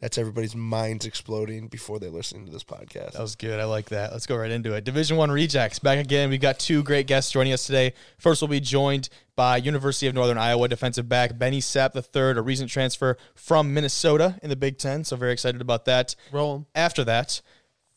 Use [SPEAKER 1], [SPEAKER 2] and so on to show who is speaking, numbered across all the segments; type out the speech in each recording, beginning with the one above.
[SPEAKER 1] That's everybody's minds exploding before they listen to this podcast.
[SPEAKER 2] That was good. I like that. Let's go right into it. Division One rejects back again. We've got two great guests joining us today. First, we'll be joined by University of Northern Iowa defensive back Benny Sapp III, a recent transfer from Minnesota in the Big Ten. So very excited about that.
[SPEAKER 3] Roll 'em.
[SPEAKER 2] After that,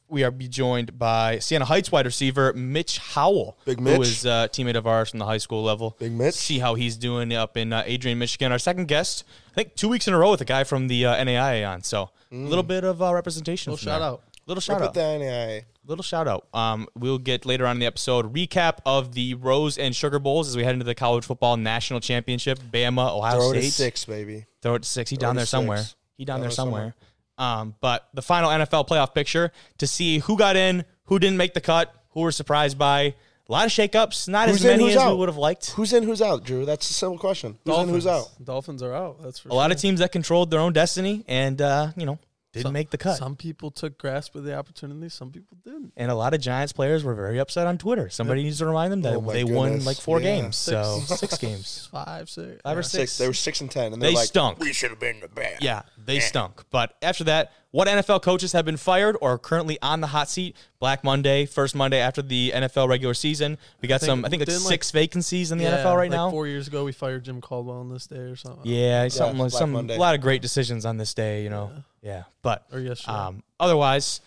[SPEAKER 2] we are be joined by Siena Heights wide receiver Mitch Howell,
[SPEAKER 1] Big
[SPEAKER 2] who
[SPEAKER 1] Mitch.
[SPEAKER 2] is a teammate of ours from the high school level.
[SPEAKER 1] Big Mitch.
[SPEAKER 2] See how he's doing up in uh, Adrian, Michigan. Our second guest, I think, two weeks in a row with a guy from the uh, NAIA on. So
[SPEAKER 1] Mm.
[SPEAKER 2] a little bit of uh, representation.
[SPEAKER 3] Little
[SPEAKER 2] from there.
[SPEAKER 3] shout out.
[SPEAKER 2] Little shout
[SPEAKER 1] Put
[SPEAKER 2] out.
[SPEAKER 1] that in AI.
[SPEAKER 2] Little shout out. Um, we'll get later on in the episode recap of the Rose and Sugar Bowls as we head into the college football national championship. Bama, Ohio
[SPEAKER 1] Throw it
[SPEAKER 2] State.
[SPEAKER 1] at six, baby.
[SPEAKER 2] Throw it to six. He
[SPEAKER 1] Throw
[SPEAKER 2] down
[SPEAKER 1] it
[SPEAKER 2] there
[SPEAKER 1] to
[SPEAKER 2] somewhere.
[SPEAKER 1] six.
[SPEAKER 2] He down
[SPEAKER 1] Down
[SPEAKER 2] there
[SPEAKER 1] there
[SPEAKER 2] somewhere. Um, but the final NFL playoff picture to see who got in, who didn't make the cut, who were surprised by. A lot of shakeups. Not
[SPEAKER 1] Who's
[SPEAKER 2] as
[SPEAKER 1] in,
[SPEAKER 2] many
[SPEAKER 1] who's
[SPEAKER 2] as we
[SPEAKER 1] out?
[SPEAKER 2] would have liked.
[SPEAKER 1] Who's in? Who's out, Drew? That's a simple question. Who's in? Who's out?
[SPEAKER 3] Dolphins are out. That's for
[SPEAKER 2] A lot of teams that controlled their own destiny and uh, you know didn't make the cut.
[SPEAKER 3] Some people took grasp of the opportunity. Some people didn't.
[SPEAKER 2] and a lot of Giants players were very upset on Twitter. Somebody needs to remind them that
[SPEAKER 1] Oh my
[SPEAKER 2] they won
[SPEAKER 1] goodness.
[SPEAKER 2] like four
[SPEAKER 1] Yeah.
[SPEAKER 2] games, so six games,
[SPEAKER 3] Five, six.
[SPEAKER 2] five or
[SPEAKER 3] yeah.
[SPEAKER 2] six.
[SPEAKER 1] They were six and ten, and
[SPEAKER 2] They
[SPEAKER 1] they're like,
[SPEAKER 2] stunk.
[SPEAKER 1] We should have been the best.
[SPEAKER 2] Yeah, they stunk. But after that, what NFL coaches have been fired or are currently on the hot seat? Black Monday, first Monday after the NFL regular season. We got
[SPEAKER 3] think-
[SPEAKER 2] some. I think it's
[SPEAKER 3] didn't, like-
[SPEAKER 2] six vacancies in the
[SPEAKER 3] Yeah,
[SPEAKER 2] NFL right
[SPEAKER 3] like
[SPEAKER 2] now.
[SPEAKER 3] Four years ago, we fired Jim Caldwell on this day or something.
[SPEAKER 2] Yeah, something like
[SPEAKER 1] Black
[SPEAKER 2] some
[SPEAKER 1] Monday.
[SPEAKER 2] a lot of great decisions on this day, you know. Yeah. But
[SPEAKER 3] Or yesterday.
[SPEAKER 2] um otherwise,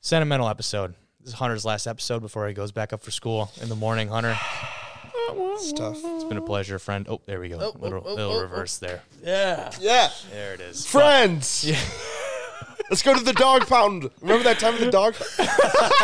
[SPEAKER 2] sentimental episode. This is Hunter's last episode before he goes back up for school in the morning. Hunter,
[SPEAKER 1] It's tough.
[SPEAKER 2] it's been a pleasure, friend. Oh, there we go.
[SPEAKER 3] Oh, oh,
[SPEAKER 2] little
[SPEAKER 3] oh,
[SPEAKER 2] little
[SPEAKER 3] oh, oh.
[SPEAKER 2] reverse there.
[SPEAKER 3] Yeah.
[SPEAKER 1] Yeah,
[SPEAKER 2] There it is.
[SPEAKER 1] friends. Let's go to the dog pound. Remember that time of the dog?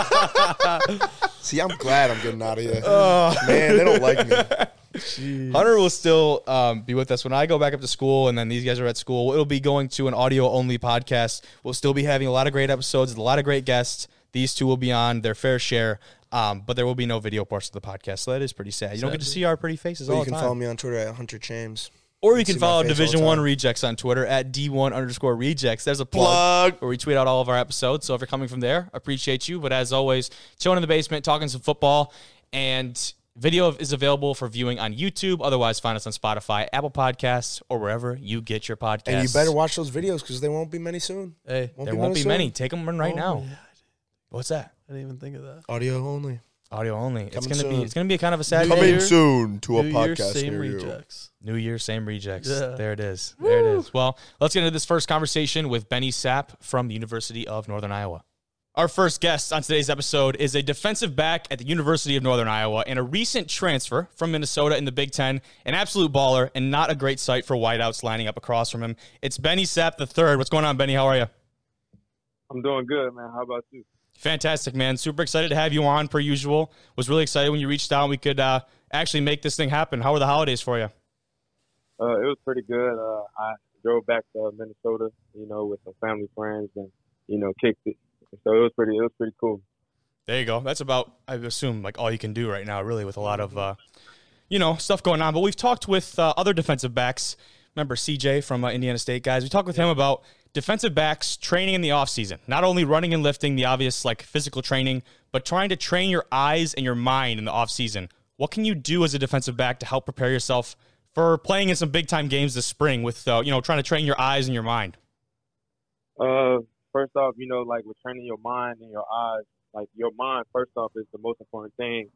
[SPEAKER 1] See, I'm glad I'm getting out of here.
[SPEAKER 2] Oh.
[SPEAKER 1] Man, they don't like me.
[SPEAKER 2] Hunter will still um, be with us when I go back up to school, and then these guys are at school. It'll be going to an audio only podcast. We'll still be having a lot of great episodes, a lot of great guests. These two will be on their fair share, um, but there will be no video parts of the podcast. So that is pretty sad. You don't get to see our pretty faces
[SPEAKER 1] But
[SPEAKER 2] all
[SPEAKER 1] you
[SPEAKER 2] the
[SPEAKER 1] can
[SPEAKER 2] time.
[SPEAKER 1] follow me on Twitter at Hunter James.
[SPEAKER 2] or you can
[SPEAKER 1] see my face all
[SPEAKER 2] follow
[SPEAKER 1] the
[SPEAKER 2] Division One
[SPEAKER 1] time.
[SPEAKER 2] Rejects on Twitter at D1 underscore Rejects. There's a plug, where we tweet out all of our episodes. So if you're coming from there, appreciate you. But as always, chilling in the basement, talking some football, and video is available for viewing on YouTube. Otherwise, find us on Spotify, Apple Podcasts, or wherever you get your podcasts.
[SPEAKER 1] And you better watch those videos because there won't be many soon.
[SPEAKER 3] Hey,
[SPEAKER 1] Won't
[SPEAKER 2] There won't be many.
[SPEAKER 1] soon.
[SPEAKER 2] Take them right
[SPEAKER 3] oh,
[SPEAKER 2] now.
[SPEAKER 3] yeah,
[SPEAKER 2] What's that?
[SPEAKER 3] I didn't even think of that.
[SPEAKER 1] Audio only.
[SPEAKER 2] Audio only. it's
[SPEAKER 1] Coming
[SPEAKER 2] gonna
[SPEAKER 1] soon.
[SPEAKER 2] be. It's gonna be kind of a sad
[SPEAKER 3] Coming
[SPEAKER 2] day.
[SPEAKER 3] Year-
[SPEAKER 1] soon to
[SPEAKER 3] New Year, same rejects.
[SPEAKER 2] New year, same rejects.
[SPEAKER 3] Yeah.
[SPEAKER 2] There it is. There it is. Well, let's get into this first conversation with Benny Sapp from the University of Northern Iowa. Our first guest on today's episode is a defensive back at the University of Northern Iowa and a recent transfer from Minnesota in the Big Ten, an absolute baller and not a great sight for wideouts lining up across from him. It's Benny Sapp the third. What's going on, Benny? How are you?
[SPEAKER 4] I'm doing good, man. How about you?
[SPEAKER 2] Fantastic, man. Super excited to have you on, per usual. Was really excited when you reached out and we could uh, actually make this thing happen. How were the holidays for you?
[SPEAKER 4] Uh, it was pretty good. Uh, I drove back to uh, Minnesota, you know, with some family friends, and you know, kicked it. So it was pretty. It was pretty cool.
[SPEAKER 2] There you go. That's about, I assume, like all you can do right now, really, with a lot of, uh, you know, stuff going on. But we've talked with uh, other defensive backs. Remember CJ from uh, Indiana State, guys. We talked with him about defensive backs training in the offseason. Not only running and lifting, the obvious like physical training, but trying to train your eyes and your mind in the offseason. What can you do as a defensive back to help prepare yourself for playing in some big time games this spring with, uh, you know, trying to train your eyes and your mind?
[SPEAKER 4] Uh, first off, you know, like with training your mind and your eyes, like your mind, first off, is the most important thing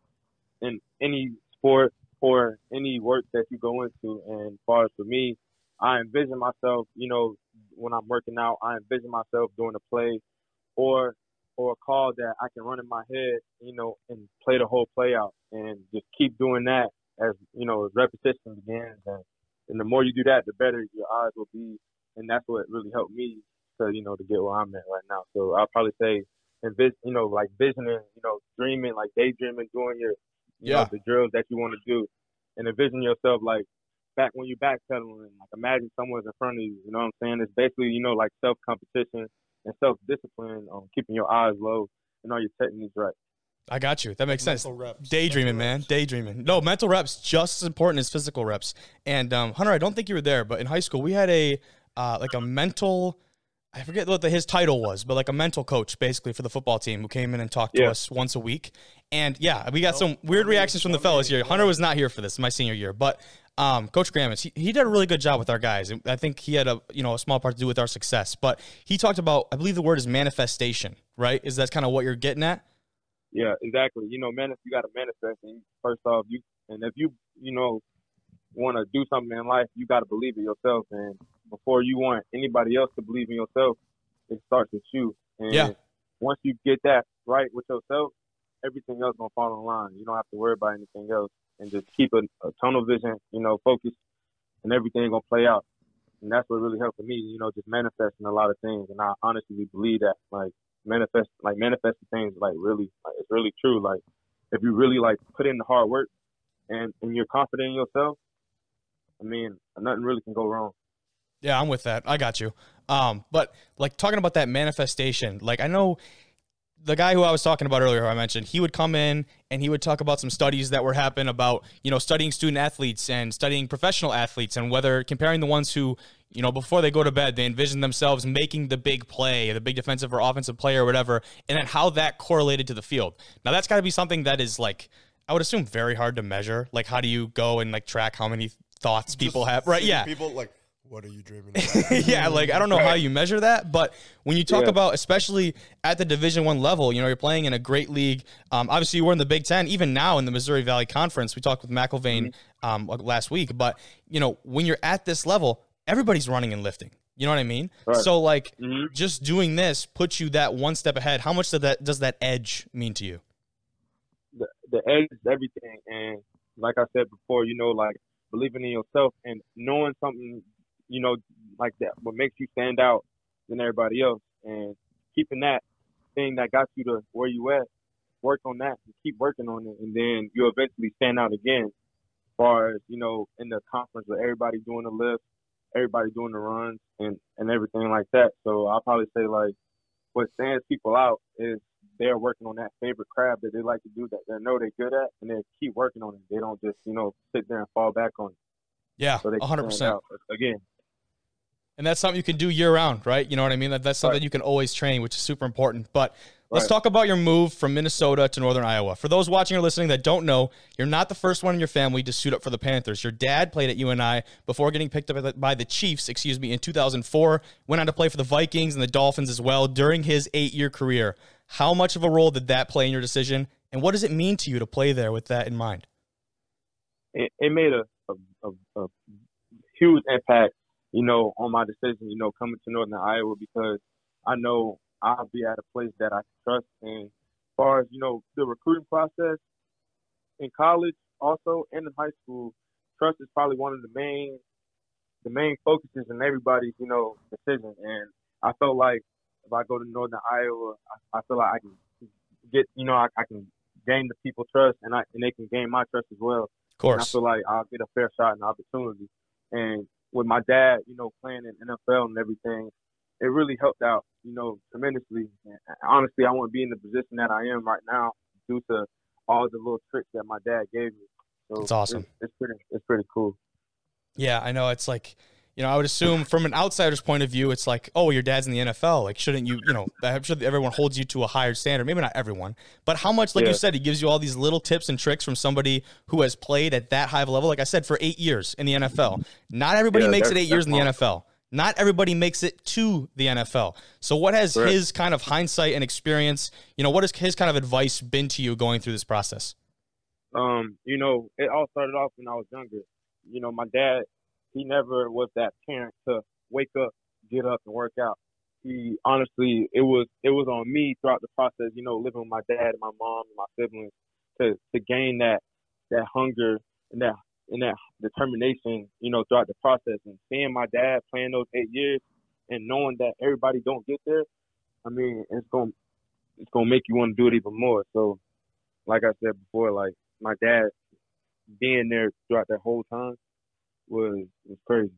[SPEAKER 4] in any sport or any work that you go into. And as far as for me, I envision myself, you know, when I'm working out, I envision myself doing a play or or a call that I can run in my head, you know, and play the whole play out and just keep doing that as you know, as repetition begins and, and the more you do that the better your eyes will be and that's what really helped me to you know to get where I'm at right now. So I'll probably say, envis- you know, like visioning, you know, dreaming, like daydreaming, doing your, you
[SPEAKER 2] Yeah.
[SPEAKER 4] know, the drills that you want to do, and envision yourself like back when you backpedaling, like imagine someone's in front of you. You know what I'm saying? It's basically you know like self competition and self discipline on keeping your eyes low and all your techniques right.
[SPEAKER 2] I got you. That makes sense.
[SPEAKER 1] Mental reps.
[SPEAKER 2] Daydreaming,
[SPEAKER 1] Mental
[SPEAKER 2] man. Daydreaming. No, mental reps just as important as physical reps. And um, Hunter, I don't think you were there, but in high school we had a uh, like a mental. I forget what the, his title was, but like a mental coach basically for the football team who came in and talked to
[SPEAKER 4] Yeah.
[SPEAKER 2] us once a week. And yeah, we got some weird reactions from the fellas here. Hunter was not here for this, my senior year, but Um, Coach Grammans, he, he did a really good job with our guys. And I think he had a you know a small part to do with our success. But he talked about, I believe the word is manifestation, right? Is that kind of what you're getting at?
[SPEAKER 4] Yeah, exactly. You know, man, if you got to manifest, and first off, you and if you you know want to do something in life, you got to believe in yourself. And before you want anybody else to believe in yourself, it starts with you. And
[SPEAKER 2] Yeah.
[SPEAKER 4] once you get that right with yourself, everything else gonna fall in line. You don't have to worry about anything else, and just keep a, a tunnel vision. You know, focus, and everything gonna play out. And that's what really helped me. You know, just manifesting a lot of things, and I honestly believe that. Like manifest, like manifesting things, like really, like, it's really true. Like if you really like put in the hard work, and and you're confident in yourself, I mean, nothing really can go wrong.
[SPEAKER 2] Yeah, I'm with that. I got you. Um, but like talking about that manifestation, like I know the guy who I was talking about earlier, who I mentioned, he would come in and he would talk about some studies that were happening about you know studying student athletes and studying professional athletes and whether comparing the ones who you know before they go to bed they envision themselves making the big play, the big defensive or offensive play or whatever, and then how that correlated to the field. Now that's got to be something that is like I would assume very hard to measure. Like how do you go and like track how many thoughts people have? Right?
[SPEAKER 1] seeing
[SPEAKER 2] Yeah.
[SPEAKER 1] People like, what are you dreaming about?
[SPEAKER 2] yeah, like I don't know how you measure that, but when you talk
[SPEAKER 4] Yeah.
[SPEAKER 2] about, especially at the Division One level, you know, you're playing in a great league. Um, obviously, you were in the Big Ten, even now in the Missouri Valley Conference. We talked with McIlvain
[SPEAKER 4] Mm-hmm.
[SPEAKER 2] um, like, last week, but you know, when you're at this level, everybody's running and lifting. You know what I mean?
[SPEAKER 4] Right.
[SPEAKER 2] So, like,
[SPEAKER 4] Mhm.
[SPEAKER 2] just doing this puts you that one step ahead. How much does that does that edge mean to you?
[SPEAKER 4] the, the edge is everything. And like I said before, you know, like believing in yourself and knowing something, you know, like that, what makes you stand out than everybody else. And keeping that thing that got you to where you at, work on that and keep working on it. And then you'll eventually stand out again. As far as, you know, in the conference with everybody doing the lift, everybody doing the runs and, and everything like that. So I'll probably say like what stands people out is they're working on that favorite craft that they like to do that they know they're good at and they keep working on it. They don't just, you know, sit there and fall back on it.
[SPEAKER 2] Yeah,
[SPEAKER 4] So they can
[SPEAKER 2] hundred percent.
[SPEAKER 4] stand out. Again,
[SPEAKER 2] And that's something you can do year round, right? You know what I mean? That, that's something
[SPEAKER 4] Right.
[SPEAKER 2] you can always train, which is super important. But let's
[SPEAKER 4] Right.
[SPEAKER 2] talk about your move from Minnesota to Northern Iowa. For those watching or listening that don't know, you're not the first one in your family to suit up for the Panthers. Your dad played at UNI before getting picked up by the, by the Chiefs, excuse me, in 2004. Went on to play for the Vikings and the Dolphins as well during his eight year career. How much of a role did that play in your decision? And what does it mean to you to play there with that in mind?
[SPEAKER 4] it, it made a, a, a, a huge impact, you know, on my decision, you know, coming to Northern Iowa because I know I'll be at a place that I can trust. And as far as, you know, the recruiting process in college also and in high school, trust is probably one of the main the main focuses in everybody's, you know, decision. And I felt like if I go to Northern Iowa, I, I feel like I can get, you know, I, I can gain the people trust and I and they can gain my trust as well.
[SPEAKER 2] Of
[SPEAKER 4] And I
[SPEAKER 2] course.
[SPEAKER 4] feel like I'll get a fair shot and opportunity. And with my dad, you know, playing in NFL and everything, it really helped out, you know, tremendously. And honestly, I wouldn't be in the position that I am right now due to all the little tricks that my dad gave me. So
[SPEAKER 2] That's awesome.
[SPEAKER 4] It's, it's pretty. It's pretty cool.
[SPEAKER 2] Yeah, I know. It's like, you know, I would assume from an outsider's point of view, it's like, oh, your dad's in the NFL. Like, shouldn't you, you know, I'm sure that everyone holds you to a higher standard. Maybe not everyone, but how much, like you
[SPEAKER 4] Yeah.
[SPEAKER 2] said, he gives you all these little tips and tricks from somebody who has played at that high of a level. Like I said, for eight years in the NFL. Not everybody
[SPEAKER 4] Yeah,
[SPEAKER 2] makes it
[SPEAKER 4] that's-
[SPEAKER 2] eight years in the
[SPEAKER 4] that's
[SPEAKER 2] NFL. Not everybody makes it to the NFL. So, what has
[SPEAKER 4] Correct.
[SPEAKER 2] his kind of hindsight and experience, you know, what has his kind of advice been to you going through this process?
[SPEAKER 4] um, you know, it all started off when I was younger. You know, my dad, he never was that parent to wake up, get up, and work out. He honestly, it was it was on me throughout the process. You know, living with my dad, and my mom, and my siblings to to gain that that hunger and that and that determination. You know, throughout the process and seeing my dad playing those eight years and knowing that everybody don't get there. I mean, it's gonna it's gonna make you want to do it even more. So, like I said before, like my dad being there throughout that whole time was was crazy.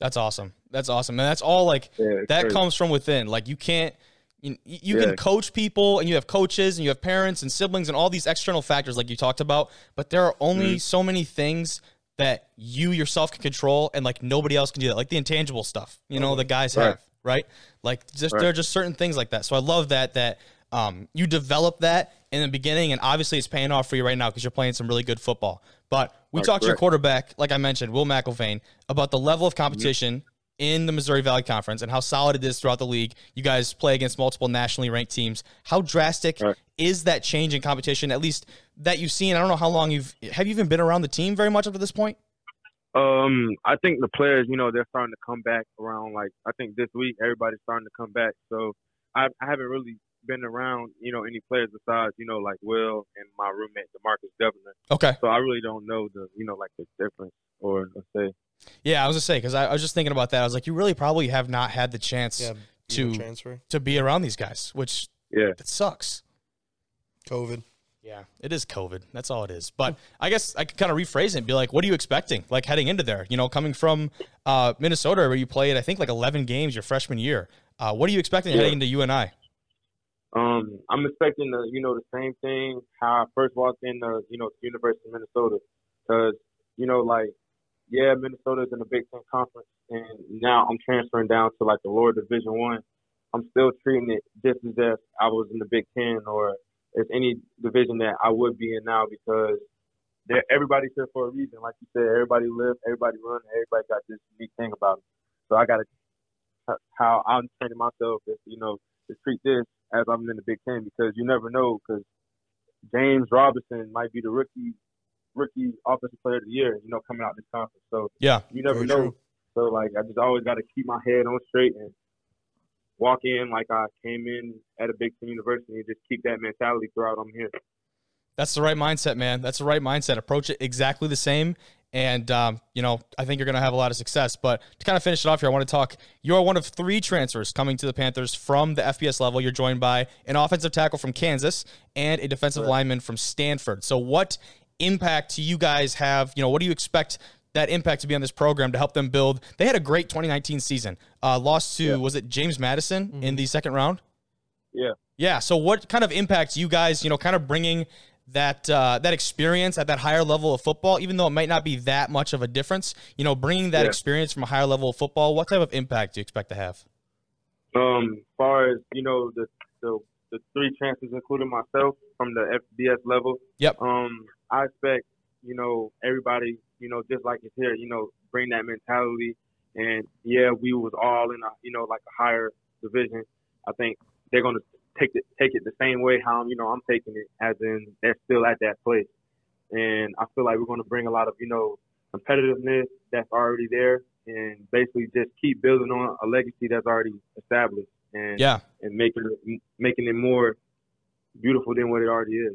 [SPEAKER 2] That's awesome. That's awesome. And that's all like,
[SPEAKER 4] Yeah, it's
[SPEAKER 2] that
[SPEAKER 4] crazy.
[SPEAKER 2] comes from within. Like you can't you, you
[SPEAKER 4] Yeah.
[SPEAKER 2] can coach people and you have coaches and you have parents and siblings and all these external factors like you talked about, but there are only
[SPEAKER 4] Mm.
[SPEAKER 2] so many things that you yourself can control and like nobody else can do that. Like the intangible stuff, you know, the guys
[SPEAKER 4] Mm-hmm. Right.
[SPEAKER 2] have, right? Like just
[SPEAKER 4] Right.
[SPEAKER 2] there are just certain things like that. So I love that that Um, you develop that in the beginning, and obviously it's paying off for you right now because you're playing some really good football. But we
[SPEAKER 4] Right,
[SPEAKER 2] talked to your
[SPEAKER 4] correct. Mm-hmm.
[SPEAKER 2] quarterback, like I mentioned, Will McIlvain, about the level of competition in the Missouri Valley Conference and how solid it is throughout the league. You guys play against multiple nationally ranked teams. How drastic
[SPEAKER 4] Right.
[SPEAKER 2] is that change in competition? At least that you've seen. I don't know how long you've have you even been around the team very much up to this point.
[SPEAKER 4] Um, I think the players, you know, they're starting to come back around. Like I think this week, everybody's starting to come back. So I, I haven't really been around, you know, any players besides, you know, like Will and my roommate, Demarcus Governor.
[SPEAKER 2] Okay.
[SPEAKER 4] So I really don't know the, you know, like the difference or let's say.
[SPEAKER 2] Yeah, I was gonna say because I, I was just thinking about that. I was like, you really probably have not had the chance
[SPEAKER 1] Yeah,
[SPEAKER 2] to-
[SPEAKER 1] to transfer
[SPEAKER 2] to be around these guys, which
[SPEAKER 4] Yeah.
[SPEAKER 2] it sucks.
[SPEAKER 1] COVID.
[SPEAKER 2] Yeah, it is COVID. That's all it is. But I guess I could kind of rephrase it and be like, what are you expecting? Like heading into there, you know, coming from uh, Minnesota where you played, I think like 11 games your freshman year. Uh, what are you expecting
[SPEAKER 4] Yeah.
[SPEAKER 2] heading into UNI?
[SPEAKER 4] Um, I'm expecting the, you know, the same thing how I first walked in the, you know, University of Minnesota, because, you know, like, yeah, Minnesota's in the Big Ten Conference, and now I'm transferring down to like the lower Division One. I'm still treating it just as if I was in the Big Ten or as any division that I would be in now because they're, everybody's here for a reason. Like you said, everybody lives, everybody runs, everybody got this unique thing about them. So I got to how I'm training myself is you know to treat this as I'm in the Big Ten because you never know because James Robinson might be the rookie rookie offensive player of the year, you know, coming out this conference. So
[SPEAKER 2] Yeah.
[SPEAKER 4] you never
[SPEAKER 1] Very
[SPEAKER 4] know.
[SPEAKER 1] true.
[SPEAKER 4] So like I just always got to keep my head on straight and walk in like I came in at a Big Ten university and just keep that mentality throughout. I'm here.
[SPEAKER 2] That's the right mindset, man. That's the right mindset. Approach it exactly the same. And, um, you know, I think you're going to have a lot of success. But to kind of finish it off here, I want to talk. You are one of three transfers coming to the Panthers from the FBS level. You're joined by an offensive tackle from Kansas and a defensive lineman from Stanford. So, what impact do you guys have? You know, what do you expect that impact to be on this program to help them build? They had a great 2019 season. Uh, lost to, was it James Madison in the second round?
[SPEAKER 4] Yeah.
[SPEAKER 2] Yeah. So, what kind of impact you guys, you know, kind of bringing that uh, that experience at that higher level of football, even though it might not be that much of a difference, you know, bringing that
[SPEAKER 4] Yeah.
[SPEAKER 2] experience from a higher level of football, what type of impact do you expect to have?
[SPEAKER 4] Um, as far as you know, the the, the three transfers, including myself, from the FBS level.
[SPEAKER 2] Yep.
[SPEAKER 4] Um, I expect you know everybody, you know, just like it's here, you know, bring that mentality. And yeah, we was all in a you know like a higher division. I think they're gonna take it take it the same way how you know I'm taking it, as in they're still at that place. And I feel like we're gonna bring a lot of you know competitiveness that's already there and basically just keep building on a legacy that's already established and
[SPEAKER 2] Yeah,
[SPEAKER 4] and making it making it more beautiful than what it already is.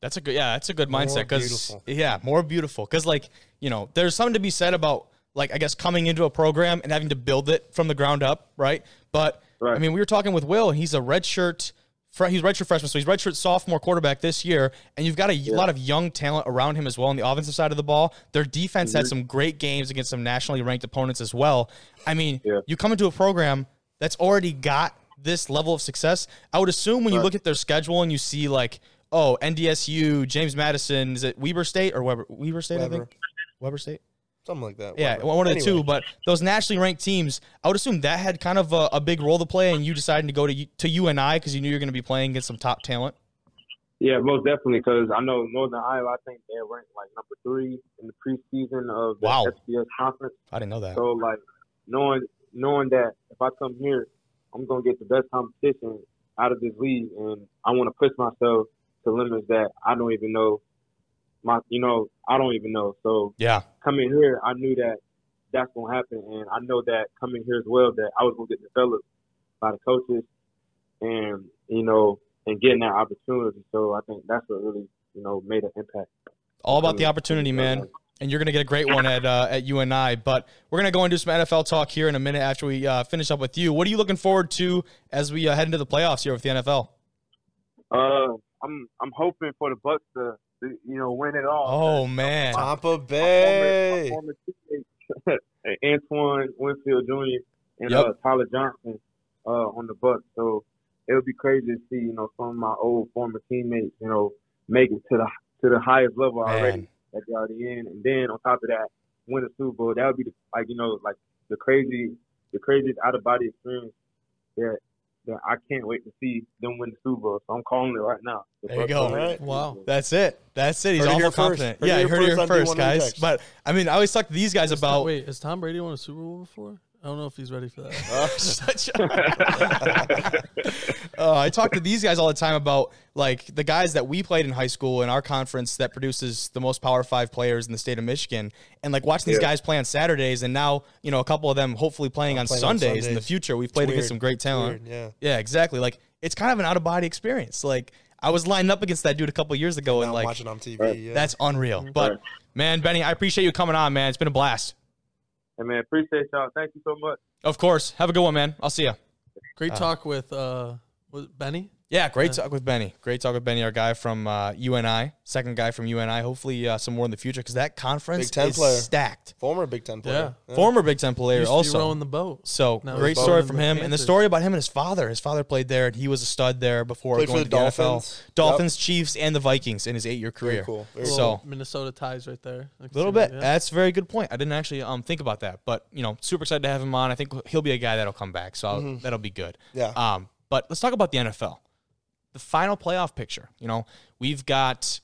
[SPEAKER 2] that's a good yeah, that's a good
[SPEAKER 1] More
[SPEAKER 2] mindset because
[SPEAKER 1] beautiful.
[SPEAKER 2] yeah, more beautiful because like you know, there's something to be said about like I guess coming into a program and having to build it from the ground up, right? But
[SPEAKER 4] Right.
[SPEAKER 2] I mean, we were talking with Will, and he's a redshirt. fre- He's redshirt freshman, so he's redshirt sophomore quarterback this year, and you've got a y- lot of young talent around him as well on the offensive side of the ball. Their defense
[SPEAKER 4] Mm-hmm.
[SPEAKER 2] had some great games against some nationally ranked opponents as well. I mean,
[SPEAKER 4] Yeah.
[SPEAKER 2] you come into a program that's already got this level of success. I would assume when you look at their schedule and you see like, oh, NDSU, James Madison, is it Weber State or Weber Weber State? I
[SPEAKER 1] Weber.
[SPEAKER 2] think Weber State.
[SPEAKER 1] Something like that.
[SPEAKER 2] Yeah,
[SPEAKER 1] whatever.
[SPEAKER 2] one of the
[SPEAKER 1] Anyway,
[SPEAKER 2] two. But those nationally ranked teams, I would assume that had kind of a, a big role to play, and you decided to go to U- to UNI because you knew you were going to be playing against some top talent.
[SPEAKER 4] Yeah, most definitely. Because I know Northern Iowa. I think they're ranked like number three in the preseason of the
[SPEAKER 2] Wow.
[SPEAKER 4] FBS conference.
[SPEAKER 2] I didn't know that.
[SPEAKER 4] So like knowing knowing that if I come here, I'm gonna get the best competition out of this league, and I want to push myself to limits that I don't even know. My, you know, I don't even know. So
[SPEAKER 2] Yeah,
[SPEAKER 4] coming here, I knew that that's gonna happen, and I know that coming here as well that I was gonna get developed by the coaches, and you know, and getting that opportunity. So I think that's what really you know made an impact.
[SPEAKER 2] all about the opportunity, man. And you're going to get a great one at uh, at UNI. But we're going to go and do some NFL talk here in a minute after we uh, finish up with you. What are you looking forward to as we uh, head into the playoffs here with the NFL?
[SPEAKER 4] Uh, I'm I'm hoping for the Bucks to, to you know win it all.
[SPEAKER 2] Oh man,
[SPEAKER 1] Tampa
[SPEAKER 4] former,
[SPEAKER 1] Bay.
[SPEAKER 4] former teammate, Antoine Winfield Jr. and
[SPEAKER 2] Yep.
[SPEAKER 4] uh, Tyler Johnson uh, on the Bucks. So it would be crazy to see you know some of my old former teammates you know make it to the to the highest level already
[SPEAKER 2] man,
[SPEAKER 4] that they're already in, and then on top of that win a Super Bowl. That would be the, like you know like the crazy the craziest out of body experience that that I can't wait to see them win the Super Bowl. So I'm calling it right now. The
[SPEAKER 2] There you
[SPEAKER 4] first
[SPEAKER 2] go.
[SPEAKER 4] one.
[SPEAKER 1] Alright.
[SPEAKER 3] Wow.
[SPEAKER 2] That's it. That's it. He's
[SPEAKER 1] Heard it
[SPEAKER 2] awful
[SPEAKER 1] here first.
[SPEAKER 2] confident.
[SPEAKER 1] Heard it
[SPEAKER 2] Yeah, you
[SPEAKER 1] here
[SPEAKER 2] heard it
[SPEAKER 1] first
[SPEAKER 2] here
[SPEAKER 1] on D1
[SPEAKER 2] first, guys.
[SPEAKER 1] Untext.
[SPEAKER 2] But I mean, I always talk to these guys about.
[SPEAKER 3] Wait, has Tom Brady won a Super Bowl before? I don't know if he's ready for that.
[SPEAKER 2] Uh. Such a- uh, I talk to these guys all the time about like the guys that we played in high school in our conference that produces the most Power Five players in the state of Michigan, and like watching these
[SPEAKER 4] Yeah.
[SPEAKER 2] guys play on Saturdays, and now you know a couple of them hopefully playing, on,
[SPEAKER 1] playing on
[SPEAKER 2] Sundays in the
[SPEAKER 1] Sundays.
[SPEAKER 2] future. We've played
[SPEAKER 1] weird.
[SPEAKER 2] against some great talent.
[SPEAKER 1] Weird, yeah.
[SPEAKER 2] Yeah, exactly. Like it's kind of an out of body experience. Like I was lined up against that dude a couple years ago, and
[SPEAKER 1] Now I'm
[SPEAKER 2] like
[SPEAKER 1] watching on TV.
[SPEAKER 4] Right.
[SPEAKER 1] Yeah. Mm-hmm.
[SPEAKER 2] that's unreal. But
[SPEAKER 4] Right.
[SPEAKER 2] man, Benny, I appreciate you coming on, man. It's been a blast.
[SPEAKER 4] Hey man, appreciate y'all. Thank you so much.
[SPEAKER 2] Of course. Have a good one, man. I'll see you.
[SPEAKER 3] Great talk with uh, was it Benny?
[SPEAKER 2] Yeah, great talk with Benny. Great talk with Benny, our guy from uh, UNI, second guy from UNI. Hopefully, uh, some more in the future because that conference
[SPEAKER 1] Big Ten
[SPEAKER 2] is
[SPEAKER 1] player.
[SPEAKER 2] stacked.
[SPEAKER 1] former Big Ten player. Yeah.
[SPEAKER 2] Former Big Ten player,
[SPEAKER 3] Used to be
[SPEAKER 2] also.
[SPEAKER 3] rowing the boat.
[SPEAKER 2] So
[SPEAKER 3] No,
[SPEAKER 2] great
[SPEAKER 3] he's
[SPEAKER 2] story
[SPEAKER 3] both
[SPEAKER 2] from
[SPEAKER 3] in the
[SPEAKER 2] him, and the
[SPEAKER 3] Panthers.
[SPEAKER 2] story about him and his father. His father played there, and he was a stud there before
[SPEAKER 1] Played for
[SPEAKER 2] going
[SPEAKER 1] the
[SPEAKER 2] to the
[SPEAKER 1] Dolphins.
[SPEAKER 2] NFL. Dolphins, Chiefs, and the Vikings in his eight-year career.
[SPEAKER 1] Very cool. Very
[SPEAKER 2] So-
[SPEAKER 1] cool.
[SPEAKER 3] Little Minnesota ties right there. A
[SPEAKER 2] A little bit. That's a very good point. I didn't actually um, think about that, but you know, super excited to have him on. I think he'll be a guy that'll come back, so I'll- that'll be good.
[SPEAKER 1] Mm-hmm. Yeah.
[SPEAKER 2] Um, but let's talk about the NFL, the final playoff picture. You know, we've got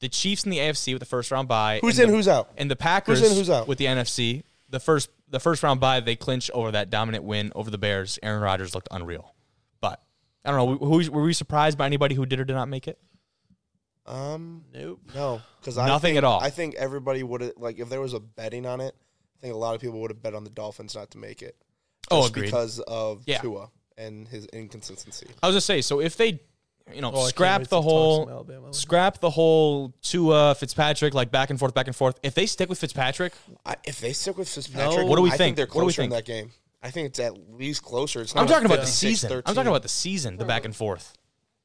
[SPEAKER 2] the Chiefs in the AFC with the first round bye.
[SPEAKER 1] Who's
[SPEAKER 2] and
[SPEAKER 1] in,
[SPEAKER 2] the-
[SPEAKER 1] who's out?
[SPEAKER 2] And the Packers
[SPEAKER 1] Who's in, who's out?
[SPEAKER 2] with the NFC. The first the first round bye they clinch over that dominant win over the Bears. Aaron Rodgers looked unreal, but I don't know. Who, were we surprised by anybody who did or did not make it?
[SPEAKER 1] Um,
[SPEAKER 3] Nope.
[SPEAKER 1] no, because I
[SPEAKER 2] Nothing
[SPEAKER 1] think-
[SPEAKER 2] at all.
[SPEAKER 1] I think everybody would have like if there was a betting on it. I think a lot of people would have bet on the Dolphins not to make it.
[SPEAKER 2] Oh,
[SPEAKER 1] Just
[SPEAKER 2] agreed.
[SPEAKER 1] Because of
[SPEAKER 2] Yeah.
[SPEAKER 1] Tua and his inconsistency.
[SPEAKER 2] I was gonna say, so if they, you know,
[SPEAKER 3] Oh, I can't
[SPEAKER 2] scrap
[SPEAKER 3] wait
[SPEAKER 2] the
[SPEAKER 3] to talk
[SPEAKER 2] whole,
[SPEAKER 3] some Alabama later.
[SPEAKER 2] scrap the whole Tua Fitzpatrick like back and forth, back and forth. If they stick with Fitzpatrick,
[SPEAKER 1] I, if they stick with Fitzpatrick,
[SPEAKER 2] What do we
[SPEAKER 1] I
[SPEAKER 2] think?
[SPEAKER 1] they're
[SPEAKER 2] What do we
[SPEAKER 1] closer in
[SPEAKER 2] think?
[SPEAKER 1] that game. I think it's at least closer. It's not
[SPEAKER 2] I'm
[SPEAKER 1] a
[SPEAKER 2] talking about the
[SPEAKER 1] 56,
[SPEAKER 2] season.
[SPEAKER 1] 13.
[SPEAKER 2] I'm talking about the season, the back and forth.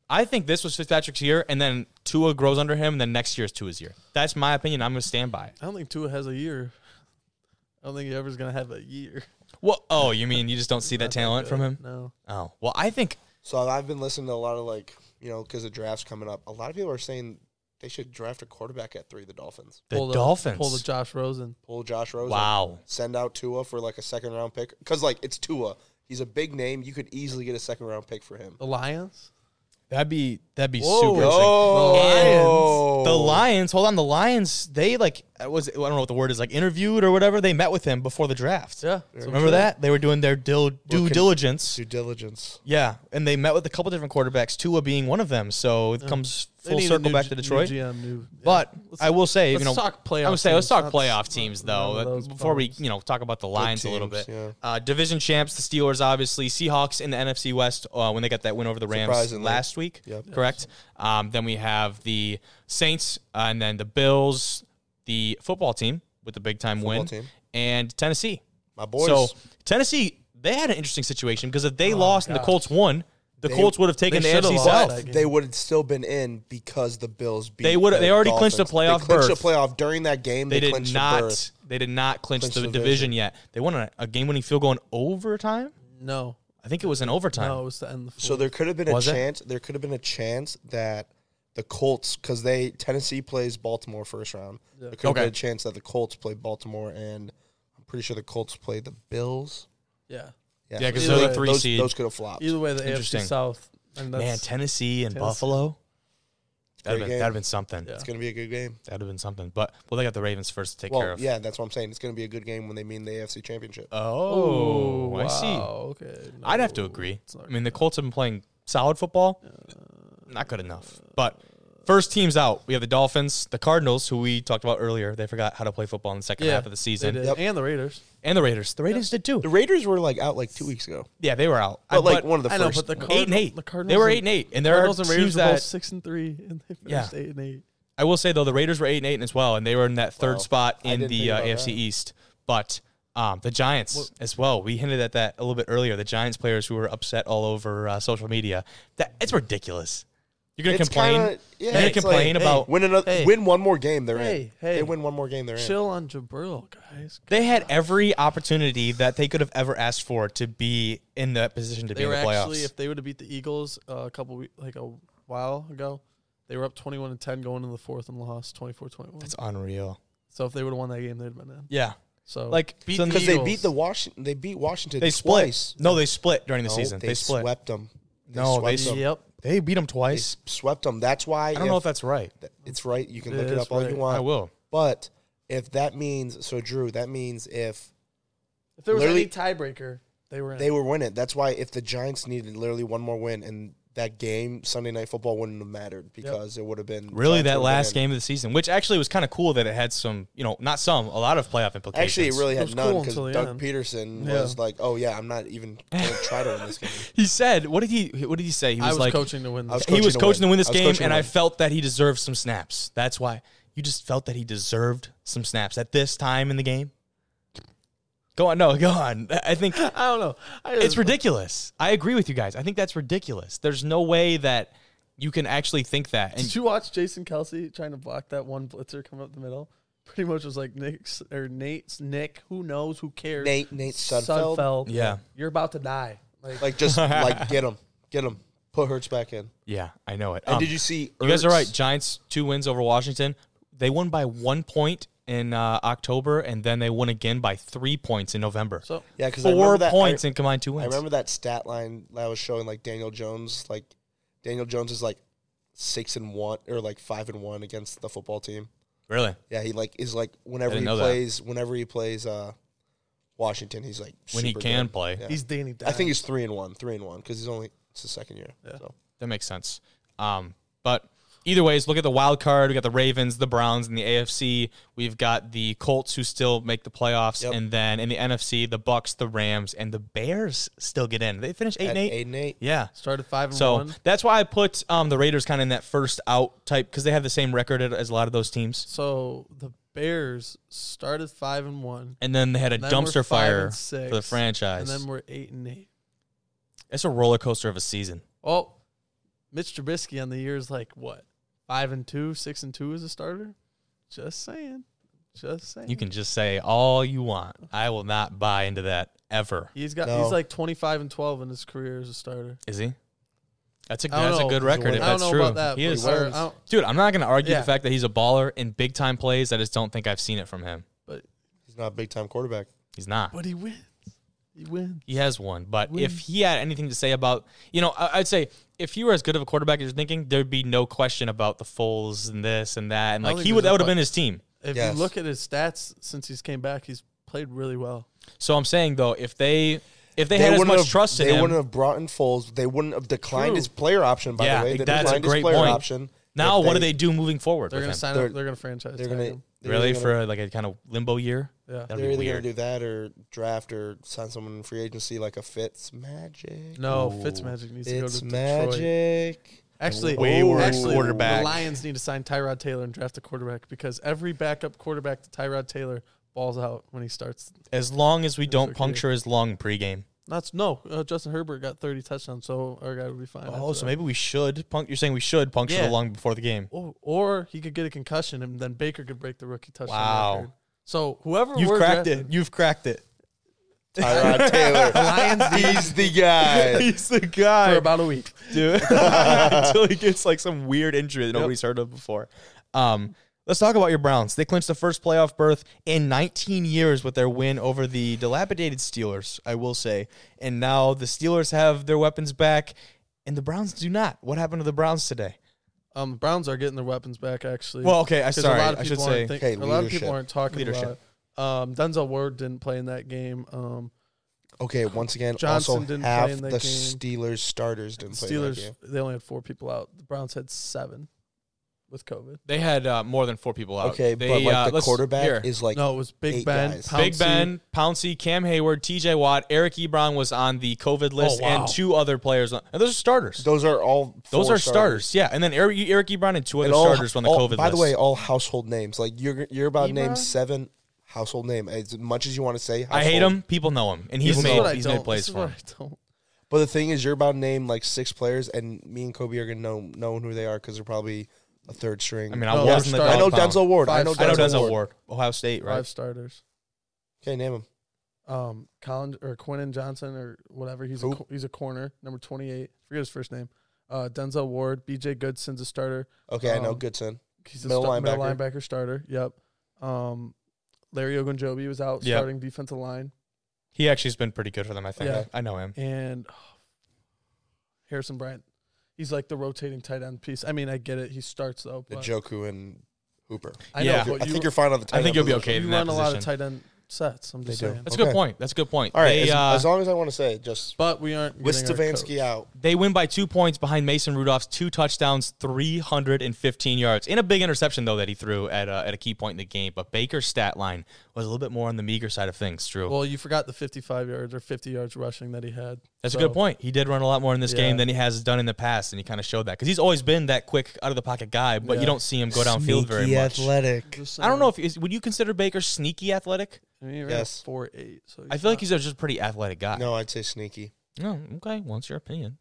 [SPEAKER 2] I think this was Fitzpatrick's year, and then Tua grows under him, and then next year is Tua's year. That's my opinion. I'm gonna stand by it.
[SPEAKER 3] I don't think Tua has a year. I don't think he ever's gonna have a year.
[SPEAKER 2] Well, oh, you mean you just don't see that talent from him?
[SPEAKER 3] No.
[SPEAKER 2] Oh, well, I think
[SPEAKER 1] So I've been listening to a lot of like you know because the draft's coming up. A lot of people are saying they should draft a quarterback at three. The Dolphins
[SPEAKER 2] the
[SPEAKER 3] Pull
[SPEAKER 2] Dolphins.
[SPEAKER 3] Pull the Josh Rosen.
[SPEAKER 1] pull Josh Rosen.
[SPEAKER 2] wow,
[SPEAKER 1] Send out Tua for like a second round pick because like it's Tua. He's a big name. You could easily get a second round pick for him.
[SPEAKER 3] The Lions.
[SPEAKER 2] that'd be that'd be
[SPEAKER 3] Whoa.
[SPEAKER 2] super. interesting.
[SPEAKER 1] Oh.
[SPEAKER 2] The Lions, hold on, the Lions, they like I was I don't know what the word is, like interviewed or whatever, they met with him before the draft.
[SPEAKER 3] Yeah.
[SPEAKER 2] Remember that? They were doing their dil- due
[SPEAKER 1] con-
[SPEAKER 2] diligence.
[SPEAKER 1] Due diligence.
[SPEAKER 2] Yeah, and they met with a couple different quarterbacks, Tua being one of them. So it comes
[SPEAKER 3] They
[SPEAKER 2] full
[SPEAKER 3] need a
[SPEAKER 2] circle
[SPEAKER 3] new
[SPEAKER 2] back
[SPEAKER 3] G-
[SPEAKER 2] to
[SPEAKER 3] new
[SPEAKER 2] Detroit.
[SPEAKER 3] GM, new- yeah.
[SPEAKER 2] But
[SPEAKER 3] Let's-
[SPEAKER 2] I will say,
[SPEAKER 3] let's
[SPEAKER 2] you know,
[SPEAKER 3] talk playoff
[SPEAKER 2] I would say let's
[SPEAKER 3] teams.
[SPEAKER 2] talk
[SPEAKER 3] Let's-
[SPEAKER 2] playoff
[SPEAKER 3] let's
[SPEAKER 2] teams
[SPEAKER 3] remember
[SPEAKER 2] though.
[SPEAKER 3] those
[SPEAKER 2] Before we,
[SPEAKER 3] bums.
[SPEAKER 2] you know, talk about the Lions a little
[SPEAKER 1] teams,
[SPEAKER 2] bit.
[SPEAKER 1] yeah.
[SPEAKER 2] Uh, division champs, the Steelers, obviously. Seahawks in the NFC West uh, when they got that win over the Rams
[SPEAKER 1] Surprisingly.
[SPEAKER 2] last week.
[SPEAKER 1] Yep.
[SPEAKER 2] Correct. Um, then we have the Saints, uh, and then the Bills, the football team with the big time win,
[SPEAKER 1] team.
[SPEAKER 2] and Tennessee.
[SPEAKER 1] My boys.
[SPEAKER 2] So Tennessee, they had an interesting situation because if they
[SPEAKER 3] Oh,
[SPEAKER 2] lost and the Colts won, the Colts would have taken the
[SPEAKER 3] should've
[SPEAKER 2] AFC
[SPEAKER 3] lost
[SPEAKER 2] South.
[SPEAKER 3] that game.
[SPEAKER 1] they would have still been in because the Bills beat.
[SPEAKER 2] They would've-
[SPEAKER 1] the
[SPEAKER 2] they already clinched a
[SPEAKER 1] Dolphins.
[SPEAKER 2] playoff
[SPEAKER 1] They clinched
[SPEAKER 2] berth.
[SPEAKER 1] a playoff during that game.
[SPEAKER 2] They
[SPEAKER 1] They,
[SPEAKER 2] did
[SPEAKER 1] clinched A berth.
[SPEAKER 2] not. They did not clinch the
[SPEAKER 1] Clinched
[SPEAKER 2] division,
[SPEAKER 1] the division.
[SPEAKER 2] yet. They won a, a game-winning field goal in overtime.
[SPEAKER 3] No.
[SPEAKER 2] I think it was in overtime.
[SPEAKER 3] No, it was to end the
[SPEAKER 1] So
[SPEAKER 3] fourth.
[SPEAKER 1] there could have been a
[SPEAKER 2] Was it?
[SPEAKER 1] chance. There could have been a chance that the Colts, because they Tennessee plays Baltimore first round. There could have
[SPEAKER 2] Okay.
[SPEAKER 1] been a chance that the Colts played Baltimore, and I'm pretty sure the Colts played the Bills.
[SPEAKER 3] Yeah.
[SPEAKER 2] Yeah, 'cause
[SPEAKER 1] So
[SPEAKER 3] they're the
[SPEAKER 1] those-
[SPEAKER 2] three
[SPEAKER 1] those,
[SPEAKER 2] seed.
[SPEAKER 1] Those could have flopped.
[SPEAKER 3] Either way, the AFC
[SPEAKER 2] Interesting.
[SPEAKER 3] South. And that's,
[SPEAKER 2] Man, Tennessee and
[SPEAKER 3] Tennessee.
[SPEAKER 2] Buffalo.
[SPEAKER 1] Great
[SPEAKER 2] That'd have
[SPEAKER 1] game.
[SPEAKER 2] been, that'd been something.
[SPEAKER 3] Yeah.
[SPEAKER 1] It's gonna be a good game.
[SPEAKER 2] That'd have been something. But well, Uh, they got the Ravens first to take care
[SPEAKER 1] Well,
[SPEAKER 2] of.
[SPEAKER 1] yeah, that's what I'm saying. It's gonna be a good game when they mean the AFC Championship.
[SPEAKER 2] Oh, I see.
[SPEAKER 3] wow, Okay.
[SPEAKER 2] I'd have to
[SPEAKER 3] no,
[SPEAKER 2] agree.
[SPEAKER 3] it's Uh, not
[SPEAKER 2] I mean, the Colts have been playing solid football, not good enough. But first team's out. We have the Dolphins, the Cardinals, who we talked about earlier. They forgot how to play football in the second
[SPEAKER 3] Yeah,
[SPEAKER 2] half of the season,
[SPEAKER 3] they did.
[SPEAKER 1] Yep.
[SPEAKER 3] And the Raiders.
[SPEAKER 2] and the Raiders. The Raiders did too.
[SPEAKER 1] The Raiders were like out like two weeks ago,
[SPEAKER 2] Yeah, they were out.
[SPEAKER 1] but like one of the
[SPEAKER 3] I know,
[SPEAKER 1] first.
[SPEAKER 3] but the
[SPEAKER 2] eight and
[SPEAKER 3] Cardinal-
[SPEAKER 2] eight.
[SPEAKER 3] The Cardinals
[SPEAKER 2] they were
[SPEAKER 3] and-
[SPEAKER 2] eight and eight, and there
[SPEAKER 3] Cardinals
[SPEAKER 2] are
[SPEAKER 3] and
[SPEAKER 2] teams
[SPEAKER 3] Raiders were both
[SPEAKER 2] that
[SPEAKER 3] six and three, and they
[SPEAKER 2] Yeah.
[SPEAKER 3] finished eight and eight.
[SPEAKER 2] I will say though the Raiders were eight and eight as well, and they were in that third
[SPEAKER 1] Wow.
[SPEAKER 2] spot
[SPEAKER 1] I
[SPEAKER 2] in
[SPEAKER 1] didn't
[SPEAKER 2] the
[SPEAKER 1] think
[SPEAKER 2] uh,
[SPEAKER 1] about
[SPEAKER 2] AFC
[SPEAKER 1] that.
[SPEAKER 2] East. But um, the Giants as well. We hinted at that a little bit earlier. The Giants players who were upset all over uh, social media. That it's ridiculous. You're gonna
[SPEAKER 1] It's
[SPEAKER 2] complain.
[SPEAKER 1] kinda- yeah,
[SPEAKER 2] You're gonna
[SPEAKER 1] it's
[SPEAKER 2] complain
[SPEAKER 1] like,
[SPEAKER 2] about.
[SPEAKER 1] win another,
[SPEAKER 3] Hey.
[SPEAKER 1] win one more game. They're in.
[SPEAKER 3] Hey, hey.
[SPEAKER 1] They win one more game. They're in.
[SPEAKER 3] Chill on Jabril, guys.
[SPEAKER 2] they had every opportunity that they could have ever asked for to be in that position to be
[SPEAKER 3] They
[SPEAKER 2] in
[SPEAKER 3] were
[SPEAKER 2] the playoffs.
[SPEAKER 3] actually, if they would have beat the Eagles uh, a couple weeks, like a while ago, they were up 21 to 10 going into the fourth and lost 24 21.
[SPEAKER 2] it's unreal.
[SPEAKER 3] So if they would have won that game, they'd have been in.
[SPEAKER 2] Yeah.
[SPEAKER 3] So
[SPEAKER 2] Like
[SPEAKER 3] beat
[SPEAKER 2] so-
[SPEAKER 3] the
[SPEAKER 1] because they
[SPEAKER 3] Eagles.
[SPEAKER 1] beat the Washington. They beat Washington.
[SPEAKER 2] They split.
[SPEAKER 1] twice.
[SPEAKER 2] No, they split during the
[SPEAKER 1] No,
[SPEAKER 2] season. They, split.
[SPEAKER 1] swept them. They
[SPEAKER 2] No, they
[SPEAKER 1] swept
[SPEAKER 2] s-
[SPEAKER 1] them.
[SPEAKER 3] yep.
[SPEAKER 2] They beat them twice.
[SPEAKER 1] swept them. That's why
[SPEAKER 2] I don't know if that's right.
[SPEAKER 1] that, it's right. You can
[SPEAKER 3] It
[SPEAKER 1] look it
[SPEAKER 3] is
[SPEAKER 1] up all you
[SPEAKER 3] right.
[SPEAKER 1] want.
[SPEAKER 2] I will.
[SPEAKER 1] But if that means so, Drew, that means if
[SPEAKER 3] If there was
[SPEAKER 1] Literally-
[SPEAKER 3] any tiebreaker, they were in.
[SPEAKER 1] they were winning, that's why if the Giants needed literally one more win and that game Sunday Night Football wouldn't have mattered because it would have been
[SPEAKER 2] Really,
[SPEAKER 1] Giants
[SPEAKER 2] that
[SPEAKER 1] would've
[SPEAKER 2] last
[SPEAKER 1] been in.
[SPEAKER 2] game of the season, which actually was kind of cool that it had some, you know, not some, a lot of playoff implications.
[SPEAKER 1] Actually, it really
[SPEAKER 3] It
[SPEAKER 1] had
[SPEAKER 3] was
[SPEAKER 1] none
[SPEAKER 3] cool
[SPEAKER 1] because
[SPEAKER 3] until the
[SPEAKER 1] Doug
[SPEAKER 3] end.
[SPEAKER 1] Peterson
[SPEAKER 3] Yeah.
[SPEAKER 1] was like, "Oh yeah, I'm not even going to try to win this game."
[SPEAKER 2] He said, "What did he? What did he say? He was,
[SPEAKER 3] I was
[SPEAKER 2] like,
[SPEAKER 3] coaching to win.
[SPEAKER 1] I was
[SPEAKER 2] he
[SPEAKER 3] This.
[SPEAKER 1] coaching
[SPEAKER 2] was
[SPEAKER 1] to
[SPEAKER 2] coaching
[SPEAKER 1] win.
[SPEAKER 2] to win this
[SPEAKER 1] I was
[SPEAKER 2] game,
[SPEAKER 1] coaching to
[SPEAKER 2] and I
[SPEAKER 1] win.
[SPEAKER 2] felt that he deserved some snaps. That's why you just felt that he deserved some snaps at this time in the game. Go on, no, go on. I think
[SPEAKER 3] I don't know. I
[SPEAKER 2] it's
[SPEAKER 3] just-
[SPEAKER 2] ridiculous. I agree with you guys. I think that's ridiculous. There's no way that you can actually think that.
[SPEAKER 3] Did
[SPEAKER 2] And
[SPEAKER 3] you watch Jason Kelsey trying to block that one blitzer coming up the middle? Pretty much was like Nick's or Nate's Nick. Who knows? Who cares?
[SPEAKER 1] Nate Nate Sudfeld,
[SPEAKER 3] Sudfeld.
[SPEAKER 2] Yeah.
[SPEAKER 3] you're about to die. Like,
[SPEAKER 1] like just like get him, get him, put Hurts back in.
[SPEAKER 2] yeah, I know it.
[SPEAKER 1] And
[SPEAKER 2] Um,
[SPEAKER 1] did you see?
[SPEAKER 2] You guys are
[SPEAKER 1] Ertz?
[SPEAKER 2] right. Giants two wins over Washington. They won by one point in uh, October, and then they won again by three points in November.
[SPEAKER 3] so
[SPEAKER 1] Yeah, because
[SPEAKER 2] Four points
[SPEAKER 1] I,
[SPEAKER 2] in combined two
[SPEAKER 1] I
[SPEAKER 2] wins.
[SPEAKER 1] remember that stat line that I was showing, like Daniel Jones. Like Daniel Jones is like six and one or like five and one against the football team.
[SPEAKER 2] really?
[SPEAKER 1] Yeah, he like is like whenever he
[SPEAKER 2] didn't know that.
[SPEAKER 1] plays, whenever he plays uh, Washington, he's like
[SPEAKER 2] When he
[SPEAKER 1] super
[SPEAKER 2] can
[SPEAKER 1] good.
[SPEAKER 2] play,
[SPEAKER 1] Yeah.
[SPEAKER 3] he's Danny. Dimes.
[SPEAKER 1] I think he's three and one, three and one because he's only it's his second year. So
[SPEAKER 2] that makes sense. Um, but either ways, look at the wild card. We got the Ravens, the Browns, and the AFC. We've got the Colts who still make the playoffs,
[SPEAKER 1] Yep.
[SPEAKER 2] and then in the NFC, the Bucks, the Rams, and the Bears still get in. They finish eight
[SPEAKER 1] at
[SPEAKER 2] and eight.
[SPEAKER 1] eight and eight.
[SPEAKER 2] Yeah.
[SPEAKER 3] started five and
[SPEAKER 2] So
[SPEAKER 3] one.
[SPEAKER 2] that's why I put um, the Raiders kind of in that first out type because they have the same record as a lot of those teams.
[SPEAKER 3] So the Bears started five and one,
[SPEAKER 2] and then they had a
[SPEAKER 3] Then we're
[SPEAKER 2] dumpster
[SPEAKER 3] five
[SPEAKER 2] fire
[SPEAKER 3] and
[SPEAKER 2] for
[SPEAKER 3] six,
[SPEAKER 2] the franchise.
[SPEAKER 3] and then we're eight and eight.
[SPEAKER 2] it's a roller coaster of a season.
[SPEAKER 3] Oh, Mitch Trubisky on the year is like what five and two, six and two as a starter. Just saying, just saying.
[SPEAKER 2] You can just say all you want. I will not buy into that ever.
[SPEAKER 3] He's got.
[SPEAKER 1] No.
[SPEAKER 3] He's like twenty five and twelve in his career as a starter.
[SPEAKER 2] Is he? That's a
[SPEAKER 3] I don't
[SPEAKER 2] that's a
[SPEAKER 3] know.
[SPEAKER 2] good
[SPEAKER 3] He's
[SPEAKER 2] record if
[SPEAKER 1] winner.
[SPEAKER 3] I don't
[SPEAKER 2] that's
[SPEAKER 3] know
[SPEAKER 2] true.
[SPEAKER 3] about that.
[SPEAKER 2] he
[SPEAKER 3] but
[SPEAKER 2] is.
[SPEAKER 3] I don't-
[SPEAKER 1] Words.
[SPEAKER 3] I don't-
[SPEAKER 2] Dude, I'm not going to argue
[SPEAKER 3] Yeah.
[SPEAKER 2] the fact that he's a baller in big time plays. I just don't think I've seen it from him.
[SPEAKER 1] He's not a big time quarterback.
[SPEAKER 2] He's not.
[SPEAKER 3] but he wins. He wins.
[SPEAKER 2] He has one, but
[SPEAKER 3] Win.
[SPEAKER 2] if he had anything to say about, you know, I- I'd say if you were as good of a quarterback as you're thinking, there'd be no question about the Foles and this and that, and
[SPEAKER 3] I
[SPEAKER 2] like
[SPEAKER 3] think
[SPEAKER 2] he
[SPEAKER 3] there's
[SPEAKER 2] would
[SPEAKER 3] a
[SPEAKER 2] that would have
[SPEAKER 3] que-
[SPEAKER 2] been his team.
[SPEAKER 3] If
[SPEAKER 1] Yes.
[SPEAKER 3] you look at his stats since he's came back, he's played really well.
[SPEAKER 2] So I'm saying though, if they if they, had as
[SPEAKER 1] wouldn't
[SPEAKER 2] much
[SPEAKER 1] have,
[SPEAKER 2] trust in
[SPEAKER 1] They
[SPEAKER 2] him,
[SPEAKER 1] wouldn't have brought in Foles. They wouldn't have declined
[SPEAKER 3] True.
[SPEAKER 1] his player option. By
[SPEAKER 2] Yeah,
[SPEAKER 1] the way, they
[SPEAKER 2] that's a
[SPEAKER 1] declined
[SPEAKER 2] great
[SPEAKER 1] his player
[SPEAKER 2] point.
[SPEAKER 1] option.
[SPEAKER 2] Now,
[SPEAKER 1] If
[SPEAKER 2] what do they do moving forward?
[SPEAKER 3] They're
[SPEAKER 2] with
[SPEAKER 3] gonna
[SPEAKER 2] him?
[SPEAKER 3] sign
[SPEAKER 1] They're-
[SPEAKER 3] up. They're gonna franchise.
[SPEAKER 1] They're
[SPEAKER 3] tag
[SPEAKER 1] gonna
[SPEAKER 3] him.
[SPEAKER 1] they're
[SPEAKER 2] really
[SPEAKER 1] gonna-
[SPEAKER 2] for like a kind of limbo year.
[SPEAKER 3] Yeah.
[SPEAKER 2] That'd
[SPEAKER 1] They're
[SPEAKER 2] be
[SPEAKER 1] either gonna
[SPEAKER 2] weird.
[SPEAKER 1] do that or draft or sign someone in free agency like a Fitz Magic.
[SPEAKER 3] No,
[SPEAKER 2] Ooh.
[SPEAKER 3] Fitzmagic needs to go to
[SPEAKER 1] Fitz
[SPEAKER 3] Detroit.
[SPEAKER 1] Magic.
[SPEAKER 3] Actually,
[SPEAKER 2] Wayward
[SPEAKER 3] actually,
[SPEAKER 2] quarterback.
[SPEAKER 3] The Lions need to sign Tyrod Taylor and draft a quarterback because every backup quarterback to Tyrod Taylor balls out when he starts.
[SPEAKER 2] As long as we don't
[SPEAKER 3] okay.
[SPEAKER 2] puncture his lung pregame.
[SPEAKER 3] That's no. Uh, Justin Herbert got 30 touchdowns, so our guy would be fine.
[SPEAKER 2] Oh, so
[SPEAKER 3] after that.
[SPEAKER 2] maybe we should. Punk, you're saying we should puncture
[SPEAKER 3] Yeah.
[SPEAKER 2] the lung before the game.
[SPEAKER 3] Or, or he could get a concussion, and then Baker could break the rookie touchdown
[SPEAKER 2] Wow.
[SPEAKER 3] record. So whoever
[SPEAKER 2] You've
[SPEAKER 3] we're
[SPEAKER 2] cracked
[SPEAKER 3] drafting-
[SPEAKER 2] it. You've cracked it.
[SPEAKER 1] Tyrod Taylor. He's the guy.
[SPEAKER 2] He's the
[SPEAKER 3] for
[SPEAKER 2] guy,
[SPEAKER 3] about a week.
[SPEAKER 2] dude. Until he gets like some weird injury that nobody's heard of before. Um, let's talk about your Browns. They clinched the first playoff berth in 19 years with their win over the dilapidated Steelers. I will say, and now the Steelers have their weapons back, and the Browns do not. What happened to the Browns today?
[SPEAKER 3] Um, Browns are getting their weapons back actually.
[SPEAKER 2] Well, okay, I
[SPEAKER 3] 'Cause
[SPEAKER 2] sorry.
[SPEAKER 3] A lot of
[SPEAKER 2] I
[SPEAKER 3] people
[SPEAKER 2] should
[SPEAKER 3] aren't
[SPEAKER 2] say
[SPEAKER 3] think-
[SPEAKER 1] Okay,
[SPEAKER 3] a lot of
[SPEAKER 1] leadership.
[SPEAKER 3] people aren't talking
[SPEAKER 2] Leadership.
[SPEAKER 3] about. it. Um, Denzel Ward didn't play in that game. Um,
[SPEAKER 1] Okay, once again,
[SPEAKER 3] Johnson
[SPEAKER 1] also
[SPEAKER 3] didn't play
[SPEAKER 1] half
[SPEAKER 3] in
[SPEAKER 1] the
[SPEAKER 3] that
[SPEAKER 1] Steelers starters didn't play. in that
[SPEAKER 3] Steelers
[SPEAKER 1] game.
[SPEAKER 3] they only had four people out. The Browns had seven with COVID.
[SPEAKER 2] they had uh, more than four people out.
[SPEAKER 1] Okay,
[SPEAKER 2] They,
[SPEAKER 1] but
[SPEAKER 2] uh,
[SPEAKER 1] like the
[SPEAKER 2] let's-
[SPEAKER 1] quarterback
[SPEAKER 2] here.
[SPEAKER 1] is like
[SPEAKER 3] no, it was Big
[SPEAKER 1] eight
[SPEAKER 3] Ben.
[SPEAKER 1] guys.
[SPEAKER 3] Pouncey.
[SPEAKER 2] Big Ben, Pouncey, Cam Hayward, T.J. Watt, Eric Ebron was on the COVID list,
[SPEAKER 3] Oh, wow.
[SPEAKER 2] and two other players. On, and those are starters.
[SPEAKER 1] those are all
[SPEAKER 2] Those
[SPEAKER 1] four
[SPEAKER 2] are starters. yeah. And then Eric, Eric Ebron and two other starters on the
[SPEAKER 1] all-
[SPEAKER 2] COVID
[SPEAKER 1] By
[SPEAKER 2] list.
[SPEAKER 1] the way, all household names. Like you're you're about to name
[SPEAKER 3] Ebron?
[SPEAKER 1] seven household name as much as you want to say.
[SPEAKER 2] I hate
[SPEAKER 1] household.
[SPEAKER 2] him. People know him, and he's
[SPEAKER 3] This is what I
[SPEAKER 2] made he's made
[SPEAKER 3] don't-
[SPEAKER 2] plays
[SPEAKER 3] this is
[SPEAKER 2] for
[SPEAKER 3] what
[SPEAKER 2] him.
[SPEAKER 3] I don't.
[SPEAKER 1] But the thing is, you're about to name like six players, and me and Kobe are gonna know knowing who they are because they're probably a third string.
[SPEAKER 2] I mean, I
[SPEAKER 3] No,
[SPEAKER 2] wasn't the
[SPEAKER 3] starter.
[SPEAKER 1] I know
[SPEAKER 2] dog pound.
[SPEAKER 1] Denzel Ward. I
[SPEAKER 3] Five
[SPEAKER 1] know
[SPEAKER 2] I know
[SPEAKER 1] Denzel,
[SPEAKER 3] stars.
[SPEAKER 2] Denzel
[SPEAKER 1] Ward.
[SPEAKER 2] Ward, Ohio State, right?
[SPEAKER 3] Five starters.
[SPEAKER 1] Okay, name him.
[SPEAKER 3] Um, Colin or Quinnen Johnson or whatever. He's a
[SPEAKER 1] Who?
[SPEAKER 3] co- he's a corner, number twenty eight. Forget his first name. Uh, Denzel Ward, B.J. Goodson's a starter.
[SPEAKER 1] Okay, I know
[SPEAKER 3] Um,
[SPEAKER 1] Goodson.
[SPEAKER 3] He's a
[SPEAKER 1] Middle
[SPEAKER 3] sta- middle
[SPEAKER 1] linebacker.
[SPEAKER 3] linebacker starter. Yep. Um, Larry Ogunjobi was out
[SPEAKER 2] Yeah.
[SPEAKER 3] starting defensive line,
[SPEAKER 2] He actually has been pretty good for them, I think.
[SPEAKER 3] Yeah.
[SPEAKER 2] I know him.
[SPEAKER 3] and oh, Harrison Bryant. He's like the rotating tight end piece. I mean, I get it. He starts though.
[SPEAKER 1] The
[SPEAKER 3] But
[SPEAKER 1] Joku and Hooper.
[SPEAKER 3] I
[SPEAKER 2] Yeah.
[SPEAKER 3] know,
[SPEAKER 1] I
[SPEAKER 3] but you,
[SPEAKER 1] think you're fine on the tight
[SPEAKER 2] I
[SPEAKER 1] end
[SPEAKER 2] think you'll be
[SPEAKER 1] position.
[SPEAKER 2] okay
[SPEAKER 3] you
[SPEAKER 2] in
[SPEAKER 3] run
[SPEAKER 2] that
[SPEAKER 3] a lot
[SPEAKER 2] position.
[SPEAKER 3] of tight end sets. I'm just
[SPEAKER 1] They do.
[SPEAKER 3] saying.
[SPEAKER 2] That's a
[SPEAKER 1] Okay.
[SPEAKER 2] good point. That's a good point.
[SPEAKER 1] All right,
[SPEAKER 2] they,
[SPEAKER 1] as,
[SPEAKER 2] uh,
[SPEAKER 1] as long as I want to say, just
[SPEAKER 3] But we aren't.
[SPEAKER 1] with
[SPEAKER 3] getting our coach.
[SPEAKER 1] Stavansky out,
[SPEAKER 2] they win by two points behind Mason Rudolph's two touchdowns, 315 yards, and a big interception, though, that he threw at, uh, at a key point in the game. But Baker's stat line was a little bit more on the meager side of things, Drew.
[SPEAKER 3] Well, you forgot the 55 yards or 50 yards rushing that he had.
[SPEAKER 2] That's
[SPEAKER 3] So,
[SPEAKER 2] a good point. He did run a lot more in this
[SPEAKER 3] Yeah.
[SPEAKER 2] game than he has done in the past, and he kind of showed that because he's always been that quick out of the pocket guy, but
[SPEAKER 3] Yeah.
[SPEAKER 2] you don't see him go downfield very
[SPEAKER 1] Sneaky
[SPEAKER 2] much.
[SPEAKER 1] athletic.
[SPEAKER 3] Just
[SPEAKER 2] I don't know
[SPEAKER 3] saying.
[SPEAKER 2] if is, would you consider Baker sneaky athletic.
[SPEAKER 3] I mean, he ran
[SPEAKER 1] Yes.
[SPEAKER 3] four eight. So
[SPEAKER 2] I feel like he's a just pretty athletic guy.
[SPEAKER 1] No, I'd say sneaky.
[SPEAKER 2] No, okay. Well, it's your opinion.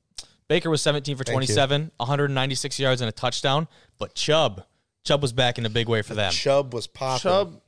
[SPEAKER 2] Baker was 17 for
[SPEAKER 1] Thank you.
[SPEAKER 2] 27, 196 yards and a touchdown. But Chubb, Chubb was back in a big way for them.
[SPEAKER 1] Chubb was popping.
[SPEAKER 3] Chubb.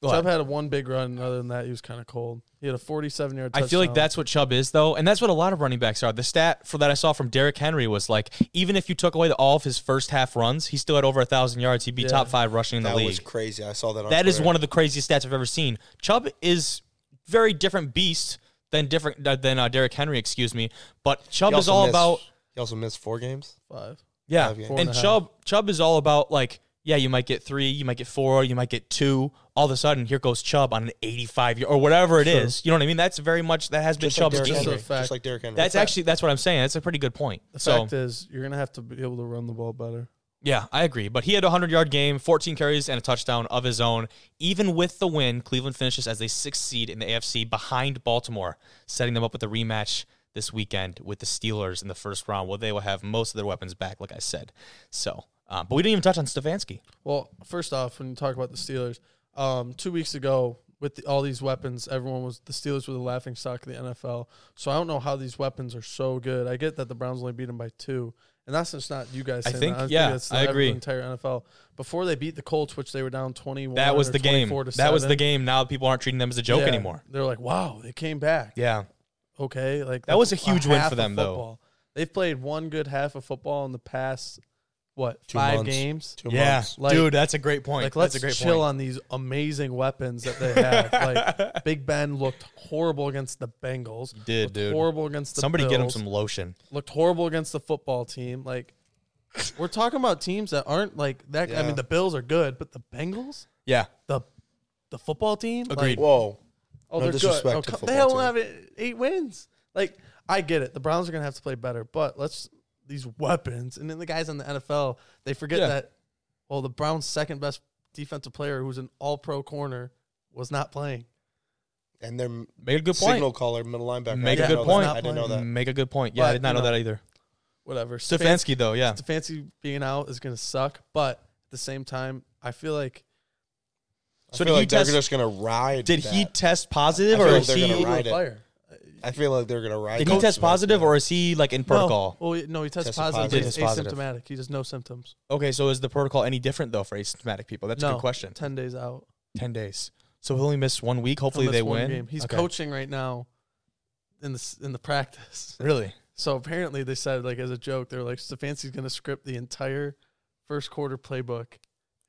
[SPEAKER 2] Go
[SPEAKER 3] Chubb
[SPEAKER 2] ahead.
[SPEAKER 3] had a one big run. and Other than that, he was kind of cold. He had a 47 yard.
[SPEAKER 2] I feel like that's what Chubb is, though, and that's what a lot of running backs are. The stat for that I saw from Derrick Henry was like, even if you took away the, all of his first half runs, he still had over a thousand yards. He'd be
[SPEAKER 3] Yeah.
[SPEAKER 2] top five rushing in the
[SPEAKER 1] That
[SPEAKER 2] league.
[SPEAKER 1] was crazy. I saw that on
[SPEAKER 2] That is
[SPEAKER 1] Twitter.
[SPEAKER 2] one of the craziest stats I've ever seen. Chubb is very different beast than different than uh, Derrick Henry, excuse me. But Chubb
[SPEAKER 1] He
[SPEAKER 2] is
[SPEAKER 1] also
[SPEAKER 2] all
[SPEAKER 1] missed-
[SPEAKER 2] about
[SPEAKER 1] He also missed four games.
[SPEAKER 3] five.
[SPEAKER 2] yeah,
[SPEAKER 1] Five games.
[SPEAKER 2] and,
[SPEAKER 3] Four and a half.
[SPEAKER 2] Chubb Chubb is all about like yeah, you might get three, you might get four, you might get two. All of a sudden, here goes Chubb on an eighty-five year or whatever it is.
[SPEAKER 3] Sure.
[SPEAKER 2] You know what I mean? That's very much that has been
[SPEAKER 1] like
[SPEAKER 2] Chubb's
[SPEAKER 1] Derrick
[SPEAKER 2] game.
[SPEAKER 3] Just a
[SPEAKER 1] Henry.
[SPEAKER 3] fact.
[SPEAKER 1] Just like Derrick Henry.
[SPEAKER 2] That's actually that's what I'm saying. That's a pretty good point.
[SPEAKER 3] The
[SPEAKER 2] so
[SPEAKER 3] fact is, you're gonna have to be able to run the ball better.
[SPEAKER 2] yeah, I agree. But he had a 100 yard game, 14 carries, and a touchdown of his own. Even with the win, Cleveland finishes as they sixth seed in the AFC behind Baltimore, setting them up with a rematch this weekend with the Steelers in the first round, where they will have most of their weapons back, like I said. So, um, but we didn't even touch on Stefanski.
[SPEAKER 3] Well, first off, when you talk about the Steelers, um, two weeks ago with the, all these weapons, everyone was the Steelers were the laughing stock of the NFL. So I don't know how these weapons are so good. I get that the Browns only beat them by two, and that's just not you guys.
[SPEAKER 2] I
[SPEAKER 3] Saying
[SPEAKER 2] think-
[SPEAKER 3] that.
[SPEAKER 2] yeah,
[SPEAKER 3] that's
[SPEAKER 2] I
[SPEAKER 3] the
[SPEAKER 2] agree.
[SPEAKER 3] Entire NFL before they beat the Colts, which they were down twenty-one.
[SPEAKER 2] That was
[SPEAKER 3] or
[SPEAKER 2] the game.
[SPEAKER 3] 24
[SPEAKER 2] That
[SPEAKER 3] to
[SPEAKER 2] was the
[SPEAKER 3] seven.
[SPEAKER 2] game. Now people aren't treating them as a joke
[SPEAKER 3] Yeah.
[SPEAKER 2] anymore.
[SPEAKER 3] They're like, wow, they came back.
[SPEAKER 2] Yeah.
[SPEAKER 3] Okay, like
[SPEAKER 2] That was
[SPEAKER 3] that's
[SPEAKER 2] a huge win
[SPEAKER 3] half
[SPEAKER 2] for
[SPEAKER 3] of
[SPEAKER 2] them, though.
[SPEAKER 3] football. They've played one good half of football in the past what
[SPEAKER 1] Two
[SPEAKER 3] five
[SPEAKER 1] months.
[SPEAKER 3] games.
[SPEAKER 1] two
[SPEAKER 2] yeah.
[SPEAKER 1] months.
[SPEAKER 3] Like-
[SPEAKER 2] Dude, that's a great point.
[SPEAKER 3] Like, let's
[SPEAKER 2] that's a great
[SPEAKER 3] chill
[SPEAKER 2] point.
[SPEAKER 3] on these amazing weapons that they have. like, Big Ben looked horrible against the Bengals.
[SPEAKER 2] He did,
[SPEAKER 3] looked
[SPEAKER 2] dude.
[SPEAKER 3] Horrible against the
[SPEAKER 2] Somebody get him
[SPEAKER 3] Bills,
[SPEAKER 2] some lotion.
[SPEAKER 3] Looked horrible against the football team. Like, we're talking about teams that aren't like that. I
[SPEAKER 1] Yeah.
[SPEAKER 3] mean, the Bills are good, but the Bengals,
[SPEAKER 2] Yeah.
[SPEAKER 3] the the football team, like,
[SPEAKER 2] Agreed.
[SPEAKER 1] Whoa.
[SPEAKER 3] oh,
[SPEAKER 1] No
[SPEAKER 3] they're good.
[SPEAKER 1] disrespect
[SPEAKER 3] Oh,
[SPEAKER 1] to
[SPEAKER 3] come-
[SPEAKER 1] the
[SPEAKER 3] they
[SPEAKER 1] football
[SPEAKER 3] don't have it- eight wins. Like, I get it. The Browns are gonna have to play better, but let's these weapons and then the guys in the NFL they forget
[SPEAKER 2] Yeah.
[SPEAKER 3] that. Well, the Browns' second best defensive player, who's an All Pro corner, was not playing.
[SPEAKER 1] And their
[SPEAKER 2] Make a good point.
[SPEAKER 1] signal caller, middle linebacker. I
[SPEAKER 2] Make a
[SPEAKER 1] didn't
[SPEAKER 2] good
[SPEAKER 1] know that.
[SPEAKER 2] point.
[SPEAKER 1] I didn't know that.
[SPEAKER 2] Make a good point. Yeah, I
[SPEAKER 3] But,
[SPEAKER 2] did not
[SPEAKER 3] you
[SPEAKER 2] know
[SPEAKER 3] know,
[SPEAKER 2] that either.
[SPEAKER 3] Whatever. Stefanski.
[SPEAKER 2] Stefanski though, yeah.
[SPEAKER 3] Stefanski being out is going to suck, but at the same time, I feel like
[SPEAKER 2] So
[SPEAKER 1] So
[SPEAKER 2] did
[SPEAKER 1] feel
[SPEAKER 2] he
[SPEAKER 1] like they're
[SPEAKER 2] test-
[SPEAKER 1] just gonna ride.
[SPEAKER 2] Did he
[SPEAKER 1] that.
[SPEAKER 2] test positive
[SPEAKER 1] I feel
[SPEAKER 2] or
[SPEAKER 1] like
[SPEAKER 2] is
[SPEAKER 1] they're
[SPEAKER 2] he
[SPEAKER 1] gonna ride it.
[SPEAKER 3] fire.
[SPEAKER 1] I feel like they're gonna ride.
[SPEAKER 2] did he
[SPEAKER 1] Coach
[SPEAKER 2] test
[SPEAKER 1] Smith,
[SPEAKER 2] positive
[SPEAKER 1] yeah.
[SPEAKER 2] or is he like in protocol?
[SPEAKER 3] No. Well, no, he tested,
[SPEAKER 1] Tested
[SPEAKER 3] positive.
[SPEAKER 1] positive.
[SPEAKER 3] He's
[SPEAKER 2] He tested
[SPEAKER 3] asymptomatic.
[SPEAKER 2] positive.
[SPEAKER 3] He just no symptoms.
[SPEAKER 2] Okay, so is the protocol any different though for asymptomatic people? That's a
[SPEAKER 3] no,
[SPEAKER 2] good question.
[SPEAKER 3] Ten days out.
[SPEAKER 2] Ten days. So he'll only miss one week. Hopefully
[SPEAKER 3] He'll miss
[SPEAKER 2] they
[SPEAKER 3] one
[SPEAKER 2] win.
[SPEAKER 3] game. He's
[SPEAKER 2] Okay.
[SPEAKER 3] coaching right now in the s- in the practice.
[SPEAKER 2] Really?
[SPEAKER 3] So apparently they said like as a joke, they're like Stefanski's going to script the entire first quarter playbook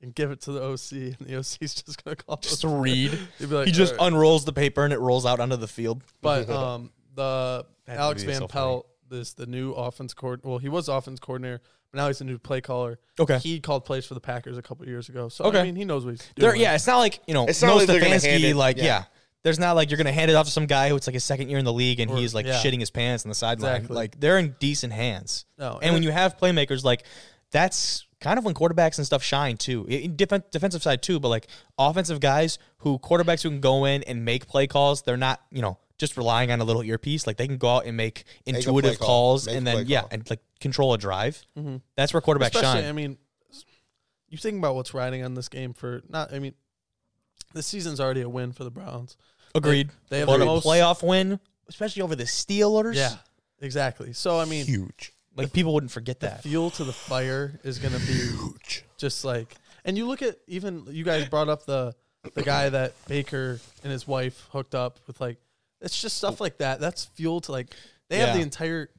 [SPEAKER 3] and give it to the OC, and the OC's just going to call.
[SPEAKER 2] Just
[SPEAKER 3] it.
[SPEAKER 2] read.
[SPEAKER 3] He'd be like, uh,
[SPEAKER 2] he just
[SPEAKER 3] "All right."
[SPEAKER 2] unrolls the paper and it rolls out onto the field.
[SPEAKER 3] But um, the
[SPEAKER 2] That
[SPEAKER 3] Alex
[SPEAKER 2] would be
[SPEAKER 3] Van
[SPEAKER 2] so
[SPEAKER 3] Pelt is the new offense coordinator. Well, he was offense coordinator, but now he's the new play caller.
[SPEAKER 2] Okay.
[SPEAKER 3] He called plays for the Packers a couple years ago. So
[SPEAKER 2] Okay.
[SPEAKER 3] I mean, he knows what he's
[SPEAKER 2] There,
[SPEAKER 3] doing.
[SPEAKER 2] yeah, it's not like you know,
[SPEAKER 1] It's
[SPEAKER 2] no
[SPEAKER 1] not like they're gonna hand
[SPEAKER 2] Stefanski.
[SPEAKER 1] it-
[SPEAKER 2] Like, yeah.
[SPEAKER 1] yeah.
[SPEAKER 2] there's not like you're gonna hand it off to some guy who it's like his second year in the league and
[SPEAKER 3] Or-
[SPEAKER 2] he's like
[SPEAKER 3] yeah.
[SPEAKER 2] shitting his pants on the sideline.
[SPEAKER 3] Exactly.
[SPEAKER 2] Like they're in decent hands.
[SPEAKER 3] No,
[SPEAKER 2] and when you have playmakers like that's kind of when quarterbacks and stuff shine too I- in defen- defensive side too but like offensive guys who quarterbacks who can go in and make play calls they're not you know just relying on a little earpiece like they can go out and make
[SPEAKER 1] a
[SPEAKER 2] intuitive
[SPEAKER 1] play call.
[SPEAKER 2] calls
[SPEAKER 1] Make
[SPEAKER 2] and
[SPEAKER 1] a
[SPEAKER 2] then
[SPEAKER 1] play
[SPEAKER 2] yeah
[SPEAKER 1] call. Mm-hmm.
[SPEAKER 2] and like control a drive that's where quarterbacks
[SPEAKER 3] especially
[SPEAKER 2] shine
[SPEAKER 3] I mean, you think about what's riding on this game for not. I mean, this season's already a win for the Browns.
[SPEAKER 2] agreed
[SPEAKER 3] They have
[SPEAKER 2] but
[SPEAKER 3] the
[SPEAKER 2] a
[SPEAKER 3] most
[SPEAKER 2] playoff win especially over the steelers
[SPEAKER 3] Yeah, exactly. So I mean,
[SPEAKER 1] huge,
[SPEAKER 2] like people wouldn't forget that
[SPEAKER 3] fuel to the fire is going to be
[SPEAKER 1] huge.
[SPEAKER 3] just like and you look at even you guys brought up the the guy that Baker and his wife hooked up with like it's just stuff like that that's fuel to like they
[SPEAKER 2] Yeah.
[SPEAKER 3] have the entire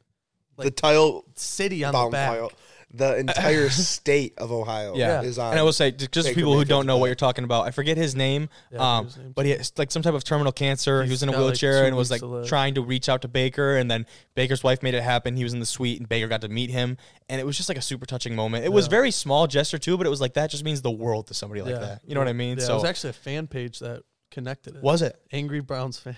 [SPEAKER 1] the tile
[SPEAKER 3] city on the back
[SPEAKER 1] bonfire. the entire state of Ohio
[SPEAKER 2] Yeah.
[SPEAKER 1] is on.
[SPEAKER 2] And I will say, j- just for
[SPEAKER 1] Baker
[SPEAKER 2] people who
[SPEAKER 1] Mayfield
[SPEAKER 2] don't know
[SPEAKER 1] today.
[SPEAKER 2] what you're talking about, I forget his name,
[SPEAKER 3] Yeah,
[SPEAKER 2] um,
[SPEAKER 3] his name's-
[SPEAKER 2] but he has like some type of terminal cancer. he
[SPEAKER 3] He's
[SPEAKER 2] was in a
[SPEAKER 3] got, like,
[SPEAKER 2] wheelchair
[SPEAKER 3] two
[SPEAKER 2] and was like
[SPEAKER 3] weeks to live.
[SPEAKER 2] trying to reach out to Baker, and then Baker's wife made it happen. He was in the suite, and Baker got to meet him, and it was just like a super touching moment. It was very small gesture too, but it was like that just means the world to somebody like
[SPEAKER 3] Yeah.
[SPEAKER 2] that. You know what I mean?
[SPEAKER 3] Yeah,
[SPEAKER 2] so
[SPEAKER 3] it was actually a fan page that connected it.
[SPEAKER 2] was it?
[SPEAKER 3] Angry Browns fan?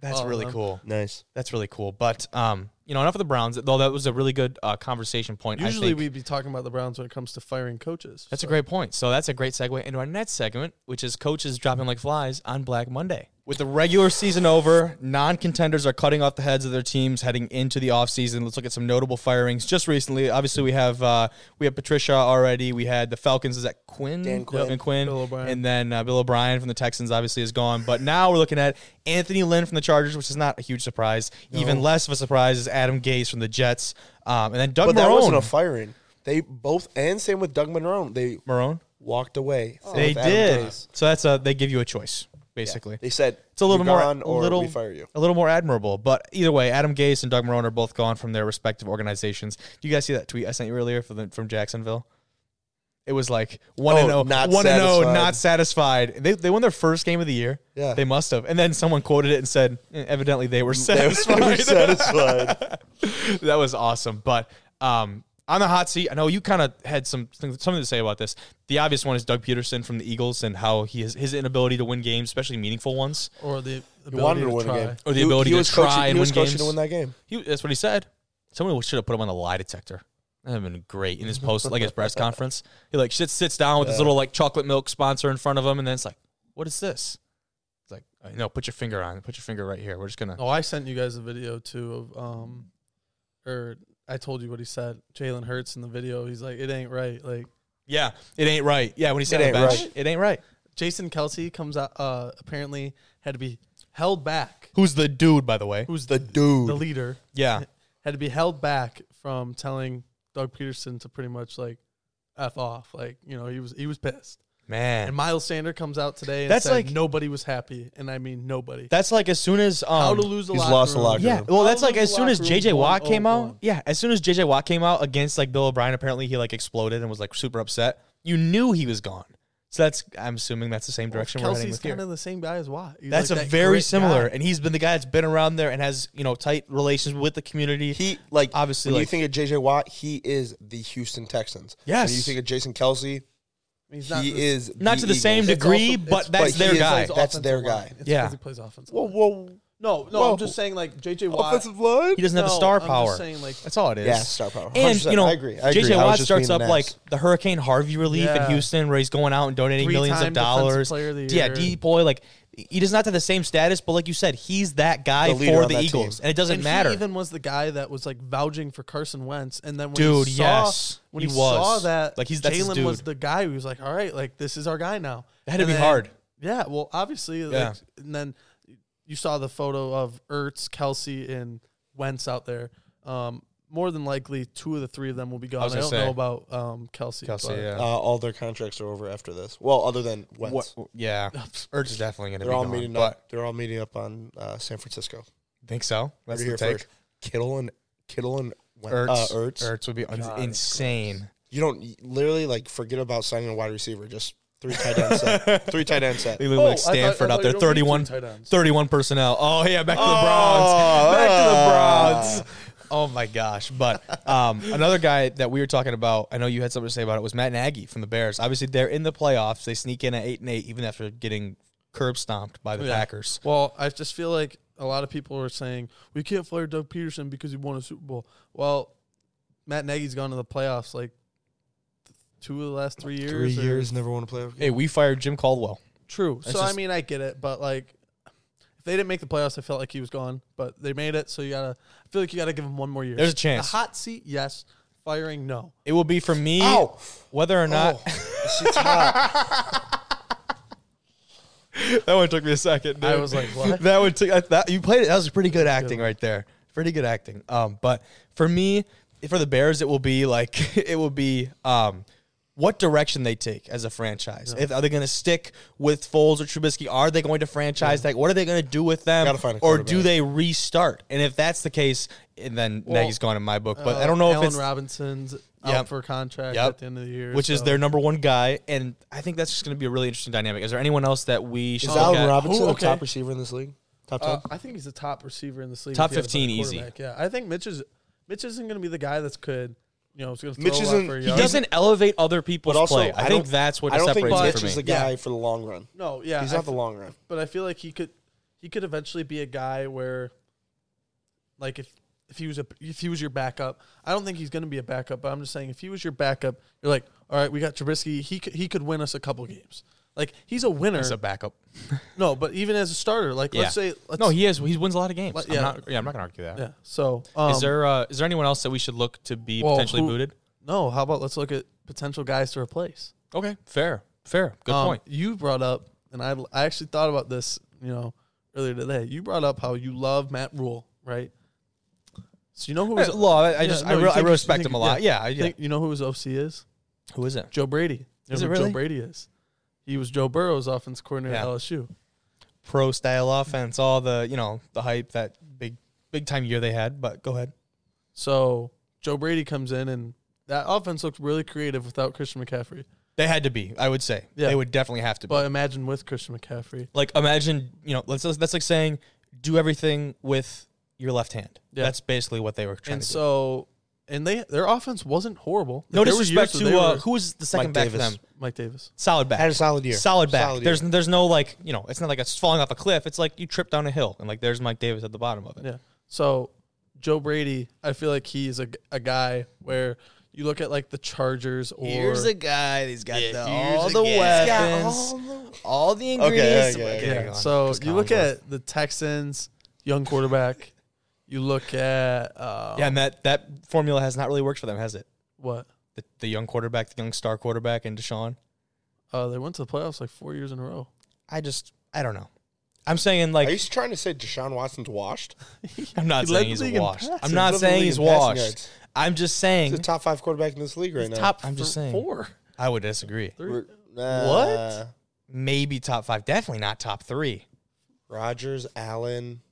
[SPEAKER 2] That's
[SPEAKER 3] Oh,
[SPEAKER 2] really
[SPEAKER 3] man.
[SPEAKER 2] cool.
[SPEAKER 1] nice.
[SPEAKER 2] That's really cool. But um, you know, enough of the Browns. Though that was a really good uh, conversation point. I
[SPEAKER 3] Usually
[SPEAKER 2] think.
[SPEAKER 3] we'd be talking about the Browns when it comes to firing coaches.
[SPEAKER 2] That's a
[SPEAKER 3] so-
[SPEAKER 2] great point. So that's a great segue into our next segment, which is coaches dropping like flies on Black Monday. With the regular season over, non contenders are cutting off the heads of their teams heading into the offseason. Let's look at some notable firings just recently. Obviously, we have uh, we have Patricia already. We had the Falcons. Is that Quinn?
[SPEAKER 1] Dan Quinn.
[SPEAKER 2] Dan Quinn.
[SPEAKER 3] Bill O'Brien.
[SPEAKER 2] And then uh, Bill O'Brien from the Texans obviously is gone. But now we're looking at Anthony Lynn from the Chargers, which is not a huge surprise. Even less of a surprise is Adam Gase from the Jets. Um, and then Doug
[SPEAKER 1] But that
[SPEAKER 2] Marone.
[SPEAKER 1] wasn't a firing. They both, and same with Doug Monroe, they
[SPEAKER 2] Marone?
[SPEAKER 1] walked away. Same
[SPEAKER 2] They
[SPEAKER 1] with Oh, Adam
[SPEAKER 2] did.
[SPEAKER 1] Gase.
[SPEAKER 2] So that's a they give you a choice basically.
[SPEAKER 1] They said
[SPEAKER 2] It's a little
[SPEAKER 1] "You're
[SPEAKER 2] more
[SPEAKER 1] gone
[SPEAKER 2] a
[SPEAKER 1] or
[SPEAKER 2] little
[SPEAKER 1] we fire you.
[SPEAKER 2] a little more admirable. But either way, Adam Gase and Doug Marone are both gone from their respective organizations. Do you guys see that tweet I sent you earlier from the, from Jacksonville? It was like one and
[SPEAKER 1] Oh,
[SPEAKER 2] oh,
[SPEAKER 1] not
[SPEAKER 2] one and oh,
[SPEAKER 1] satisfied.
[SPEAKER 2] not satisfied. They, they won their first game of the year.
[SPEAKER 1] Yeah.
[SPEAKER 2] they must have. And then someone quoted it and said, "Eh, evidently they were
[SPEAKER 1] They were
[SPEAKER 2] satisfied.
[SPEAKER 1] satisfied.
[SPEAKER 2] that was awesome. But um, on the hot seat, I know you kind of had some something to say about this. The obvious one is Doug Peterson from the Eagles and how he has, his inability to win games, especially meaningful ones.
[SPEAKER 3] Or the
[SPEAKER 1] He
[SPEAKER 3] ability
[SPEAKER 1] wanted
[SPEAKER 3] to,
[SPEAKER 1] to win
[SPEAKER 3] try.
[SPEAKER 1] a game.
[SPEAKER 2] Or the
[SPEAKER 1] He-
[SPEAKER 2] ability
[SPEAKER 1] he
[SPEAKER 2] to
[SPEAKER 1] was
[SPEAKER 2] try
[SPEAKER 1] coaching,
[SPEAKER 2] and
[SPEAKER 1] he was
[SPEAKER 2] win
[SPEAKER 1] coaching
[SPEAKER 2] games.
[SPEAKER 1] to win that game.
[SPEAKER 2] He, that's what he said. Someone should have put him on a lie detector. That'd have been great in his post, like his press conference. He like sits sits down with his little like chocolate milk sponsor in front of him, and then it's like, "What is this?" It's like, "Uh, "No, put your finger on. it. Put your finger right here. We're just gonna."
[SPEAKER 3] Oh, I sent you guys a video too of um, or I told you what he said. Jalen Hurts in the video, he's like, "It ain't right." Like
[SPEAKER 2] Yeah, it ain't right. Yeah, when he sat on the
[SPEAKER 1] ain't
[SPEAKER 2] bench,
[SPEAKER 1] right.
[SPEAKER 2] it ain't right.
[SPEAKER 3] Jason Kelsey comes out, uh, apparently had to be held back.
[SPEAKER 2] Who's the dude, by the way?
[SPEAKER 3] Who's
[SPEAKER 1] The dude.
[SPEAKER 3] the leader?
[SPEAKER 2] Yeah,
[SPEAKER 3] Had to be held back from telling Doug Peterson to pretty much like f off. Like you know, he was he was pissed.
[SPEAKER 2] man.
[SPEAKER 3] And Miles Sander comes out today and
[SPEAKER 2] That's
[SPEAKER 3] said
[SPEAKER 2] like-
[SPEAKER 3] nobody was happy, and I mean nobody.
[SPEAKER 2] That's like as soon as um,
[SPEAKER 3] How to lose the
[SPEAKER 1] he's
[SPEAKER 3] locker
[SPEAKER 1] lost the
[SPEAKER 3] room.
[SPEAKER 1] locker
[SPEAKER 2] Yeah,
[SPEAKER 1] room.
[SPEAKER 2] well, that's
[SPEAKER 3] How to
[SPEAKER 2] like as
[SPEAKER 3] lose
[SPEAKER 2] soon
[SPEAKER 3] the
[SPEAKER 2] as
[SPEAKER 3] locker room,
[SPEAKER 2] JJ Watt
[SPEAKER 3] 101.
[SPEAKER 2] came out. Yeah, as soon as JJ Watt came out against like Bill O'Brien, apparently he like exploded and was like super upset. You knew he was gone. So that's I'm assuming that's the same direction we're heading
[SPEAKER 3] Kelsey's
[SPEAKER 2] with here.
[SPEAKER 3] kind of the same guy as Watt. He's
[SPEAKER 2] That's
[SPEAKER 3] like
[SPEAKER 2] a
[SPEAKER 3] that
[SPEAKER 2] very
[SPEAKER 3] grit
[SPEAKER 2] similar,
[SPEAKER 3] guy.
[SPEAKER 2] and he's been the guy that's been around there and has you know tight relations with the community.
[SPEAKER 1] He like
[SPEAKER 2] Obviously,
[SPEAKER 1] When
[SPEAKER 2] like-
[SPEAKER 1] you think of JJ Watt, he is the Houston Texans.
[SPEAKER 2] Yes.
[SPEAKER 1] When you think of Jason Kelsey,
[SPEAKER 3] He's not
[SPEAKER 1] he
[SPEAKER 3] the-
[SPEAKER 1] is
[SPEAKER 2] not to the
[SPEAKER 1] Eagles.
[SPEAKER 2] same
[SPEAKER 3] It's
[SPEAKER 2] degree,
[SPEAKER 3] also-
[SPEAKER 2] but
[SPEAKER 3] it's-
[SPEAKER 2] that's
[SPEAKER 1] but
[SPEAKER 2] their
[SPEAKER 1] he is-
[SPEAKER 2] guy.
[SPEAKER 1] plays that's their guy.
[SPEAKER 3] It's
[SPEAKER 2] Yeah.
[SPEAKER 3] because he plays offensive.
[SPEAKER 1] Whoa,
[SPEAKER 3] line.
[SPEAKER 1] whoa,
[SPEAKER 3] No, no,
[SPEAKER 1] Whoa.
[SPEAKER 3] I'm just saying like JJ Watt.
[SPEAKER 1] offensive line.
[SPEAKER 2] He doesn't have the
[SPEAKER 3] No,
[SPEAKER 2] star
[SPEAKER 3] I'm just
[SPEAKER 2] power.
[SPEAKER 3] saying, like-
[SPEAKER 2] that's all it is.
[SPEAKER 1] Yeah, star power.
[SPEAKER 2] And
[SPEAKER 1] 100%.
[SPEAKER 2] you know,
[SPEAKER 1] I agree, I agree.
[SPEAKER 2] JJ
[SPEAKER 1] I was
[SPEAKER 2] Watt
[SPEAKER 1] just
[SPEAKER 2] starts
[SPEAKER 1] being
[SPEAKER 2] up
[SPEAKER 1] an
[SPEAKER 2] like
[SPEAKER 1] ass.
[SPEAKER 2] the Hurricane Harvey relief
[SPEAKER 3] Yeah.
[SPEAKER 2] in Houston, where he's going out and donating
[SPEAKER 3] Three-time
[SPEAKER 2] millions of
[SPEAKER 3] defensive
[SPEAKER 2] dollars.
[SPEAKER 3] player of the
[SPEAKER 2] yeah,
[SPEAKER 3] year.
[SPEAKER 2] D boy, like he does not have the same status, but like you said, he's that guy
[SPEAKER 1] The leader
[SPEAKER 2] for
[SPEAKER 1] on
[SPEAKER 2] the
[SPEAKER 1] that
[SPEAKER 2] Eagles,
[SPEAKER 1] team.
[SPEAKER 2] and it doesn't
[SPEAKER 3] and
[SPEAKER 2] matter.
[SPEAKER 3] He even was the guy that was like vouching for Carson Wentz, and then when
[SPEAKER 2] Dude,
[SPEAKER 3] he saw,
[SPEAKER 2] yes,
[SPEAKER 3] when
[SPEAKER 2] he
[SPEAKER 3] he, saw
[SPEAKER 2] was.
[SPEAKER 3] that,
[SPEAKER 2] Like, he's- that's his
[SPEAKER 3] Jalen was
[SPEAKER 2] dude.
[SPEAKER 3] the guy who was like, all right, like this is our guy now.
[SPEAKER 2] That had to
[SPEAKER 3] And
[SPEAKER 2] be
[SPEAKER 3] then-
[SPEAKER 2] hard.
[SPEAKER 3] Yeah, well, obviously, like,
[SPEAKER 2] Yeah.
[SPEAKER 3] and then you saw the photo of Ertz, Kelsey, and Wentz out there. Um, more than likely, two of the three of them will be gone. I,
[SPEAKER 2] was
[SPEAKER 3] don't
[SPEAKER 2] gonna say.
[SPEAKER 3] know about um, Kelsey. but-
[SPEAKER 1] Uh, all their contracts are over after this. Well, other than Wentz,
[SPEAKER 2] What, yeah, Urge is definitely going to be
[SPEAKER 1] they're all
[SPEAKER 2] gone,
[SPEAKER 1] meeting
[SPEAKER 2] but
[SPEAKER 1] up. They're all meeting up on uh, San Francisco.
[SPEAKER 2] think so. That's
[SPEAKER 1] You're
[SPEAKER 2] the
[SPEAKER 1] here
[SPEAKER 2] take.
[SPEAKER 1] first. Kittle and Kittle and Wen-
[SPEAKER 2] Ertz,
[SPEAKER 1] uh, Ertz.
[SPEAKER 2] Ertz would be un- insane.
[SPEAKER 1] You don't you literally like forget about signing a wide receiver. Just three tight end set. Three tight end set.
[SPEAKER 2] They
[SPEAKER 1] Back
[SPEAKER 2] look
[SPEAKER 3] Oh, I
[SPEAKER 2] like
[SPEAKER 3] thought- I
[SPEAKER 2] Stanford
[SPEAKER 3] thought
[SPEAKER 2] out
[SPEAKER 3] you
[SPEAKER 2] there,
[SPEAKER 3] don't need two
[SPEAKER 2] 31,
[SPEAKER 3] tight ends.
[SPEAKER 2] 31 personnel. Oh yeah, back to the
[SPEAKER 1] Oh,
[SPEAKER 2] Browns. Back to
[SPEAKER 1] ah.
[SPEAKER 2] the Browns. Oh my gosh! But um, another guy that we were talking about, I know you had something to say about it, was Matt Nagy from the Bears. Obviously, they're in the playoffs. They sneak in at eight and eight, even after getting curb stomped by the
[SPEAKER 3] Yeah.
[SPEAKER 2] Packers.
[SPEAKER 3] Well, I just feel like a lot of people are saying we can't fire Doug Peterson because he won a Super Bowl. Well, Matt Nagy's gone to the playoffs like th- two of the last three years.
[SPEAKER 1] Three
[SPEAKER 3] or-
[SPEAKER 1] years, never won a playoff game.
[SPEAKER 2] Hey, we fired Jim Caldwell.
[SPEAKER 3] True.
[SPEAKER 2] That's
[SPEAKER 3] so I
[SPEAKER 2] just-
[SPEAKER 3] mean, I get it, but like, if they didn't make the playoffs, I felt like he was gone. But they made it, so you gotta. I feel like you gotta give him one more year.
[SPEAKER 2] There's a chance.
[SPEAKER 3] The hot seat, yes. Firing, no.
[SPEAKER 2] It will be for me
[SPEAKER 1] Ow.
[SPEAKER 2] whether or not.
[SPEAKER 1] Shit's hot.
[SPEAKER 2] that one took me a second.
[SPEAKER 3] I
[SPEAKER 2] dude.
[SPEAKER 3] was like, what?
[SPEAKER 2] that would take that you played it. That was pretty good acting right there. Pretty good acting. Um, but for me, for the Bears, it will be like it will be um, what direction they take as a franchise. If are they going to stick with Foles or Trubisky? Are they going to franchise tag? What are they going to do with them?
[SPEAKER 1] Gotta find a
[SPEAKER 2] or do
[SPEAKER 1] quarterback.
[SPEAKER 2] they restart? And if that's the case, and then
[SPEAKER 3] Well,
[SPEAKER 2] Nagy's gone in my book. But
[SPEAKER 3] Uh,
[SPEAKER 2] I don't know
[SPEAKER 3] Allen
[SPEAKER 2] if it's
[SPEAKER 3] Robinson's
[SPEAKER 2] Yep.
[SPEAKER 3] out for contract
[SPEAKER 2] Yep.
[SPEAKER 3] at the end of the year,
[SPEAKER 2] which is
[SPEAKER 3] so-
[SPEAKER 2] their number one guy, and I think that's just going to be a really interesting dynamic. Is there anyone else that we should
[SPEAKER 1] Is
[SPEAKER 2] look
[SPEAKER 1] Allen
[SPEAKER 2] at?
[SPEAKER 1] Robinson
[SPEAKER 3] Ooh,
[SPEAKER 1] the
[SPEAKER 3] okay.
[SPEAKER 1] top receiver in this league? Top ten.
[SPEAKER 3] Uh, I think he's the top receiver in this league.
[SPEAKER 2] Top
[SPEAKER 3] if he has a
[SPEAKER 2] 15 easy.
[SPEAKER 3] quarterback. Yeah, I think Mitch is. Mitch isn't going to be the guy that's could. You know, is going to throw
[SPEAKER 1] Mitch
[SPEAKER 3] a lot
[SPEAKER 1] isn't-
[SPEAKER 3] for a
[SPEAKER 1] he
[SPEAKER 2] He
[SPEAKER 3] yard.
[SPEAKER 2] doesn't elevate other people's
[SPEAKER 1] but also,
[SPEAKER 2] play. I,
[SPEAKER 1] I
[SPEAKER 2] think
[SPEAKER 1] don't-
[SPEAKER 2] that's what
[SPEAKER 1] I don't think
[SPEAKER 2] separates it
[SPEAKER 1] Mitch
[SPEAKER 2] for
[SPEAKER 1] is
[SPEAKER 2] me.
[SPEAKER 1] the guy for the long run.
[SPEAKER 3] No, yeah,
[SPEAKER 1] He's
[SPEAKER 3] I
[SPEAKER 1] not the
[SPEAKER 3] f-
[SPEAKER 1] long run.
[SPEAKER 3] But I feel like he could. He could eventually be a guy where, like, if if he was a if he was your backup, I don't think he's going to be a backup. But I'm just saying, if he was your backup, you're like, all right, we got Trubisky. He could, he could win us a couple games. Like he's a winner.
[SPEAKER 2] as a backup.
[SPEAKER 3] no, but even as a starter, like let's
[SPEAKER 2] Yeah.
[SPEAKER 3] say, let's,
[SPEAKER 2] No, he is. He wins a lot of games.
[SPEAKER 3] But,
[SPEAKER 2] I'm
[SPEAKER 3] yeah.
[SPEAKER 2] not, yeah, I'm not going to argue that. Is
[SPEAKER 3] yeah. So um,
[SPEAKER 2] there uh, is there anyone else that we should look to be
[SPEAKER 3] well,
[SPEAKER 2] potentially
[SPEAKER 3] who-
[SPEAKER 2] booted?
[SPEAKER 3] No, how about let's look at potential guys to replace.
[SPEAKER 2] Okay, fair, fair, good
[SPEAKER 3] Um,
[SPEAKER 2] point.
[SPEAKER 3] You brought up, and I, I actually thought about this, you know, earlier today. You brought up how you love Matt Rule, right? So you know who
[SPEAKER 2] Hey,
[SPEAKER 3] his
[SPEAKER 2] Law, Eh, I, I
[SPEAKER 3] yeah,
[SPEAKER 2] just
[SPEAKER 3] no,
[SPEAKER 2] I,
[SPEAKER 3] you
[SPEAKER 2] re- I
[SPEAKER 3] think- you
[SPEAKER 2] respect
[SPEAKER 3] think-
[SPEAKER 2] him a lot. Yeah, I yeah.
[SPEAKER 3] think- you know who his OC is?
[SPEAKER 2] who is it?
[SPEAKER 3] Joe Brady. You
[SPEAKER 2] Is
[SPEAKER 3] know
[SPEAKER 2] it
[SPEAKER 3] who
[SPEAKER 2] really?
[SPEAKER 3] Joe Brady is. He was Joe Burrow's offense coordinator
[SPEAKER 2] Yeah.
[SPEAKER 3] at LSU.
[SPEAKER 2] Pro style offense, all the you know the hype that big big time year they had. But go ahead.
[SPEAKER 3] So Joe Brady comes in, and that offense looks really creative without Christian McCaffrey.
[SPEAKER 2] They had to be. I would say
[SPEAKER 3] Yeah.
[SPEAKER 2] they would definitely have to be.
[SPEAKER 3] But imagine with Christian McCaffrey.
[SPEAKER 2] like imagine you know that's that's like saying do everything with your left hand.
[SPEAKER 3] Yeah.
[SPEAKER 2] That's basically what they were trying
[SPEAKER 3] And
[SPEAKER 2] to
[SPEAKER 3] so, and they their offense wasn't horrible.
[SPEAKER 2] do. No
[SPEAKER 3] There were
[SPEAKER 2] disrespect
[SPEAKER 3] years where
[SPEAKER 2] to
[SPEAKER 3] they
[SPEAKER 2] uh,
[SPEAKER 3] were-
[SPEAKER 2] who was the second
[SPEAKER 1] Mike
[SPEAKER 2] back
[SPEAKER 1] Davis.
[SPEAKER 2] for them.
[SPEAKER 3] Mike Davis.
[SPEAKER 2] Solid back.
[SPEAKER 1] Had a solid year.
[SPEAKER 2] Solid back.
[SPEAKER 1] Solid
[SPEAKER 2] there's there's no like you know it's not like it's falling off a cliff. It's like you trip down a hill and like there's Mike Davis at the bottom of it.
[SPEAKER 3] Yeah. So Joe Brady, I feel like he's a, a guy where you look at like the Chargers or
[SPEAKER 2] guy. He's got
[SPEAKER 3] the- all the
[SPEAKER 2] weapons, all the
[SPEAKER 1] ingredients. okay, okay.
[SPEAKER 3] yeah. So you look at the Texans, young quarterback. you look at uh,
[SPEAKER 2] yeah, and that that formula has not really worked for them, has it?
[SPEAKER 3] what?
[SPEAKER 2] The, the young quarterback, the young star quarterback, and Deshaun.
[SPEAKER 3] Uh, they went to the playoffs like four years in a row.
[SPEAKER 2] I just I don't know. I'm saying
[SPEAKER 1] Are you
[SPEAKER 2] like
[SPEAKER 1] trying to say Deshaun Watson's washed?
[SPEAKER 2] I'm not
[SPEAKER 3] he led
[SPEAKER 2] saying
[SPEAKER 3] the
[SPEAKER 2] he's
[SPEAKER 3] league in
[SPEAKER 2] washed. I'm
[SPEAKER 3] passes.
[SPEAKER 2] not
[SPEAKER 1] He led the
[SPEAKER 2] saying
[SPEAKER 1] league
[SPEAKER 2] he's
[SPEAKER 1] in passing
[SPEAKER 2] washed.
[SPEAKER 1] yards.
[SPEAKER 2] I'm just
[SPEAKER 1] He's
[SPEAKER 2] saying
[SPEAKER 1] the top five quarterback in this league right now.
[SPEAKER 2] top. I'm just saying
[SPEAKER 3] Four.
[SPEAKER 2] I would disagree.
[SPEAKER 3] Three.
[SPEAKER 1] We're-
[SPEAKER 2] What?
[SPEAKER 1] nah.
[SPEAKER 2] Maybe top five, definitely not top three.
[SPEAKER 1] Rogers, Allen.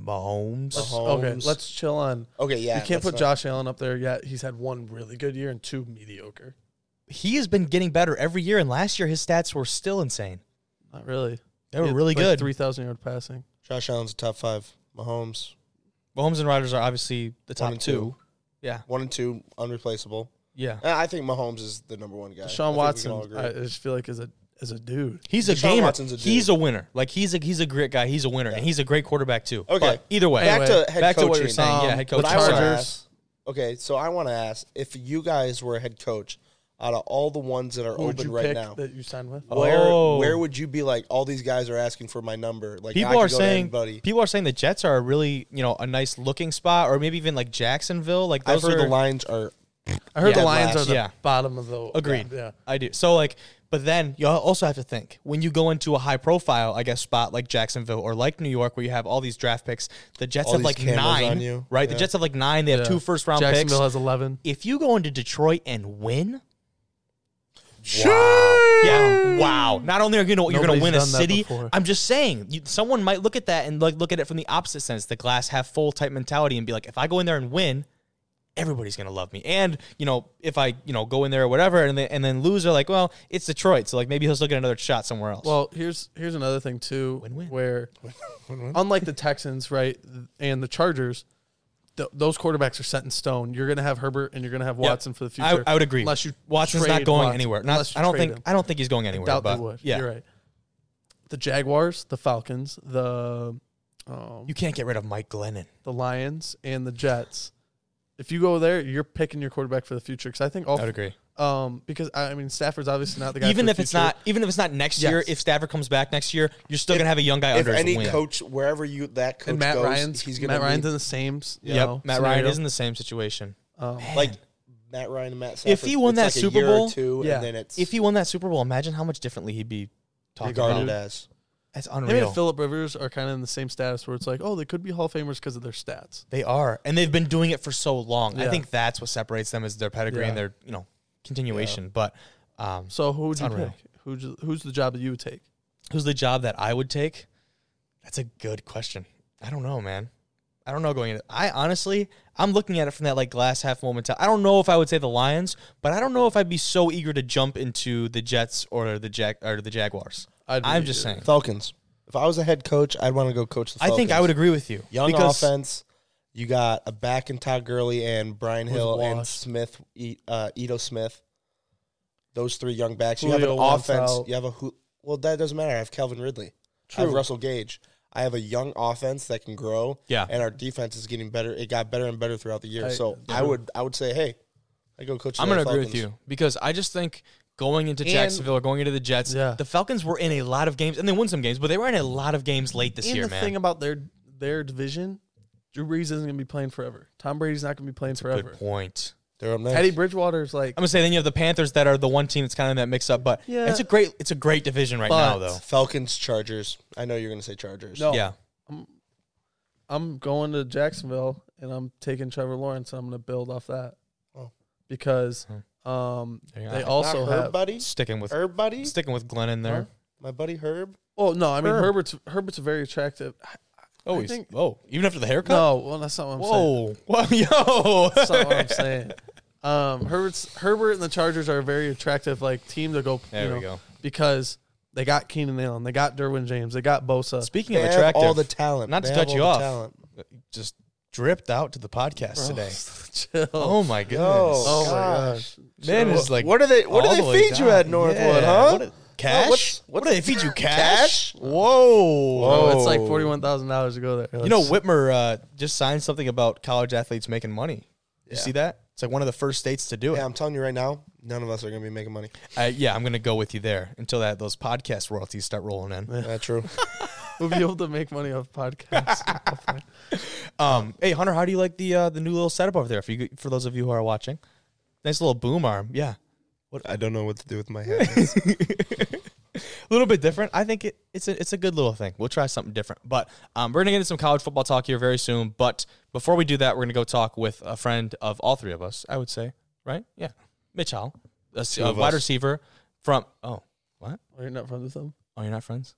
[SPEAKER 2] Mahomes.
[SPEAKER 1] Let's-
[SPEAKER 3] Okay,
[SPEAKER 1] Holmes.
[SPEAKER 3] let's chill on.
[SPEAKER 1] Okay, yeah.
[SPEAKER 3] you can't put
[SPEAKER 1] let's not-
[SPEAKER 3] Josh Allen up there yet. He's had one really good year and two mediocre.
[SPEAKER 2] He has been getting better every year, and last year his stats were still insane.
[SPEAKER 3] Not really.
[SPEAKER 2] They were really good.
[SPEAKER 3] Three thousand yard passing.
[SPEAKER 1] Josh Allen's a top five. Mahomes
[SPEAKER 2] Mahomes and Rodgers are obviously the top two.
[SPEAKER 1] and two.
[SPEAKER 2] Yeah,
[SPEAKER 1] one and two, unreplaceable.
[SPEAKER 2] yeah.
[SPEAKER 1] Uh, I think Mahomes is the number one guy.
[SPEAKER 3] Sean
[SPEAKER 1] I think we can all
[SPEAKER 3] Watson,
[SPEAKER 1] agree.
[SPEAKER 3] I I just feel like is a is a dude.
[SPEAKER 2] He's a
[SPEAKER 1] Deshaun
[SPEAKER 2] gamer.
[SPEAKER 1] Watson's a dude.
[SPEAKER 2] he's a winner. Like he's a he's a great guy. He's a winner, and he's a great quarterback too.
[SPEAKER 1] Okay.
[SPEAKER 2] But either way,
[SPEAKER 1] back
[SPEAKER 3] anyway,
[SPEAKER 1] to head
[SPEAKER 2] back to
[SPEAKER 1] coaching.
[SPEAKER 2] what you're saying. yeah,
[SPEAKER 3] Um,
[SPEAKER 2] head coach.
[SPEAKER 1] What I wanna
[SPEAKER 2] sorry.
[SPEAKER 3] Chargers.
[SPEAKER 1] ask- Okay, so I want to ask if you guys were a head coach out of all the ones that are
[SPEAKER 3] Who would
[SPEAKER 1] open
[SPEAKER 3] you
[SPEAKER 1] right
[SPEAKER 3] pick
[SPEAKER 1] now,
[SPEAKER 3] that you signed with?
[SPEAKER 1] where
[SPEAKER 2] Oh.
[SPEAKER 1] where would you be like? All these guys are asking for my number. Like I
[SPEAKER 2] people
[SPEAKER 1] could
[SPEAKER 2] are
[SPEAKER 1] go to
[SPEAKER 2] saying
[SPEAKER 1] anybody.
[SPEAKER 2] people are saying the Jets are a really you know a nice looking spot, or maybe even like Jacksonville. Like
[SPEAKER 1] I've
[SPEAKER 2] those
[SPEAKER 1] heard
[SPEAKER 2] are
[SPEAKER 1] the Lions are
[SPEAKER 3] I heard
[SPEAKER 2] Yeah,
[SPEAKER 3] the Lions
[SPEAKER 2] last,
[SPEAKER 3] are the
[SPEAKER 2] yeah.
[SPEAKER 3] bottom of the
[SPEAKER 2] Agreed.
[SPEAKER 3] Yeah.
[SPEAKER 2] I do. So like, but then you also have to think when you go into a high profile, I guess, spot like Jacksonville or like New York, where you have all these draft picks. The Jets
[SPEAKER 1] All
[SPEAKER 2] have
[SPEAKER 1] these
[SPEAKER 2] like
[SPEAKER 1] cameras
[SPEAKER 2] nine,
[SPEAKER 1] on you.
[SPEAKER 2] right? The
[SPEAKER 1] Yeah.
[SPEAKER 2] Jets have like nine. They have
[SPEAKER 3] Yeah.
[SPEAKER 2] two first round picks.
[SPEAKER 3] Jacksonville has eleven.
[SPEAKER 2] if you go into Detroit and win,
[SPEAKER 1] wow.
[SPEAKER 2] yeah, wow. Not only are you gonna, you're going to
[SPEAKER 3] Nobody's
[SPEAKER 2] win a
[SPEAKER 3] done that
[SPEAKER 2] city,
[SPEAKER 3] before.
[SPEAKER 2] I'm just saying you, someone might look at that and like look at it from the opposite sense, the glass half full type mentality, and be like, if I go in there and win, everybody's going to love me. And you know, if I you know go in there or whatever, and then and then lose, they're like, well, it's Detroit, so like maybe he'll still get another shot somewhere else.
[SPEAKER 3] Well, here's here's another thing too,
[SPEAKER 2] Win-win.
[SPEAKER 3] where unlike the Texans, right, and the Chargers, th- those quarterbacks are set in stone. You're gonna have Herbert and you're gonna have
[SPEAKER 2] Yeah.
[SPEAKER 3] Watson for the
[SPEAKER 2] I-
[SPEAKER 3] future.
[SPEAKER 2] I, would agree.
[SPEAKER 3] Unless you
[SPEAKER 2] Watson's
[SPEAKER 3] trade
[SPEAKER 2] not going
[SPEAKER 3] Watson.
[SPEAKER 2] anywhere. Not-
[SPEAKER 3] Unless you
[SPEAKER 2] I don't
[SPEAKER 3] trade
[SPEAKER 2] think
[SPEAKER 3] him.
[SPEAKER 2] I don't think he's going anywhere.
[SPEAKER 3] doubt
[SPEAKER 2] but
[SPEAKER 3] they would.
[SPEAKER 2] Yeah,
[SPEAKER 3] You're right. The Jaguars, the Falcons, the um,
[SPEAKER 2] you can't get rid of Mike Glennon.
[SPEAKER 3] the Lions, and the Jets. If you go there, you're picking your quarterback for the future. Because I think all
[SPEAKER 2] I would agree.
[SPEAKER 3] um because I I mean Stafford's obviously not the guy.
[SPEAKER 2] Even
[SPEAKER 3] for
[SPEAKER 2] if
[SPEAKER 3] the
[SPEAKER 2] it's
[SPEAKER 3] future.
[SPEAKER 2] not, even if it's not next year,
[SPEAKER 3] Yes.
[SPEAKER 2] if Stafford comes back next year, you're still gonna have a young guy
[SPEAKER 1] If
[SPEAKER 2] under his
[SPEAKER 1] any
[SPEAKER 2] wing.
[SPEAKER 1] coach, wherever you that coach
[SPEAKER 3] and Matt
[SPEAKER 1] goes,
[SPEAKER 3] Ryan's
[SPEAKER 1] he's gonna
[SPEAKER 3] Matt
[SPEAKER 1] be
[SPEAKER 3] Ryan's in the same. s- You
[SPEAKER 2] yep,
[SPEAKER 3] know,
[SPEAKER 2] Matt Ryan
[SPEAKER 3] scenario.
[SPEAKER 2] is in the same situation.
[SPEAKER 3] Um,
[SPEAKER 1] like Matt Ryan and Matt. Stafford.
[SPEAKER 2] If he won
[SPEAKER 1] It's
[SPEAKER 2] that
[SPEAKER 1] like a
[SPEAKER 2] Super
[SPEAKER 1] year or
[SPEAKER 2] Bowl,
[SPEAKER 1] two,
[SPEAKER 3] yeah.
[SPEAKER 1] and then it's
[SPEAKER 2] If he won that Super Bowl, imagine how much differently he'd be talking
[SPEAKER 1] regarded
[SPEAKER 2] about.
[SPEAKER 1] as
[SPEAKER 2] That's
[SPEAKER 3] Him
[SPEAKER 2] unreal.
[SPEAKER 3] and Philip Rivers are kind of in the same status where it's like, oh, they could be Hall of Famers because of their stats.
[SPEAKER 2] they are, and they've been doing it for so long. I
[SPEAKER 3] Yeah.
[SPEAKER 2] think that's what separates them is their pedigree
[SPEAKER 3] Yeah.
[SPEAKER 2] and their you know continuation. But um,
[SPEAKER 3] So who would you
[SPEAKER 2] unreal.
[SPEAKER 3] pick? Who'd you, who's the job that you would take?
[SPEAKER 2] who's the job that I would take? That's a good question. I don't know, man. I don't know going into. I honestly, I'm looking at it from that like glass half moment. I don't know if I would say the Lions, but I don't know if I'd be so eager to jump into the Jets or the Jag or the Jaguars.
[SPEAKER 3] I'd be
[SPEAKER 2] I'm just
[SPEAKER 3] eager.
[SPEAKER 2] saying.
[SPEAKER 1] Falcons. If I was a head coach, I'd want to go coach the
[SPEAKER 2] I
[SPEAKER 1] Falcons.
[SPEAKER 2] think I would agree with you.
[SPEAKER 1] Young
[SPEAKER 2] because
[SPEAKER 1] offense. You got a back in Todd Gurley and Brian
[SPEAKER 3] Who's
[SPEAKER 1] Hill and
[SPEAKER 3] washed.
[SPEAKER 1] Smith, E- uh, Ito Smith. Those three young backs. You have
[SPEAKER 3] Julio
[SPEAKER 1] an
[SPEAKER 3] wants
[SPEAKER 1] offense.
[SPEAKER 3] out.
[SPEAKER 1] You have a who? Well, that doesn't matter. I have Calvin Ridley. I have
[SPEAKER 3] True.
[SPEAKER 1] Russell Gage. I have a young offense that can grow.
[SPEAKER 2] Yeah.
[SPEAKER 1] and our defense is getting better. It got better and better throughout the year.
[SPEAKER 3] I-
[SPEAKER 1] so I would, I would say, hey, I go coach. the
[SPEAKER 2] I'm going to agree
[SPEAKER 1] Falcons.
[SPEAKER 2] with you because I just think going into
[SPEAKER 1] And-
[SPEAKER 2] Jacksonville or going into the Jets,
[SPEAKER 3] Yeah.
[SPEAKER 2] the Falcons were in a lot of games and they won some games, but they were in a lot of games late this
[SPEAKER 3] and
[SPEAKER 2] year,
[SPEAKER 3] the
[SPEAKER 2] man.
[SPEAKER 3] thing about their their division, Drew Brees isn't going to be playing forever. Tom Brady's not going to be playing forever.
[SPEAKER 2] good point.
[SPEAKER 1] They're up next.
[SPEAKER 3] Teddy Bridgewater's like,
[SPEAKER 2] I'm gonna say then you have the Panthers that are the one team that's kind of in that mix up, but
[SPEAKER 3] Yeah.
[SPEAKER 2] it's a great it's a great division right now
[SPEAKER 3] But-
[SPEAKER 2] though.
[SPEAKER 1] Falcons, Chargers. I know you're going to say Chargers.
[SPEAKER 3] no,
[SPEAKER 2] Yeah.
[SPEAKER 3] I'm going to Jacksonville and I'm taking Trevor Lawrence and I'm going to build off that
[SPEAKER 1] Oh.
[SPEAKER 3] because
[SPEAKER 2] Hmm.
[SPEAKER 3] um,
[SPEAKER 2] Yeah.
[SPEAKER 3] they
[SPEAKER 2] Not
[SPEAKER 1] Not
[SPEAKER 3] also
[SPEAKER 1] Herb
[SPEAKER 3] have.
[SPEAKER 1] buddy.
[SPEAKER 2] Sticking with
[SPEAKER 1] Herb buddy.
[SPEAKER 2] sticking with Glenn in there.
[SPEAKER 1] My buddy Herb.
[SPEAKER 3] Oh no, I mean
[SPEAKER 1] Herb.
[SPEAKER 3] Herbert's Herbert's a very attractive.
[SPEAKER 2] Oh,
[SPEAKER 3] I
[SPEAKER 2] he's,
[SPEAKER 3] think-
[SPEAKER 2] whoa. Even after the haircut?
[SPEAKER 3] No, well that's not what I'm saying.
[SPEAKER 2] whoa. Whoa, yo.
[SPEAKER 3] That's not what I'm saying. Um, Herbert's Herbert and the Chargers are a very attractive like team to go.
[SPEAKER 2] There
[SPEAKER 3] you
[SPEAKER 2] we
[SPEAKER 3] know,
[SPEAKER 2] go.
[SPEAKER 3] Because they got Keenan Allen, they got Derwin James, they got Bosa.
[SPEAKER 2] Speaking
[SPEAKER 1] They
[SPEAKER 2] of
[SPEAKER 1] have
[SPEAKER 2] attractive,
[SPEAKER 1] all the talent.
[SPEAKER 2] Not to
[SPEAKER 1] They
[SPEAKER 2] cut
[SPEAKER 1] have
[SPEAKER 2] you
[SPEAKER 1] all
[SPEAKER 2] off.
[SPEAKER 1] the talent.
[SPEAKER 2] just dripped out to the podcast today.
[SPEAKER 3] Chill.
[SPEAKER 2] Oh my goodness.
[SPEAKER 1] Oh,
[SPEAKER 3] Oh my gosh.
[SPEAKER 2] Man is like
[SPEAKER 1] What do they- what do
[SPEAKER 2] all
[SPEAKER 1] they
[SPEAKER 2] the way
[SPEAKER 1] feed you
[SPEAKER 2] down.
[SPEAKER 1] at Northwood,
[SPEAKER 2] Yeah.
[SPEAKER 1] huh?
[SPEAKER 2] What do- cash?
[SPEAKER 1] what's-
[SPEAKER 2] what do they feed you? Cash?
[SPEAKER 1] Cash?
[SPEAKER 2] Whoa.
[SPEAKER 3] Oh, it's like
[SPEAKER 1] Whoa.
[SPEAKER 3] forty-one thousand dollars to go there.
[SPEAKER 2] You know, Whitmer uh, just signed something about college athletes making money. You see that? It's like one of the first states to do it.
[SPEAKER 1] Yeah, I'm telling you right now, none of us are going to be making money.
[SPEAKER 2] Uh, yeah, I'm gonna go with you there until that those podcast royalties start rolling in.
[SPEAKER 1] That's true.
[SPEAKER 3] we'll be able to make money off podcasts.
[SPEAKER 2] Um, hey Hunter, how do you like the uh, the new little setup over there? For you, for those of you who are watching, nice little boom arm. Yeah,
[SPEAKER 1] I don't know what to do with my hands.
[SPEAKER 2] a little bit different. I think it, it's a it's a good little thing. We'll try something different. But um, we're gonna get into some college football talk here very soon. But before we do that, we're gonna go talk with a friend of all three of us. I would say, right? Yeah, Mitch Howell, a, s- a
[SPEAKER 1] of
[SPEAKER 2] wide
[SPEAKER 1] us.
[SPEAKER 2] receiver from. Oh, what?
[SPEAKER 3] You're not friends with them.
[SPEAKER 2] Oh, you're not friends.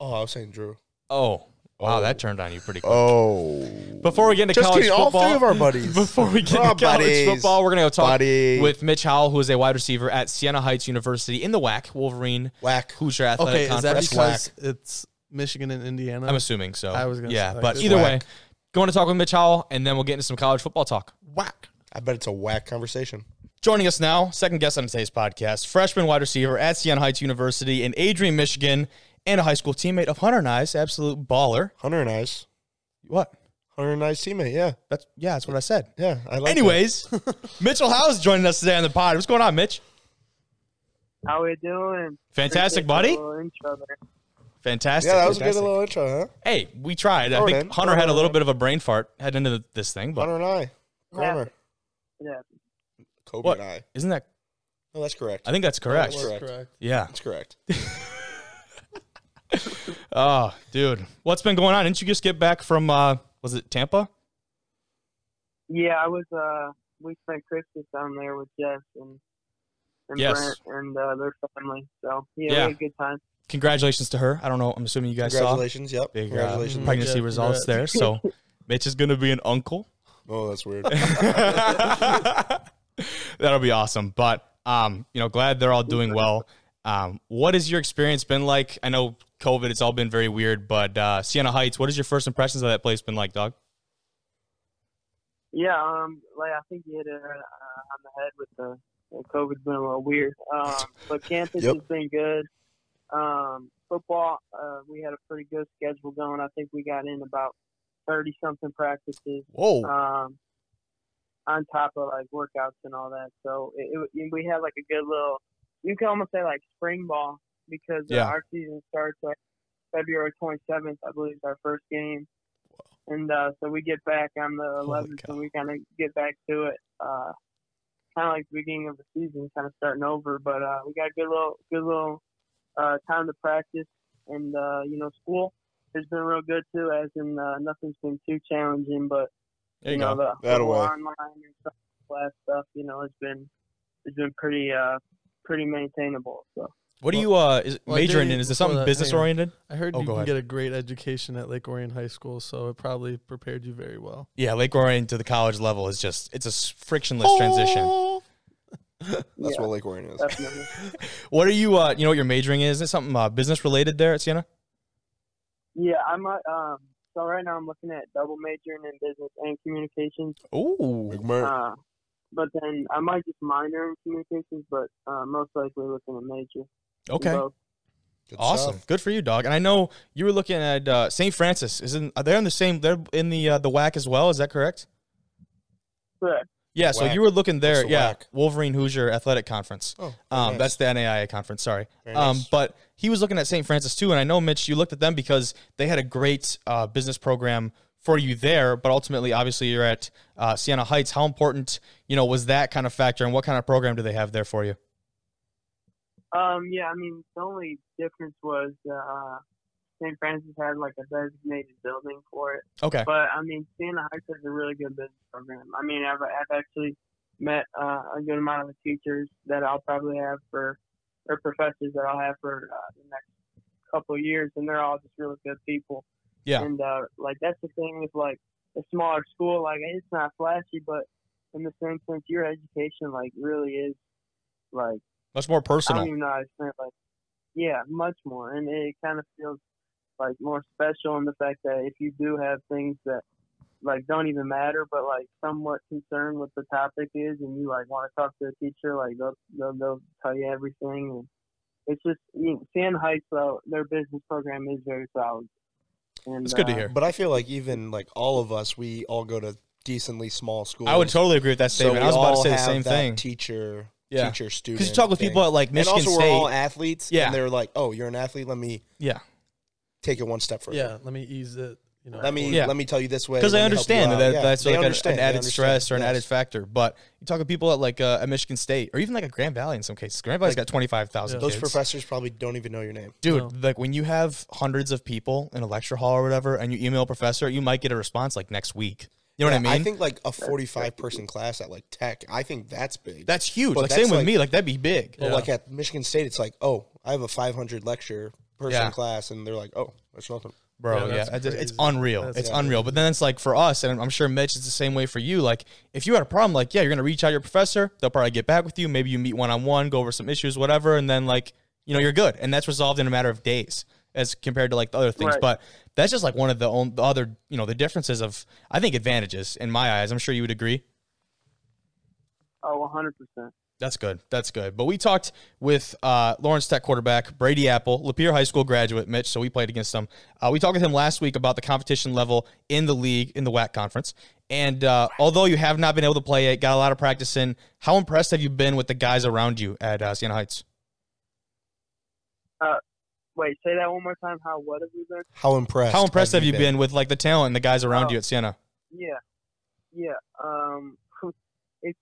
[SPEAKER 1] oh, I was saying Drew.
[SPEAKER 2] Oh, wow, that turned on you pretty quick.
[SPEAKER 1] Oh.
[SPEAKER 2] Before we get into
[SPEAKER 1] Just
[SPEAKER 2] college
[SPEAKER 1] kidding.
[SPEAKER 2] football,
[SPEAKER 1] All three of our buddies.
[SPEAKER 2] Before we get
[SPEAKER 1] We're all
[SPEAKER 2] into college
[SPEAKER 1] buddies.
[SPEAKER 2] football, we're going to go talk
[SPEAKER 1] Buddy.
[SPEAKER 2] with Mitch Howell, who is a wide receiver at Siena Heights University in the WAC, Wolverine
[SPEAKER 1] Whack.
[SPEAKER 2] Hoosier Athletic
[SPEAKER 3] Okay, is that
[SPEAKER 2] Conference.
[SPEAKER 3] because it's Michigan and Indiana?
[SPEAKER 2] I'm assuming so.
[SPEAKER 3] I was gonna
[SPEAKER 2] yeah,
[SPEAKER 3] say, like,
[SPEAKER 2] but
[SPEAKER 3] it's
[SPEAKER 2] either way,
[SPEAKER 1] whack.
[SPEAKER 2] going to talk with Mitch Howell, and then we'll get into some college football talk.
[SPEAKER 1] Whack. I bet it's a whack conversation.
[SPEAKER 2] Joining us now, second guest on today's podcast, freshman wide receiver at Siena Heights University in Adrian, Michigan, and a high school teammate of Hunter and I's, absolute baller.
[SPEAKER 1] Hunter and I's.
[SPEAKER 2] What?
[SPEAKER 1] Hunter and I's teammate. Yeah.
[SPEAKER 2] That's yeah, that's what I said.
[SPEAKER 1] Yeah. I like
[SPEAKER 2] Anyways, Mitchell Howe's joining us today on the pod. What's going on, Mitch?
[SPEAKER 5] How we doing?
[SPEAKER 2] Fantastic, buddy.
[SPEAKER 5] Little intro there.
[SPEAKER 1] that.
[SPEAKER 2] Fantastic.
[SPEAKER 1] Yeah, that was a good
[SPEAKER 2] Fantastic.
[SPEAKER 1] little intro, huh?
[SPEAKER 2] Hey, we tried. I
[SPEAKER 1] Throw it
[SPEAKER 2] think
[SPEAKER 1] in.
[SPEAKER 2] Hunter
[SPEAKER 1] Throw
[SPEAKER 2] had a
[SPEAKER 1] it
[SPEAKER 2] little
[SPEAKER 1] in.
[SPEAKER 2] bit of a brain fart heading into th- this thing, but
[SPEAKER 1] Hunter and I. Grammar.
[SPEAKER 5] Yeah.
[SPEAKER 1] Kobe
[SPEAKER 2] What?
[SPEAKER 1] and I.
[SPEAKER 2] isn't that?
[SPEAKER 1] No, that's correct.
[SPEAKER 2] I think that's correct.
[SPEAKER 1] Correct.
[SPEAKER 2] Yeah.
[SPEAKER 1] That's correct.
[SPEAKER 2] Oh, dude, what's been going on? Didn't you just get back from? uh Was it Tampa?
[SPEAKER 5] Yeah, I was. Uh, we spent Christmas down there with Jess and and
[SPEAKER 2] Yes.
[SPEAKER 5] Brent and uh, their family. So
[SPEAKER 2] Yeah.
[SPEAKER 5] yeah, we had a good time.
[SPEAKER 2] Congratulations to her. I don't know. I'm assuming you guys saw
[SPEAKER 1] Congratulations. Yep.
[SPEAKER 2] big uh,
[SPEAKER 1] Congratulations.
[SPEAKER 2] pregnancy
[SPEAKER 3] Jeff,
[SPEAKER 2] results there. So Mitch is going to be an uncle.
[SPEAKER 1] Oh, that's weird.
[SPEAKER 2] That'll be awesome. But um, you know, glad they're all doing well. Um, what has your experience been like? I know COVID, it's all been very weird, but uh, Siena Heights, what has your first impressions of that place been like, dog?
[SPEAKER 5] Yeah, um, like I think you hit it uh, on the head with the, the COVID's been a little weird. Um, but campus
[SPEAKER 1] Yep.
[SPEAKER 5] has been good. Um, football, uh, we had a pretty good schedule going. I think we got in about thirty something practices.
[SPEAKER 2] Whoa.
[SPEAKER 5] Um, on top of like workouts and all that, so it, it, it- we had like a good little. You can almost say like spring ball because
[SPEAKER 2] Yeah.
[SPEAKER 5] uh, our season starts like February twenty seventh, I believe, is our first game. And uh, so we get back on the
[SPEAKER 2] Holy
[SPEAKER 5] 11th,
[SPEAKER 2] cow.
[SPEAKER 5] and we kind of get back to it, uh, kind of like the beginning of the season, kind of starting over. But uh, we got a good little, good little uh, time to practice, and uh, you know, school has been real good too. As in, uh, nothing's been too challenging, but
[SPEAKER 2] There you
[SPEAKER 5] know
[SPEAKER 2] go.
[SPEAKER 5] the, the
[SPEAKER 1] That
[SPEAKER 5] whole
[SPEAKER 1] away.
[SPEAKER 5] online and stuff, all that stuff, you know, has been it's been pretty uh pretty maintainable. So
[SPEAKER 2] What do you uh is
[SPEAKER 3] well, I
[SPEAKER 2] majoring
[SPEAKER 3] did-
[SPEAKER 2] in? Is this
[SPEAKER 3] before
[SPEAKER 2] something
[SPEAKER 3] that, hang on.
[SPEAKER 2] business oriented?
[SPEAKER 3] I heard
[SPEAKER 2] Oh,
[SPEAKER 3] you
[SPEAKER 2] go
[SPEAKER 3] can
[SPEAKER 2] ahead.
[SPEAKER 3] get a great education at Lake Orion High School, so it probably prepared you very well.
[SPEAKER 2] Yeah, Lake Orion to the college level is just it's a s- frictionless transition.
[SPEAKER 1] That's
[SPEAKER 5] yeah,
[SPEAKER 1] what Lake Orion is.
[SPEAKER 5] definitely.
[SPEAKER 2] What are you uh you know what you're majoring in? Is it something uh, business related there at Siena?
[SPEAKER 5] yeah, I'm uh, um so right now I'm looking at double majoring in business and communications.
[SPEAKER 2] Ooh.
[SPEAKER 1] Like Mer-
[SPEAKER 5] Uh but then I might just minor in communications, but uh, most likely looking at major. in
[SPEAKER 2] Okay.
[SPEAKER 5] both.
[SPEAKER 1] good
[SPEAKER 2] Awesome.
[SPEAKER 1] stuff.
[SPEAKER 2] Good for you, dog. And I know you were looking at uh, St. Francis. Is in are they in the same they're in the uh, the whack as well, is that correct?
[SPEAKER 5] Correct.
[SPEAKER 2] Yeah, so
[SPEAKER 1] WAC.
[SPEAKER 2] you were looking there,
[SPEAKER 1] the
[SPEAKER 2] yeah.
[SPEAKER 1] WAC?
[SPEAKER 2] Wolverine Hoosier Athletic Conference.
[SPEAKER 1] Oh, very
[SPEAKER 2] Um,
[SPEAKER 1] nice.
[SPEAKER 2] That's the NAIA conference. Sorry,
[SPEAKER 1] Very
[SPEAKER 2] um,
[SPEAKER 1] nice.
[SPEAKER 2] but he was looking at St. Francis too, and I know Mitch, you looked at them because they had a great uh, business program for you there. But ultimately, obviously, you're at uh, Siena Heights. How important, you know, was that kind of factor, and what kind of program do they have there for you?
[SPEAKER 5] Um, yeah, I mean, the only difference was uh, St. Francis had like a designated building for it.
[SPEAKER 2] Okay,
[SPEAKER 5] But I mean, Siena Heights has a really good business program. I mean, I've, I've actually met uh, a good amount of the teachers that I'll probably have for, or professors that I'll have for uh, the next couple of years, and they're all just really good people.
[SPEAKER 2] Yeah.
[SPEAKER 5] And uh, like that's the thing with like a smaller school, like it's not flashy, but in the same sense, your education like really is like
[SPEAKER 2] much more
[SPEAKER 5] I don't
[SPEAKER 2] personal.
[SPEAKER 5] even know how to explain it. Like, yeah, much more, and it kind of feels like more special in the fact that if you do have things that like don't even matter, but like somewhat concerned what the topic is, and you like want to talk to the teacher, like they'll they'll, they'll tell you everything. And it's just you know, San Heights, though their business program is very solid. And,
[SPEAKER 2] It's good to
[SPEAKER 5] uh,
[SPEAKER 2] hear.
[SPEAKER 1] But I feel like even like all of us, we all go to decently small schools.
[SPEAKER 2] I would totally agree with that
[SPEAKER 1] So
[SPEAKER 2] statement.
[SPEAKER 1] we
[SPEAKER 2] I was about to
[SPEAKER 1] all
[SPEAKER 2] say the
[SPEAKER 1] have
[SPEAKER 2] same
[SPEAKER 1] that
[SPEAKER 2] thing.
[SPEAKER 1] Teacher,
[SPEAKER 2] Yeah.
[SPEAKER 1] teacher, student.
[SPEAKER 2] Because you talk with
[SPEAKER 1] thing.
[SPEAKER 2] people at like Michigan
[SPEAKER 1] and also
[SPEAKER 2] State.
[SPEAKER 1] we're all athletes.
[SPEAKER 2] Yeah.
[SPEAKER 1] and they're like, "Oh, you're an athlete. Let me
[SPEAKER 2] yeah,
[SPEAKER 1] take it one step further.
[SPEAKER 3] Yeah, let me ease it. You know,
[SPEAKER 1] Let me
[SPEAKER 2] Yeah.
[SPEAKER 1] let me tell you this way
[SPEAKER 2] because
[SPEAKER 1] let
[SPEAKER 2] I
[SPEAKER 1] me help you
[SPEAKER 2] understand
[SPEAKER 1] out.
[SPEAKER 2] that that-
[SPEAKER 1] Yeah,
[SPEAKER 2] that's
[SPEAKER 1] they
[SPEAKER 2] like a,
[SPEAKER 1] understand,
[SPEAKER 2] an
[SPEAKER 1] they
[SPEAKER 2] added
[SPEAKER 1] understand,
[SPEAKER 2] stress or an
[SPEAKER 1] yes.
[SPEAKER 2] added factor. But you talk to people at like uh, at Michigan State or even like a Grand Valley in some cases. Grand Valley's got twenty five thousand.
[SPEAKER 1] Those professors probably don't even know your name.
[SPEAKER 2] dude, like when you have hundreds of people in a lecture hall or whatever, and you email a professor, you might get a response like next week. You know what I mean?
[SPEAKER 1] I think like a forty-five person class at like Tech. I think that's big.
[SPEAKER 2] that's huge.
[SPEAKER 1] But
[SPEAKER 2] Like
[SPEAKER 1] that's
[SPEAKER 2] same with
[SPEAKER 1] like-
[SPEAKER 2] me. Like that'd be big.
[SPEAKER 1] but like at Michigan State, it's like, oh, I have a five hundred lecture person
[SPEAKER 2] Yeah.
[SPEAKER 1] class, and they're like, oh, that's nothing.
[SPEAKER 2] bro.
[SPEAKER 3] Yeah,
[SPEAKER 2] Yeah,
[SPEAKER 3] that's
[SPEAKER 2] I just- it's
[SPEAKER 3] crazy.
[SPEAKER 2] unreal.
[SPEAKER 3] That's
[SPEAKER 2] it's unreal. But then it's like for us, and I'm sure Mitch, it's the same way for you. Like if you had a problem, like yeah, you're gonna reach out to your professor. They'll probably get back with you. Maybe you meet one on one, go over some issues, whatever, and then like you know you're good, and that's resolved in a matter of days as compared to like the other things.
[SPEAKER 5] Right.
[SPEAKER 2] But that's just like one of the, on, the other you know the differences of I think advantages in my eyes. I'm sure you would agree.
[SPEAKER 5] Oh, one hundred percent.
[SPEAKER 2] That's good. That's good. But we talked with uh, Lawrence Tech quarterback Brady Apple, Lapeer High School graduate Mitch. So we played against him. Uh, we talked with him last week about the competition level in the league in the WAC conference. And uh, although you have not been able to play it, got a lot of practice in. How impressed have you been with the guys around you at uh, Siena Heights?
[SPEAKER 5] Wait, say that one more time. How what have we been?
[SPEAKER 1] How impressed?
[SPEAKER 2] How impressed have you been? with like the talent and the guys around
[SPEAKER 5] Oh.
[SPEAKER 2] you at Siena?
[SPEAKER 5] Yeah, yeah. Um, it's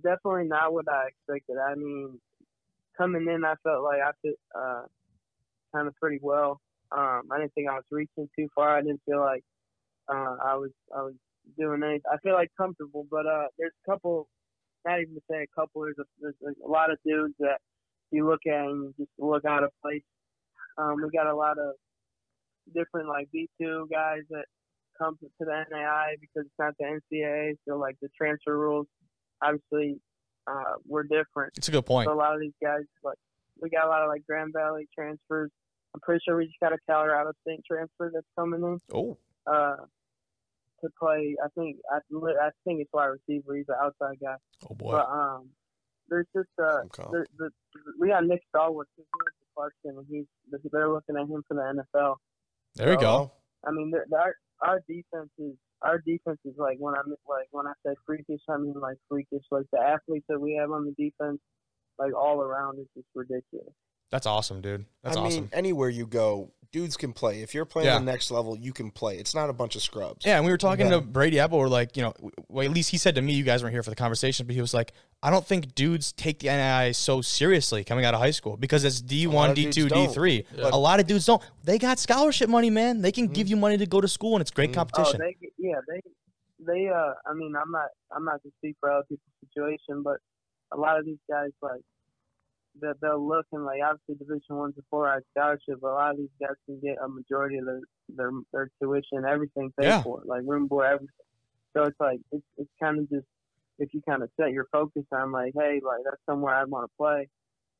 [SPEAKER 5] definitely not what I expected. I mean, coming in, I felt like I fit uh, kind of pretty well. Um, I didn't think I was reaching too far. I didn't feel like uh, I was I was doing anything. I feel like comfortable, but uh, there's a couple. Not even to say a couple. There's a, there's a lot of dudes that you look at and you just look out of place. Um, we got a lot of different like B two guys that come to to the NAI because it's not the NCAA. So like the transfer rules, obviously, uh, were different.
[SPEAKER 2] It's a good point.
[SPEAKER 5] So a lot of these guys, like we got a lot of like Grand Valley transfers. I'm pretty sure we just got a Colorado State transfer that's coming in
[SPEAKER 2] Oh,
[SPEAKER 5] uh, to play. I think I, I think it's wide receiver. He's an outside guy.
[SPEAKER 2] oh boy.
[SPEAKER 5] But um, there's just uh,
[SPEAKER 1] Some comp.
[SPEAKER 5] there, the, we got Nick Stallworth who's going to Clarkson, and he's they're looking at him for the NFL.
[SPEAKER 2] there we go.
[SPEAKER 5] I mean, there- there- our our defense is our defense is like when I am like when I say freakish, I mean like freakish. Like the athletes that we have on the defense, like all around, is just ridiculous.
[SPEAKER 2] That's awesome, dude. That's
[SPEAKER 1] I
[SPEAKER 2] awesome.
[SPEAKER 1] mean, anywhere you go, dudes can play. If you're playing
[SPEAKER 2] Yeah.
[SPEAKER 1] the next level, you can play. It's not a bunch of scrubs.
[SPEAKER 2] Yeah, and we were talking to Brady Apple. We're like, you know, well, at least he said to me, you guys weren't here for the conversation, but he was like, I don't think dudes take the NII so seriously coming out of high school because it's
[SPEAKER 1] lot
[SPEAKER 2] D1,
[SPEAKER 1] of
[SPEAKER 2] D2,
[SPEAKER 1] dudes don't.
[SPEAKER 2] D3. A lot of dudes don't. Mm-hmm. They got scholarship money, man. They can give you money to go to school, and it's great
[SPEAKER 5] Oh,
[SPEAKER 2] competition.
[SPEAKER 5] they yeah they they uh I mean I'm not I'm not to speak for other people's situation, but a lot of these guys like that they'll look and like obviously Division One to Four are scholarship, but a lot of these guys can get a majority of their their, their tuition, everything paid
[SPEAKER 6] Yeah.
[SPEAKER 5] for, like room board, everything. So it's like it's it's kind of just if you kind of set your focus on like, hey, like that's somewhere I want to play.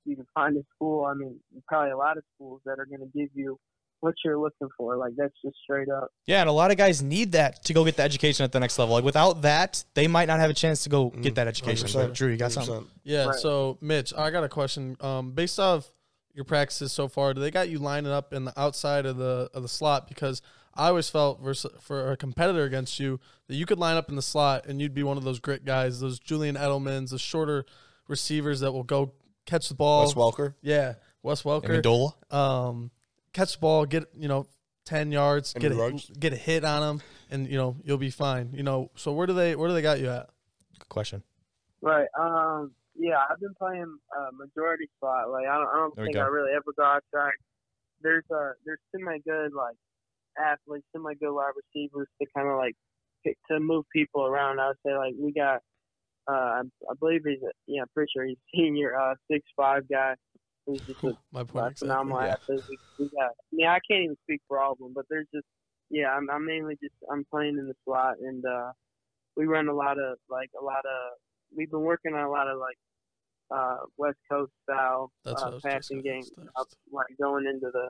[SPEAKER 5] You can find a school. I mean, probably a lot of schools that are going to give you what you're looking for. Like that's just straight up.
[SPEAKER 2] Yeah, and a lot of guys need that to go get the education at the next level. Like without that, they might not have a chance to go get that education. But
[SPEAKER 1] 100%.
[SPEAKER 2] Drew, you got something?
[SPEAKER 1] 100%.
[SPEAKER 3] Yeah.
[SPEAKER 5] Right.
[SPEAKER 3] So, Mitch, I got a question. Um, based off your practices so far, do they got you lining up in the outside of the of the slot? Because I always felt versus, for a competitor against you that you could line up in the slot and you'd be one of those grit guys, those Julian Edelmans, the shorter receivers that will go catch the ball.
[SPEAKER 2] Oh,
[SPEAKER 1] Wes Welker.
[SPEAKER 3] yeah, Wes Welker.
[SPEAKER 2] Amendola?
[SPEAKER 3] um, catch the ball, get you know ten yards,
[SPEAKER 1] And
[SPEAKER 3] get a,
[SPEAKER 1] rugs.
[SPEAKER 3] get a hit on them, and you know you'll be fine. You know, so where do they where do they got you at?
[SPEAKER 2] Good question.
[SPEAKER 5] Right. Um. Yeah, I've been playing uh, majority spot. Like I don't, I don't
[SPEAKER 2] There we
[SPEAKER 5] think
[SPEAKER 2] go.
[SPEAKER 5] I really ever go outside. There's uh there's semi good like athletes, semi good wide receivers to kind of like pick, to move people around. I would say like we got uh I, I believe he's a, yeah I'm pretty sure he's a senior uh six five guy who's just a
[SPEAKER 3] My
[SPEAKER 5] uh,
[SPEAKER 3] point. exactly.
[SPEAKER 5] phenomenal athletes. We, we got. I mean, I can't even speak for all of them, but there's just yeah. I'm, I'm mainly just I'm playing in the slot, and uh, we run a lot of like a lot of. We've been working on a lot of like uh, West Coast style
[SPEAKER 3] That's what I
[SPEAKER 5] uh,
[SPEAKER 3] was just
[SPEAKER 5] passing
[SPEAKER 3] gonna
[SPEAKER 5] game,
[SPEAKER 3] ask
[SPEAKER 5] up,
[SPEAKER 3] next.
[SPEAKER 5] like going into the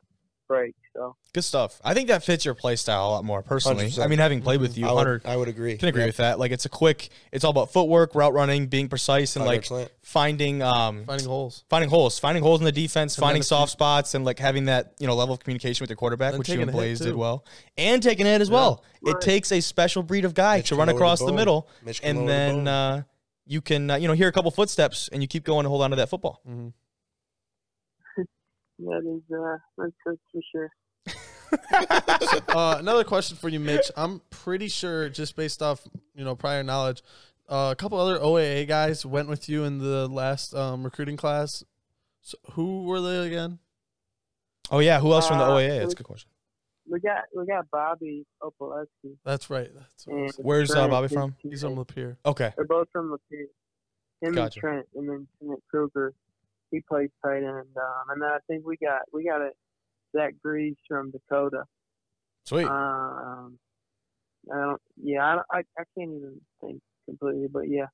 [SPEAKER 5] break. So
[SPEAKER 2] Good stuff. I think that fits your play style a lot more personally.
[SPEAKER 1] 100%.
[SPEAKER 2] I mean, having played with you,
[SPEAKER 1] I
[SPEAKER 2] Hunter
[SPEAKER 1] would, I would agree.
[SPEAKER 2] can agree with that. Like it's a quick. It's all about footwork, route running, being precise, and like
[SPEAKER 1] 100%.
[SPEAKER 2] finding um
[SPEAKER 3] Finding holes.
[SPEAKER 2] finding holes, finding holes in the defense,
[SPEAKER 3] then
[SPEAKER 2] finding
[SPEAKER 3] if
[SPEAKER 2] soft spots, and like having that you know level of communication with your quarterback,
[SPEAKER 3] Then
[SPEAKER 2] which you
[SPEAKER 3] taking
[SPEAKER 2] and
[SPEAKER 3] a hit,
[SPEAKER 2] Blaze did
[SPEAKER 3] too.
[SPEAKER 2] well, and taking it as well. It
[SPEAKER 5] Right.
[SPEAKER 2] takes a special breed of guy
[SPEAKER 1] Mitch
[SPEAKER 2] to
[SPEAKER 1] can
[SPEAKER 2] run
[SPEAKER 1] lower the
[SPEAKER 2] across the,
[SPEAKER 1] bone.
[SPEAKER 2] middle,
[SPEAKER 1] Mitch can
[SPEAKER 2] and
[SPEAKER 1] lower the
[SPEAKER 2] then
[SPEAKER 1] bone.
[SPEAKER 2] uh, you can uh, you know hear a couple footsteps, and you keep going and hold on to that football.
[SPEAKER 3] Mm-hmm.
[SPEAKER 5] that is uh, that's, that's for sure.
[SPEAKER 3] uh, another question for you, Mitch. I'm pretty sure, just based off you know prior knowledge, uh, a couple other OAA guys went with you in the last um, recruiting class. So who were they again?
[SPEAKER 2] Oh yeah, who else from the
[SPEAKER 5] Uh,
[SPEAKER 2] OAA? That's a
[SPEAKER 5] we-
[SPEAKER 2] good question.
[SPEAKER 5] We got we got Bobby Opaleski.
[SPEAKER 3] That's right. That's what I
[SPEAKER 5] and
[SPEAKER 3] was-
[SPEAKER 2] Where's, uh,
[SPEAKER 5] Trent,
[SPEAKER 2] Bobby
[SPEAKER 5] his
[SPEAKER 2] from?
[SPEAKER 3] he's
[SPEAKER 5] teammate.
[SPEAKER 3] on Lapeer.
[SPEAKER 2] Okay,
[SPEAKER 5] They're both from Lapeer. Him
[SPEAKER 2] Gotcha.
[SPEAKER 5] and Trent, and then Trent Kruger. He plays tight end, um, and then I think we got we got a Zach Greaves from Dakota.
[SPEAKER 2] sweet.
[SPEAKER 5] Um, I don't. Yeah, I, don't- I I can't even think completely, but yeah,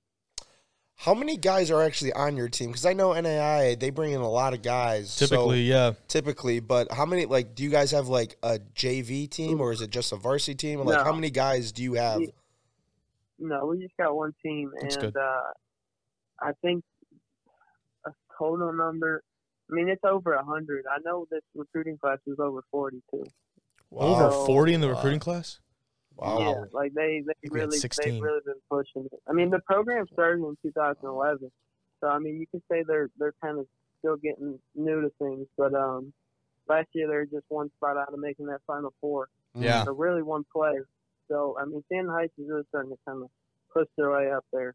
[SPEAKER 1] How many guys are actually on your team? Because I know NAIA, they bring in a lot of guys. so-
[SPEAKER 2] Typically, yeah.
[SPEAKER 1] typically, but how many, like, do you guys have, like, a JV team or is it just a varsity team? Like,
[SPEAKER 5] No.
[SPEAKER 1] how many guys do you have?
[SPEAKER 5] Yeah. no, we just got one team,
[SPEAKER 2] That's
[SPEAKER 5] and
[SPEAKER 2] good.
[SPEAKER 5] uh, I think a total number. I mean, it's over a hundred. I know this recruiting class was over forty too.
[SPEAKER 2] Over
[SPEAKER 5] Wow.
[SPEAKER 2] forty in the recruiting class.
[SPEAKER 1] Wow.
[SPEAKER 5] Yeah, like they they
[SPEAKER 2] think we had
[SPEAKER 5] really
[SPEAKER 2] 16.
[SPEAKER 5] they've really been pushing it. I mean, the program started in 2011, so I mean, you could say they're they're kind of still getting new to things. But um, last year they were just one spot out of making that Final Four.
[SPEAKER 2] Yeah.
[SPEAKER 5] So really one play. So I mean, San Heights is really starting to kind of push their way up there.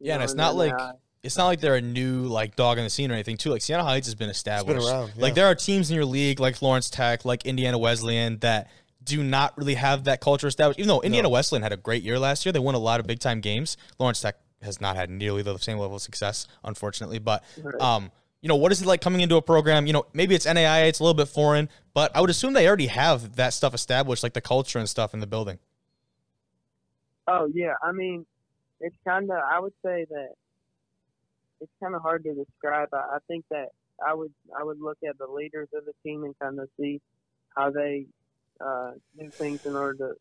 [SPEAKER 5] You
[SPEAKER 2] Yeah, and
[SPEAKER 5] know,
[SPEAKER 2] it's not
[SPEAKER 5] then,
[SPEAKER 2] like-
[SPEAKER 5] uh,
[SPEAKER 2] It's not like they're a new like dog in the scene or anything too. Like Siena Heights has been
[SPEAKER 1] It's
[SPEAKER 2] established.
[SPEAKER 1] been around.
[SPEAKER 2] Like
[SPEAKER 1] yeah.
[SPEAKER 2] there are teams in your league, like Lawrence Tech, like Indiana Wesleyan, that do not really have that culture established. Even though Indiana Wesleyan had a great year last year, they won a lot of big time games. Lawrence Tech has not had nearly the same level of success, unfortunately. But
[SPEAKER 5] Right.
[SPEAKER 2] um, you know, what is it like coming into a program? You know, maybe it's NAIA, it's a little bit foreign, but I would assume they already have that stuff established, like the culture and stuff in the building.
[SPEAKER 5] Oh yeah, I mean, it's kind of. I would say that it's kind of hard to describe. I, I think that I would I would look at the leaders of the team and kind of see how they uh, do things in order to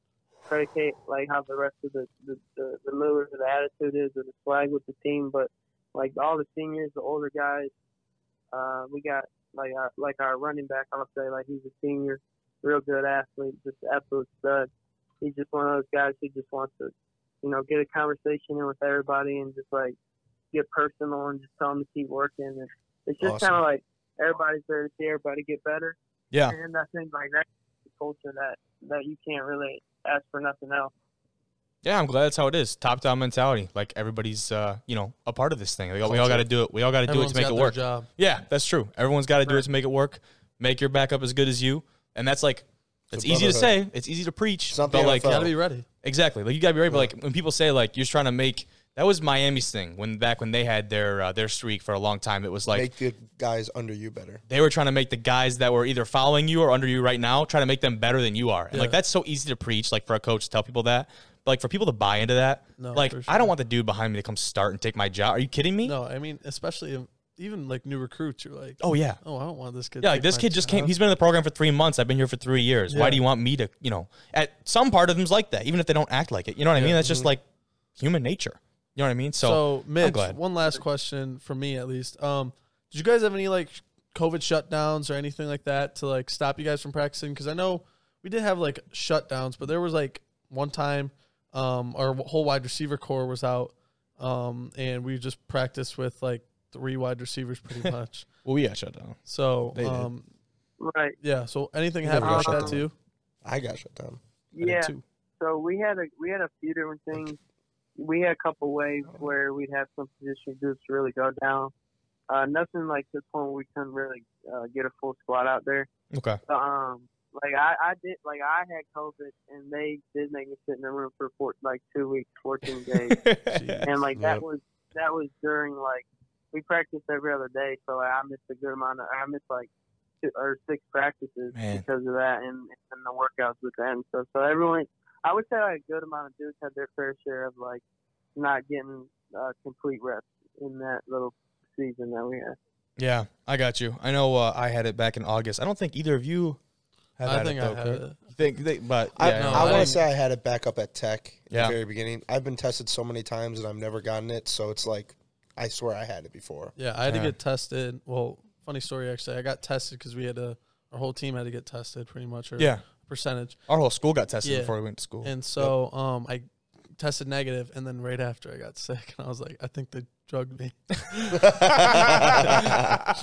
[SPEAKER 5] predicate like how the rest of the the the, the lure, the attitude is, or the swag with the team. But like all the seniors, the older guys, uh, we got like our, like our running back. I'll say like he's a senior, real good athlete, just absolute stud he's just one of those guys who just wants to, you know, get a conversation in with everybody and just like get personal and just tell them to keep working. And it's just
[SPEAKER 1] Awesome.
[SPEAKER 5] kind of like everybody's there to see everybody get better.
[SPEAKER 2] Yeah.
[SPEAKER 5] And I think like that's the culture that that you can't really ask for nothing else.
[SPEAKER 2] Yeah, I'm glad that's how it is. Top down mentality. Like everybody's uh, you know, a part of this thing. Like, we all
[SPEAKER 1] Culture.
[SPEAKER 2] gotta do it. We all gotta do it
[SPEAKER 3] Everyone's
[SPEAKER 2] to make
[SPEAKER 3] got
[SPEAKER 2] it
[SPEAKER 3] their
[SPEAKER 2] work.
[SPEAKER 3] Job.
[SPEAKER 2] Yeah, that's true. Everyone's got to do it to make it work. Make your backup as good as you, and that's like it's
[SPEAKER 1] It's a
[SPEAKER 2] easy to say, it's easy to preach,
[SPEAKER 1] It's not the
[SPEAKER 2] but like
[SPEAKER 1] NFL.
[SPEAKER 3] Gotta be ready.
[SPEAKER 2] exactly, like you gotta be right. But like when people say like you're just trying to make, That was Miami's thing when back when they had their uh, their streak for a long time. It was like
[SPEAKER 1] Make the guys under you better.
[SPEAKER 2] they were trying to make the guys that were either following you or under you right now try to make them better than you are. And like
[SPEAKER 3] Yeah.
[SPEAKER 2] that's so easy to preach, like for a coach to tell people that. But like for people to buy into that,
[SPEAKER 3] No,
[SPEAKER 2] like
[SPEAKER 3] for
[SPEAKER 2] I
[SPEAKER 3] sure.
[SPEAKER 2] don't want the dude behind me to come start and take my job. Are you kidding me?
[SPEAKER 3] No, I mean, especially if, even like new recruits, you're like,
[SPEAKER 2] Oh yeah.
[SPEAKER 3] oh, I don't want this kid. to
[SPEAKER 2] Yeah, like
[SPEAKER 3] take
[SPEAKER 2] this
[SPEAKER 3] my
[SPEAKER 2] kid just came.
[SPEAKER 3] job."
[SPEAKER 2] He's been in the program for three months. I've been here for three years. Why
[SPEAKER 3] Yeah.
[SPEAKER 2] do you want me to, you know, at some part of them's like that, even if they don't act like it. You know what I
[SPEAKER 3] Yeah.
[SPEAKER 2] mean? That's just like human nature. You know what I mean? So,
[SPEAKER 3] So, Mitch,
[SPEAKER 2] glad.
[SPEAKER 3] one last question for me at least. Um, did you guys have any like COVID shutdowns or anything like that to like stop you guys from practicing? Because I know we did have like shutdowns, but there was like one time um, our whole wide receiver core was out, um, and we just practiced with like three wide receivers pretty much.
[SPEAKER 6] Well, we got shut down.
[SPEAKER 3] So,
[SPEAKER 6] They did.
[SPEAKER 3] um,
[SPEAKER 5] Right.
[SPEAKER 3] yeah. So anything
[SPEAKER 6] never
[SPEAKER 3] happened like
[SPEAKER 5] got
[SPEAKER 3] that
[SPEAKER 5] shut
[SPEAKER 3] to
[SPEAKER 5] down.
[SPEAKER 3] you?
[SPEAKER 1] I got shut down.
[SPEAKER 6] I did
[SPEAKER 5] Yeah.
[SPEAKER 6] too.
[SPEAKER 5] So we had a we had a few different things. We had a couple waves where we'd have some position groups really go down. Uh, nothing like this one where we couldn't really uh, get a full squad out there.
[SPEAKER 2] okay.
[SPEAKER 5] But, um, like I, I did, like I had COVID, and they did make me sit in the room for four, like two weeks, fourteen days, and like that
[SPEAKER 1] Yep.
[SPEAKER 5] was that was during like we practiced every other day, so like, I missed a good amount of I missed like two or six practices
[SPEAKER 2] Man.
[SPEAKER 5] because of that, and and the workouts with that and stuff. So everyone, I would say like a good amount of dudes had their fair share of like not getting uh, complete reps in that little season that we had.
[SPEAKER 6] Yeah.
[SPEAKER 2] I got you. I know uh, I had it back in August. I don't think either of you have
[SPEAKER 3] I
[SPEAKER 2] had
[SPEAKER 3] think
[SPEAKER 2] it
[SPEAKER 3] I
[SPEAKER 2] though.
[SPEAKER 3] had
[SPEAKER 2] correct?
[SPEAKER 3] it.
[SPEAKER 2] You think they, but
[SPEAKER 1] I,
[SPEAKER 2] yeah,
[SPEAKER 3] no,
[SPEAKER 1] I,
[SPEAKER 3] I
[SPEAKER 1] want
[SPEAKER 3] didn't-
[SPEAKER 1] to say I had it back up at Tech in
[SPEAKER 2] Yeah.
[SPEAKER 1] the very beginning. I've been tested so many times and I've never gotten it, so it's like I swear I had it before.
[SPEAKER 3] Yeah, I had
[SPEAKER 2] Yeah.
[SPEAKER 3] to get tested. Well, funny story actually. I got tested because we had to. Our whole team had to get tested, pretty much, or
[SPEAKER 2] yeah.
[SPEAKER 3] percentage.
[SPEAKER 2] Our whole school got tested
[SPEAKER 3] Yeah.
[SPEAKER 2] before we went to school.
[SPEAKER 3] And so um, I tested negative, and then right after I got sick, and I was like, I think they drugged me.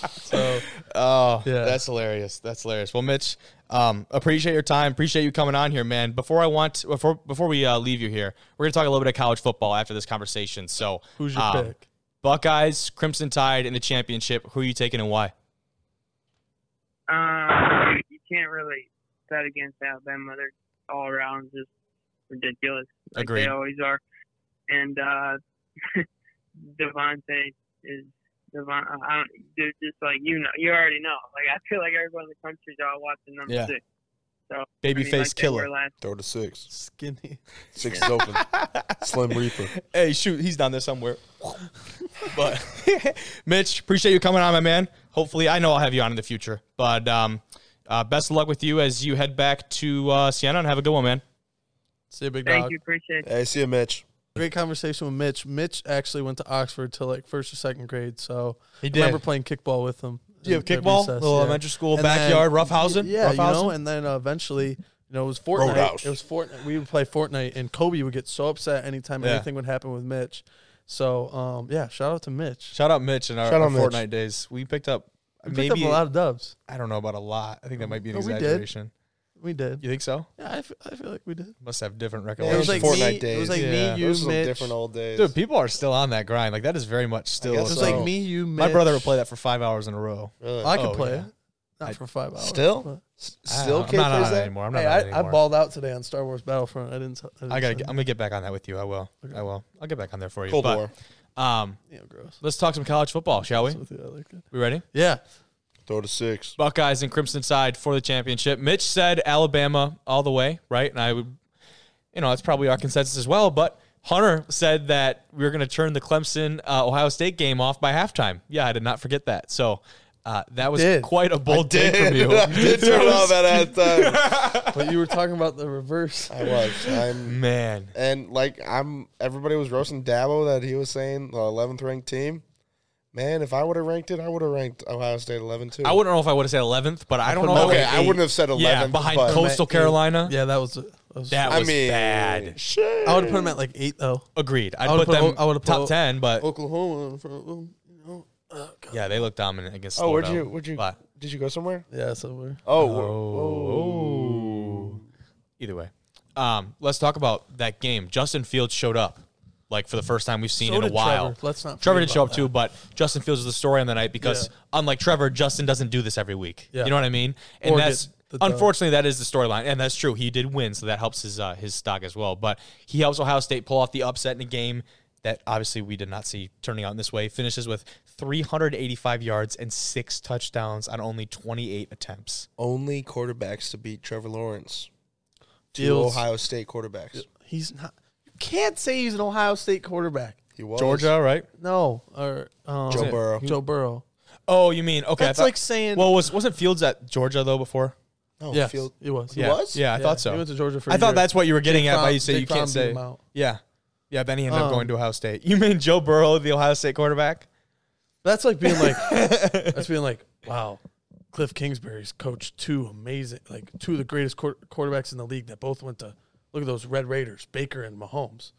[SPEAKER 3] So
[SPEAKER 2] Oh,
[SPEAKER 3] Yeah.
[SPEAKER 2] that's hilarious. That's hilarious. Well, Mitch, um, appreciate your time. Appreciate you coming on here, man. Before I want before before we uh, leave you here, we're gonna talk a little bit of college football after this conversation. So,
[SPEAKER 3] who's your
[SPEAKER 2] um,
[SPEAKER 3] pick?
[SPEAKER 2] Buckeyes, Crimson Tide in the championship. Who are you taking and why?
[SPEAKER 5] Um, you can't really bet against Alabama. They're all around just ridiculous. Like
[SPEAKER 2] Agreed.
[SPEAKER 5] They always are. And uh, Devontae is Devon. I don't, they're just like you know. You already know. Like I feel like everyone in the country's all watching number
[SPEAKER 2] Yeah.
[SPEAKER 5] six. So I mean,
[SPEAKER 2] Babyface
[SPEAKER 5] like they
[SPEAKER 2] killer.
[SPEAKER 5] were last-
[SPEAKER 1] Throw to six.
[SPEAKER 3] Skinny.
[SPEAKER 1] Six is open. Slim Reaper.
[SPEAKER 2] hey, shoot, he's down there somewhere. but Mitch, appreciate you coming on, my man. Hopefully, I know I'll have you on in the future. But um, uh, best of luck with you as you head back to uh, Siena and have a good one, man.
[SPEAKER 3] See a big
[SPEAKER 5] Thank
[SPEAKER 3] dog.
[SPEAKER 5] you. Appreciate it.
[SPEAKER 1] Hey, see you, Mitch.
[SPEAKER 3] Great conversation with Mitch. Mitch actually went to Oxford till like first or second grade, so
[SPEAKER 2] He
[SPEAKER 3] I remember playing kickball with him.
[SPEAKER 2] Do you have
[SPEAKER 3] at- at
[SPEAKER 2] kickball,
[SPEAKER 3] recess,
[SPEAKER 2] little
[SPEAKER 3] yeah.
[SPEAKER 2] elementary school,
[SPEAKER 3] And then-
[SPEAKER 2] backyard, roughhousing.
[SPEAKER 3] Yeah, you
[SPEAKER 2] roughhousing?
[SPEAKER 3] know, and then uh, eventually, you know, it was Fortnite.
[SPEAKER 1] Roadhouse.
[SPEAKER 3] It was Fortnite. We would play Fortnite, and Kobe would get so upset anytime
[SPEAKER 2] Yeah.
[SPEAKER 3] anything would happen with Mitch. So, um, yeah, shout out to Mitch.
[SPEAKER 2] Shout out Mitch and our,
[SPEAKER 1] Shout
[SPEAKER 2] our
[SPEAKER 1] out Mitch.
[SPEAKER 2] Fortnite days. We picked up
[SPEAKER 3] We
[SPEAKER 2] maybe
[SPEAKER 3] picked up a lot of dubs.
[SPEAKER 2] I don't know about a lot. I think that might be an
[SPEAKER 3] No, we did.
[SPEAKER 2] exaggeration.
[SPEAKER 3] We did.
[SPEAKER 2] You think so?
[SPEAKER 3] Yeah, I fe- I feel like we did.
[SPEAKER 2] Must have different
[SPEAKER 1] Yeah,
[SPEAKER 3] It
[SPEAKER 2] recollections.
[SPEAKER 3] was like
[SPEAKER 1] Fortnite
[SPEAKER 3] me. It
[SPEAKER 1] days.
[SPEAKER 3] was like
[SPEAKER 2] Yeah.
[SPEAKER 3] me, you,
[SPEAKER 1] Those are some
[SPEAKER 3] Mitch.
[SPEAKER 1] different old days.
[SPEAKER 2] Dude, people are still on that grind. Like that is very much still.
[SPEAKER 1] guess
[SPEAKER 3] It was
[SPEAKER 1] so.
[SPEAKER 3] like me, you, Mitch.
[SPEAKER 2] My brother would play that for five hours in a row.
[SPEAKER 1] Really?
[SPEAKER 3] I could
[SPEAKER 2] Oh,
[SPEAKER 3] play
[SPEAKER 2] yeah.
[SPEAKER 3] it. Not for five hours.
[SPEAKER 1] Still?
[SPEAKER 3] but-
[SPEAKER 1] S-
[SPEAKER 2] I
[SPEAKER 1] Still
[SPEAKER 2] don't
[SPEAKER 1] can't
[SPEAKER 2] know. I'm not
[SPEAKER 1] play
[SPEAKER 2] on it
[SPEAKER 1] that?
[SPEAKER 2] anymore. I'm not
[SPEAKER 3] Hey,
[SPEAKER 2] on it
[SPEAKER 3] I, I
[SPEAKER 2] anymore.
[SPEAKER 3] balled out today on Star Wars Battlefront. I didn't. t- I, didn't
[SPEAKER 2] I gotta. Get,
[SPEAKER 3] tell
[SPEAKER 2] I'm gonna get back on that with you. I will. I will. I'll get back on there for you.
[SPEAKER 1] Cold
[SPEAKER 2] but,
[SPEAKER 1] War.
[SPEAKER 2] Um,
[SPEAKER 3] you. Yeah, gross.
[SPEAKER 2] let's talk some college football, shall we?
[SPEAKER 3] With you, I like it.
[SPEAKER 2] We ready?
[SPEAKER 3] Yeah,
[SPEAKER 1] Throw to six.
[SPEAKER 2] Buckeyes and Crimson Tide for the championship. Mitch said Alabama all the way, right? And I would, you know, that's probably our consensus as well. But Hunter said that we were going to turn the Clemson uh, Ohio State game off by halftime. Yeah, I did not forget that. So uh, that was
[SPEAKER 3] did.
[SPEAKER 2] quite a bold take from you.
[SPEAKER 1] did turn off at halftime.
[SPEAKER 3] but you were talking about the reverse.
[SPEAKER 1] I was. I'm
[SPEAKER 2] Man,
[SPEAKER 1] and like I'm everybody was roasting Dabo that he was saying the 11th ranked team. Man, if I would have ranked it, I would have ranked Ohio State 11 too.
[SPEAKER 2] I wouldn't know if I would have said 11th, but I don't know.
[SPEAKER 1] Okay, I wouldn't have said 11.
[SPEAKER 2] Yeah, behind
[SPEAKER 1] but-
[SPEAKER 2] Coastal Carolina.
[SPEAKER 3] Yeah, that was. That was
[SPEAKER 2] That
[SPEAKER 1] I
[SPEAKER 2] was
[SPEAKER 1] mean,
[SPEAKER 2] bad.
[SPEAKER 1] Shit.
[SPEAKER 3] I would have put him at like eight though.
[SPEAKER 2] Agreed. I'd
[SPEAKER 3] I
[SPEAKER 2] put,
[SPEAKER 3] would've put
[SPEAKER 2] them
[SPEAKER 3] O- I would've put
[SPEAKER 2] top
[SPEAKER 3] O-
[SPEAKER 2] 10, but
[SPEAKER 1] Oh.
[SPEAKER 3] Oklahoma in front of them. You know. Oh, God.
[SPEAKER 2] yeah, they look dominant against
[SPEAKER 1] Oh, where'd
[SPEAKER 2] Florida.
[SPEAKER 1] you where'd you
[SPEAKER 2] But-
[SPEAKER 1] did you go somewhere?
[SPEAKER 3] Yeah, so we're
[SPEAKER 1] Oh,
[SPEAKER 2] Oh. Either way. Um, let's talk about that game. Justin Fields showed up, like for the first time we've seen
[SPEAKER 3] So
[SPEAKER 2] in a
[SPEAKER 3] did
[SPEAKER 2] while.
[SPEAKER 3] Trevor. Let's not
[SPEAKER 2] Trevor
[SPEAKER 3] forget
[SPEAKER 2] did show up
[SPEAKER 3] about
[SPEAKER 2] too, but Justin Fields was the story on the night because unlike Trevor, Justin doesn't do this every week.
[SPEAKER 3] Yeah.
[SPEAKER 2] You know what I mean? And
[SPEAKER 3] Or
[SPEAKER 2] that's
[SPEAKER 3] get the dub.
[SPEAKER 2] unfortunately that is the storyline, and that's true. He did win, so that helps his uh, his stock as well. But he helps Ohio State pull off the upset in a game that obviously we did not see turning out in this way, finishes with 385 yards and six touchdowns on only 28 attempts.
[SPEAKER 1] Only quarterbacks to beat Trevor Lawrence. Two
[SPEAKER 3] Fields.
[SPEAKER 1] Ohio State quarterbacks.
[SPEAKER 3] He's not. You can't say he's an Ohio State quarterback.
[SPEAKER 1] He was
[SPEAKER 2] Georgia, right?
[SPEAKER 3] No, or um,
[SPEAKER 1] Joe Burrow.
[SPEAKER 3] Joe Burrow.
[SPEAKER 2] Oh, you mean okay? I
[SPEAKER 3] That's
[SPEAKER 2] thought-
[SPEAKER 3] like saying.
[SPEAKER 2] well, was wasn't Fields at Georgia though before?
[SPEAKER 1] No,
[SPEAKER 3] yes,
[SPEAKER 1] Field.
[SPEAKER 3] it was.
[SPEAKER 1] He
[SPEAKER 2] yeah.
[SPEAKER 1] was?
[SPEAKER 2] Yeah, I
[SPEAKER 3] Yeah,
[SPEAKER 2] thought so.
[SPEAKER 3] He went to Georgia for.
[SPEAKER 2] I
[SPEAKER 3] a
[SPEAKER 2] thought
[SPEAKER 3] year.
[SPEAKER 2] that's what you were getting
[SPEAKER 3] Dick
[SPEAKER 2] at by
[SPEAKER 3] Fromm-
[SPEAKER 2] you say
[SPEAKER 3] Dick
[SPEAKER 2] you
[SPEAKER 3] Fromm
[SPEAKER 2] can't
[SPEAKER 3] beat
[SPEAKER 2] say.
[SPEAKER 3] him out.
[SPEAKER 2] Yeah, yeah. Then he ended up
[SPEAKER 3] Um,
[SPEAKER 2] going to Ohio State. You mean Joe Burrow, the Ohio State quarterback?
[SPEAKER 3] That's like being like. that's being like, wow, Cliff Kingsbury's coached two amazing, like two of the greatest quar- quarterbacks in the league that both went to. Look at those Red Raiders, Baker and Mahomes.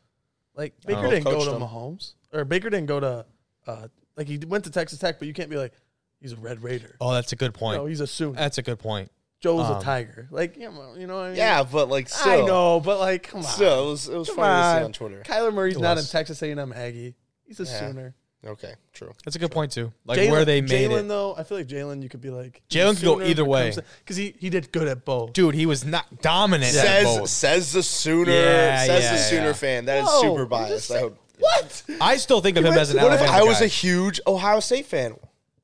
[SPEAKER 3] Like Baker
[SPEAKER 1] Both
[SPEAKER 3] didn't go
[SPEAKER 1] coached
[SPEAKER 3] to
[SPEAKER 1] them.
[SPEAKER 3] Mahomes, or Baker didn't go to. Uh, like he went to Texas Tech, but you can't be like, he's a Red Raider.
[SPEAKER 2] Oh, that's a good point.
[SPEAKER 3] No, he's a Sooner.
[SPEAKER 2] That's a good point.
[SPEAKER 3] Joe's
[SPEAKER 2] um,
[SPEAKER 3] a Tiger. Like you know, you know what I mean?
[SPEAKER 1] Yeah, but like still.
[SPEAKER 3] I know, but like, come on.
[SPEAKER 1] Still, it was, it was
[SPEAKER 3] Come
[SPEAKER 1] funny to see
[SPEAKER 3] on.
[SPEAKER 1] on Twitter.
[SPEAKER 3] Kyler Murray's
[SPEAKER 2] It
[SPEAKER 3] not
[SPEAKER 2] was.
[SPEAKER 3] in Texas A&M Aggie. He's a
[SPEAKER 1] Yeah.
[SPEAKER 3] Sooner.
[SPEAKER 1] Okay, true.
[SPEAKER 2] That's a good point too. Like
[SPEAKER 3] Jalen-
[SPEAKER 2] where they made
[SPEAKER 3] Jalen,
[SPEAKER 2] it,
[SPEAKER 3] though, I feel like Jalen, you could be like
[SPEAKER 2] Jalen could go either way.
[SPEAKER 3] because he he did good at both.
[SPEAKER 2] dude. He was not dominant. at both.
[SPEAKER 1] Says says the Sooner
[SPEAKER 2] Yeah,
[SPEAKER 1] says
[SPEAKER 2] yeah,
[SPEAKER 1] the Sooner
[SPEAKER 2] yeah.
[SPEAKER 1] fan. That is
[SPEAKER 3] Whoa,
[SPEAKER 1] super
[SPEAKER 3] you just
[SPEAKER 1] biased. I
[SPEAKER 3] said-
[SPEAKER 1] hope.
[SPEAKER 3] What?
[SPEAKER 2] I still think of him as an
[SPEAKER 1] What if
[SPEAKER 2] Alabama
[SPEAKER 1] I was
[SPEAKER 2] guy.
[SPEAKER 1] a huge Ohio State fan?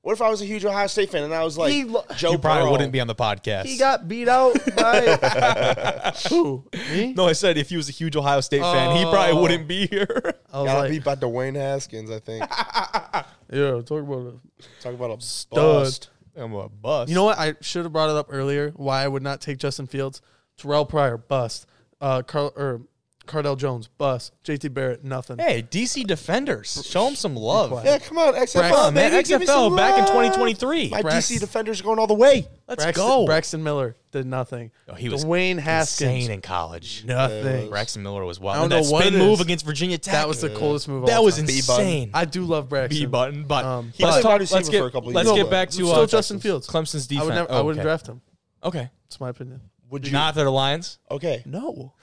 [SPEAKER 1] What if I was a huge Ohio State fan and I was like
[SPEAKER 3] He lo-
[SPEAKER 1] Joe
[SPEAKER 2] you probably
[SPEAKER 1] Burrow?
[SPEAKER 2] wouldn't be on the podcast.
[SPEAKER 3] He got beat out by who? Me?
[SPEAKER 2] no, I said if he was a huge Ohio State fan, he probably
[SPEAKER 3] Oh.
[SPEAKER 2] wouldn't be here.
[SPEAKER 3] I was
[SPEAKER 1] Gotta
[SPEAKER 3] like,
[SPEAKER 1] beat by Dwayne Haskins, I think.
[SPEAKER 3] yeah, talk about it.
[SPEAKER 1] Talk about a bust.
[SPEAKER 2] I'm a bust.
[SPEAKER 3] You know what? I should have brought it up earlier. Why I would not take Justin Fields, Terrell Pryor, bust, uh, Carl or Cardell Jones, bust, J.T. Barrett, nothing.
[SPEAKER 2] Hey, DC defenders, show him some love.
[SPEAKER 3] quiet.
[SPEAKER 1] Yeah, come on, XFL,
[SPEAKER 2] Come on, man,
[SPEAKER 1] baby, give me
[SPEAKER 2] XFL
[SPEAKER 1] some
[SPEAKER 2] back in
[SPEAKER 1] love.
[SPEAKER 2] 2023.
[SPEAKER 1] My
[SPEAKER 3] Brax-
[SPEAKER 1] DC defender's going all the way.
[SPEAKER 2] Let's
[SPEAKER 3] Braxton,
[SPEAKER 2] go.
[SPEAKER 3] Braxton Miller did nothing.
[SPEAKER 2] Oh, he was
[SPEAKER 3] Dwayne Haskins,
[SPEAKER 2] insane in college.
[SPEAKER 3] nothing.
[SPEAKER 2] Braxton Miller was wild.
[SPEAKER 3] I don't
[SPEAKER 2] And that
[SPEAKER 3] know what
[SPEAKER 2] spin
[SPEAKER 3] it
[SPEAKER 2] move
[SPEAKER 3] is.
[SPEAKER 2] against Virginia Tech.
[SPEAKER 3] That was the coolest move. Of
[SPEAKER 2] that
[SPEAKER 3] all
[SPEAKER 2] was
[SPEAKER 3] time.
[SPEAKER 1] B-button.
[SPEAKER 2] insane.
[SPEAKER 3] I do love Braxton.
[SPEAKER 2] B button, but
[SPEAKER 3] Um,
[SPEAKER 2] let's
[SPEAKER 1] but-
[SPEAKER 2] talk.
[SPEAKER 1] Wide
[SPEAKER 2] Let's
[SPEAKER 1] receiver
[SPEAKER 2] get
[SPEAKER 1] for a couple
[SPEAKER 2] let's
[SPEAKER 1] years.
[SPEAKER 2] get back to
[SPEAKER 3] Still
[SPEAKER 2] uh,
[SPEAKER 3] Justin Fields.
[SPEAKER 2] Clemson's
[SPEAKER 3] I
[SPEAKER 2] defense.
[SPEAKER 3] would never,
[SPEAKER 2] Oh,
[SPEAKER 3] I wouldn't
[SPEAKER 2] okay.
[SPEAKER 3] draft him.
[SPEAKER 2] Okay,
[SPEAKER 3] It's my opinion.
[SPEAKER 1] Would you
[SPEAKER 2] not if they're the Lions.
[SPEAKER 1] Okay.
[SPEAKER 3] No,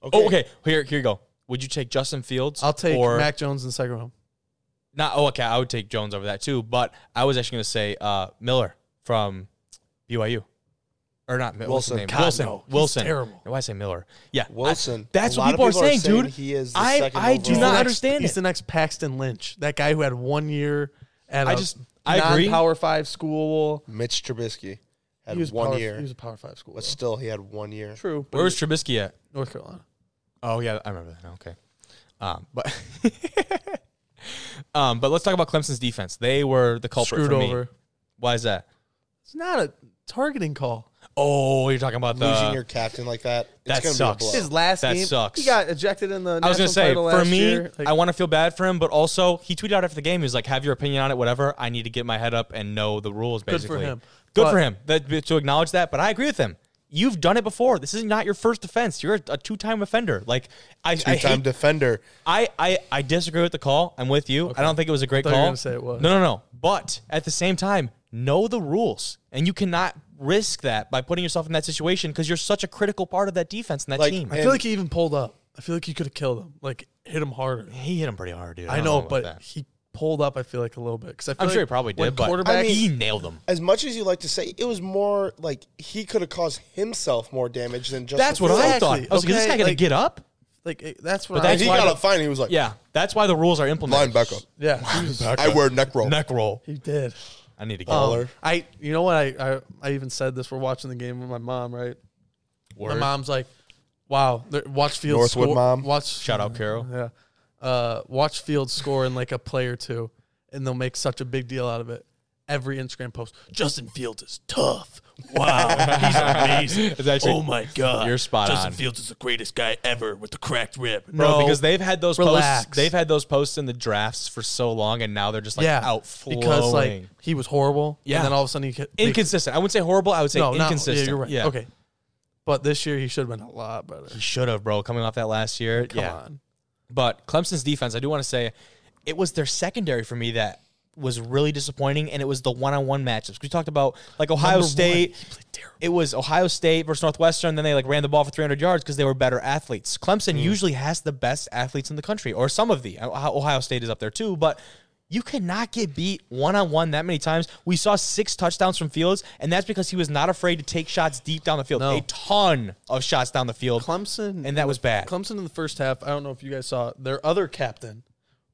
[SPEAKER 1] Okay.
[SPEAKER 2] Oh, okay. Here, here you go. Would you take Justin Fields?
[SPEAKER 3] I'll take
[SPEAKER 2] or
[SPEAKER 3] Mac Jones in second round.
[SPEAKER 2] not. Oh, okay. I would take Jones over that too. But I was actually going to say uh, Miller from BYU, or not Miller, what's his
[SPEAKER 1] Wilson.
[SPEAKER 2] name?
[SPEAKER 3] God,
[SPEAKER 2] Wilson.
[SPEAKER 3] no. He's
[SPEAKER 2] Wilson.
[SPEAKER 3] terrible.
[SPEAKER 2] Why I say Miller? Yeah, I-
[SPEAKER 1] Wilson.
[SPEAKER 2] that's
[SPEAKER 1] A
[SPEAKER 2] what
[SPEAKER 1] lot
[SPEAKER 2] people,
[SPEAKER 1] of
[SPEAKER 2] are saying, dude.
[SPEAKER 1] He is the
[SPEAKER 2] I
[SPEAKER 1] second
[SPEAKER 2] I do
[SPEAKER 1] overall.
[SPEAKER 2] not
[SPEAKER 3] next-
[SPEAKER 2] understand
[SPEAKER 3] He's
[SPEAKER 2] it.
[SPEAKER 3] the next Paxton Lynch, that guy who had one year at
[SPEAKER 2] I
[SPEAKER 3] a
[SPEAKER 2] just- I agree.
[SPEAKER 3] non-power five school.
[SPEAKER 1] Mitch Trubisky had
[SPEAKER 3] he was
[SPEAKER 1] one
[SPEAKER 3] power,
[SPEAKER 1] year,
[SPEAKER 3] He was a power five school.
[SPEAKER 1] but
[SPEAKER 3] though.
[SPEAKER 1] still he had one year.
[SPEAKER 3] True. but
[SPEAKER 2] Where's
[SPEAKER 3] he-
[SPEAKER 2] Trubisky at?
[SPEAKER 3] North Carolina?
[SPEAKER 2] Oh yeah, I remember that. Okay, um, but um, but let's talk about Clemson's defense. They were the culprit
[SPEAKER 3] Screwed
[SPEAKER 2] for
[SPEAKER 3] over.
[SPEAKER 2] me. Why is that?
[SPEAKER 3] It's not a targeting call.
[SPEAKER 2] Oh, you're talking about the.
[SPEAKER 1] Losing your captain like that, it's
[SPEAKER 2] that
[SPEAKER 1] gonna
[SPEAKER 2] sucks.
[SPEAKER 1] be a blow.
[SPEAKER 3] His last
[SPEAKER 2] That
[SPEAKER 3] game,
[SPEAKER 2] sucks.
[SPEAKER 3] He got ejected in the.
[SPEAKER 2] I was gonna
[SPEAKER 3] national
[SPEAKER 2] say
[SPEAKER 3] title
[SPEAKER 2] for
[SPEAKER 3] last
[SPEAKER 2] me,
[SPEAKER 3] year. Like,
[SPEAKER 2] I want to feel bad for him, but also he tweeted out after the game. He was like, "Have your opinion on it, whatever. I need to get my head up and know the rules."
[SPEAKER 3] for
[SPEAKER 2] Basically,
[SPEAKER 3] him.
[SPEAKER 2] Good
[SPEAKER 3] But-
[SPEAKER 2] for him that, to acknowledge that. But I agree with him. You've done it before. This is not your first offense. You're a, a two-time offender. Like I, I
[SPEAKER 1] two-time
[SPEAKER 2] hate
[SPEAKER 1] defender.
[SPEAKER 2] I, I, I disagree with the call. I'm with you. I don't think it was a great
[SPEAKER 3] thought you
[SPEAKER 2] call.
[SPEAKER 3] were gonna say it was.
[SPEAKER 2] No, no, no. But at the same time, know the rules, and you cannot risk that by putting yourself in that situation because you're such a critical part of that defense and that
[SPEAKER 1] Like,
[SPEAKER 2] team.
[SPEAKER 3] I feel like he even pulled up. I feel like he could have killed him. Like hit him harder.
[SPEAKER 2] he hit him pretty hard, dude.
[SPEAKER 3] I,
[SPEAKER 2] don't
[SPEAKER 3] know,
[SPEAKER 2] about
[SPEAKER 3] but
[SPEAKER 2] that.
[SPEAKER 3] he pulled up. I feel like a little bit because
[SPEAKER 2] I'm sure he probably did. But
[SPEAKER 3] Quarterback,
[SPEAKER 2] he nailed him.
[SPEAKER 1] As much as you like to say, it was more like he could have caused himself more damage than just.
[SPEAKER 2] That's what I thought. I was like, is this
[SPEAKER 3] Okay,
[SPEAKER 2] guy gonna
[SPEAKER 3] like-
[SPEAKER 2] get up?
[SPEAKER 3] like it- that's what.
[SPEAKER 2] But
[SPEAKER 3] I
[SPEAKER 2] that's
[SPEAKER 1] He
[SPEAKER 2] why
[SPEAKER 1] got
[SPEAKER 2] the-
[SPEAKER 1] a fine. He was like,
[SPEAKER 2] Yeah, that's why the rules are implemented.
[SPEAKER 1] linebacker.
[SPEAKER 3] yeah, he, was-
[SPEAKER 1] I wear neck roll.
[SPEAKER 2] Neck roll.
[SPEAKER 3] he did.
[SPEAKER 2] I need to get
[SPEAKER 1] Baller.
[SPEAKER 2] up.
[SPEAKER 1] Or-
[SPEAKER 3] Um, I you know what I, I I even said this. We're watching the game with my mom, right? My
[SPEAKER 2] Word.
[SPEAKER 3] mom's like, "Wow, th- watch Fields
[SPEAKER 1] Northwood
[SPEAKER 3] score-
[SPEAKER 1] mom.
[SPEAKER 3] Watch
[SPEAKER 2] Shout out, Carol.
[SPEAKER 3] Yeah, uh, watch Fields score in like a play or two, and they'll make such a big deal out of it. Every Instagram post, Justin Fields is tough. Wow, he's amazing.
[SPEAKER 2] It's actually-
[SPEAKER 3] oh my god,
[SPEAKER 2] you're spot
[SPEAKER 3] Justin
[SPEAKER 2] on.
[SPEAKER 3] Fields is the greatest guy ever with the cracked rib.
[SPEAKER 2] Bro,
[SPEAKER 3] no,
[SPEAKER 2] because they've had those posts.
[SPEAKER 3] Relax.
[SPEAKER 2] They've had those posts in the drafts for so long, and now they're just like
[SPEAKER 3] yeah,
[SPEAKER 2] outflowing.
[SPEAKER 3] because like he was horrible.
[SPEAKER 2] Yeah.
[SPEAKER 3] and then all of a sudden he hit- they-
[SPEAKER 2] inconsistent. I wouldn't say horrible. I would say
[SPEAKER 3] no, not-
[SPEAKER 2] inconsistent.
[SPEAKER 3] yeah, you're right. Okay, but this year he should have been a lot better.
[SPEAKER 2] He should have, bro. Coming off that last year,
[SPEAKER 3] Come
[SPEAKER 2] yeah.
[SPEAKER 3] on.
[SPEAKER 2] But Clemson's defense, I do want to say, it was their secondary for me that was really disappointing, and it was the one-on-one matchups. We talked about like Ohio
[SPEAKER 3] Number one,
[SPEAKER 2] State.
[SPEAKER 3] he played terrible.
[SPEAKER 2] It was Ohio State versus Northwestern. Then they like ran the ball for 300 yards because they were better athletes. Clemson
[SPEAKER 3] Mm.
[SPEAKER 2] usually has the best athletes in the country, or some of the. Ohio Ohio State is up there too, but. You cannot get beat one on one that many times. We saw six touchdowns from Fields, and that's because he was not afraid to take shots deep down the field.
[SPEAKER 3] No.
[SPEAKER 2] A ton of shots down the field.
[SPEAKER 3] Clemson,
[SPEAKER 2] And that was bad.
[SPEAKER 3] Clemson in the first half. I don't know if you guys saw it, their other captain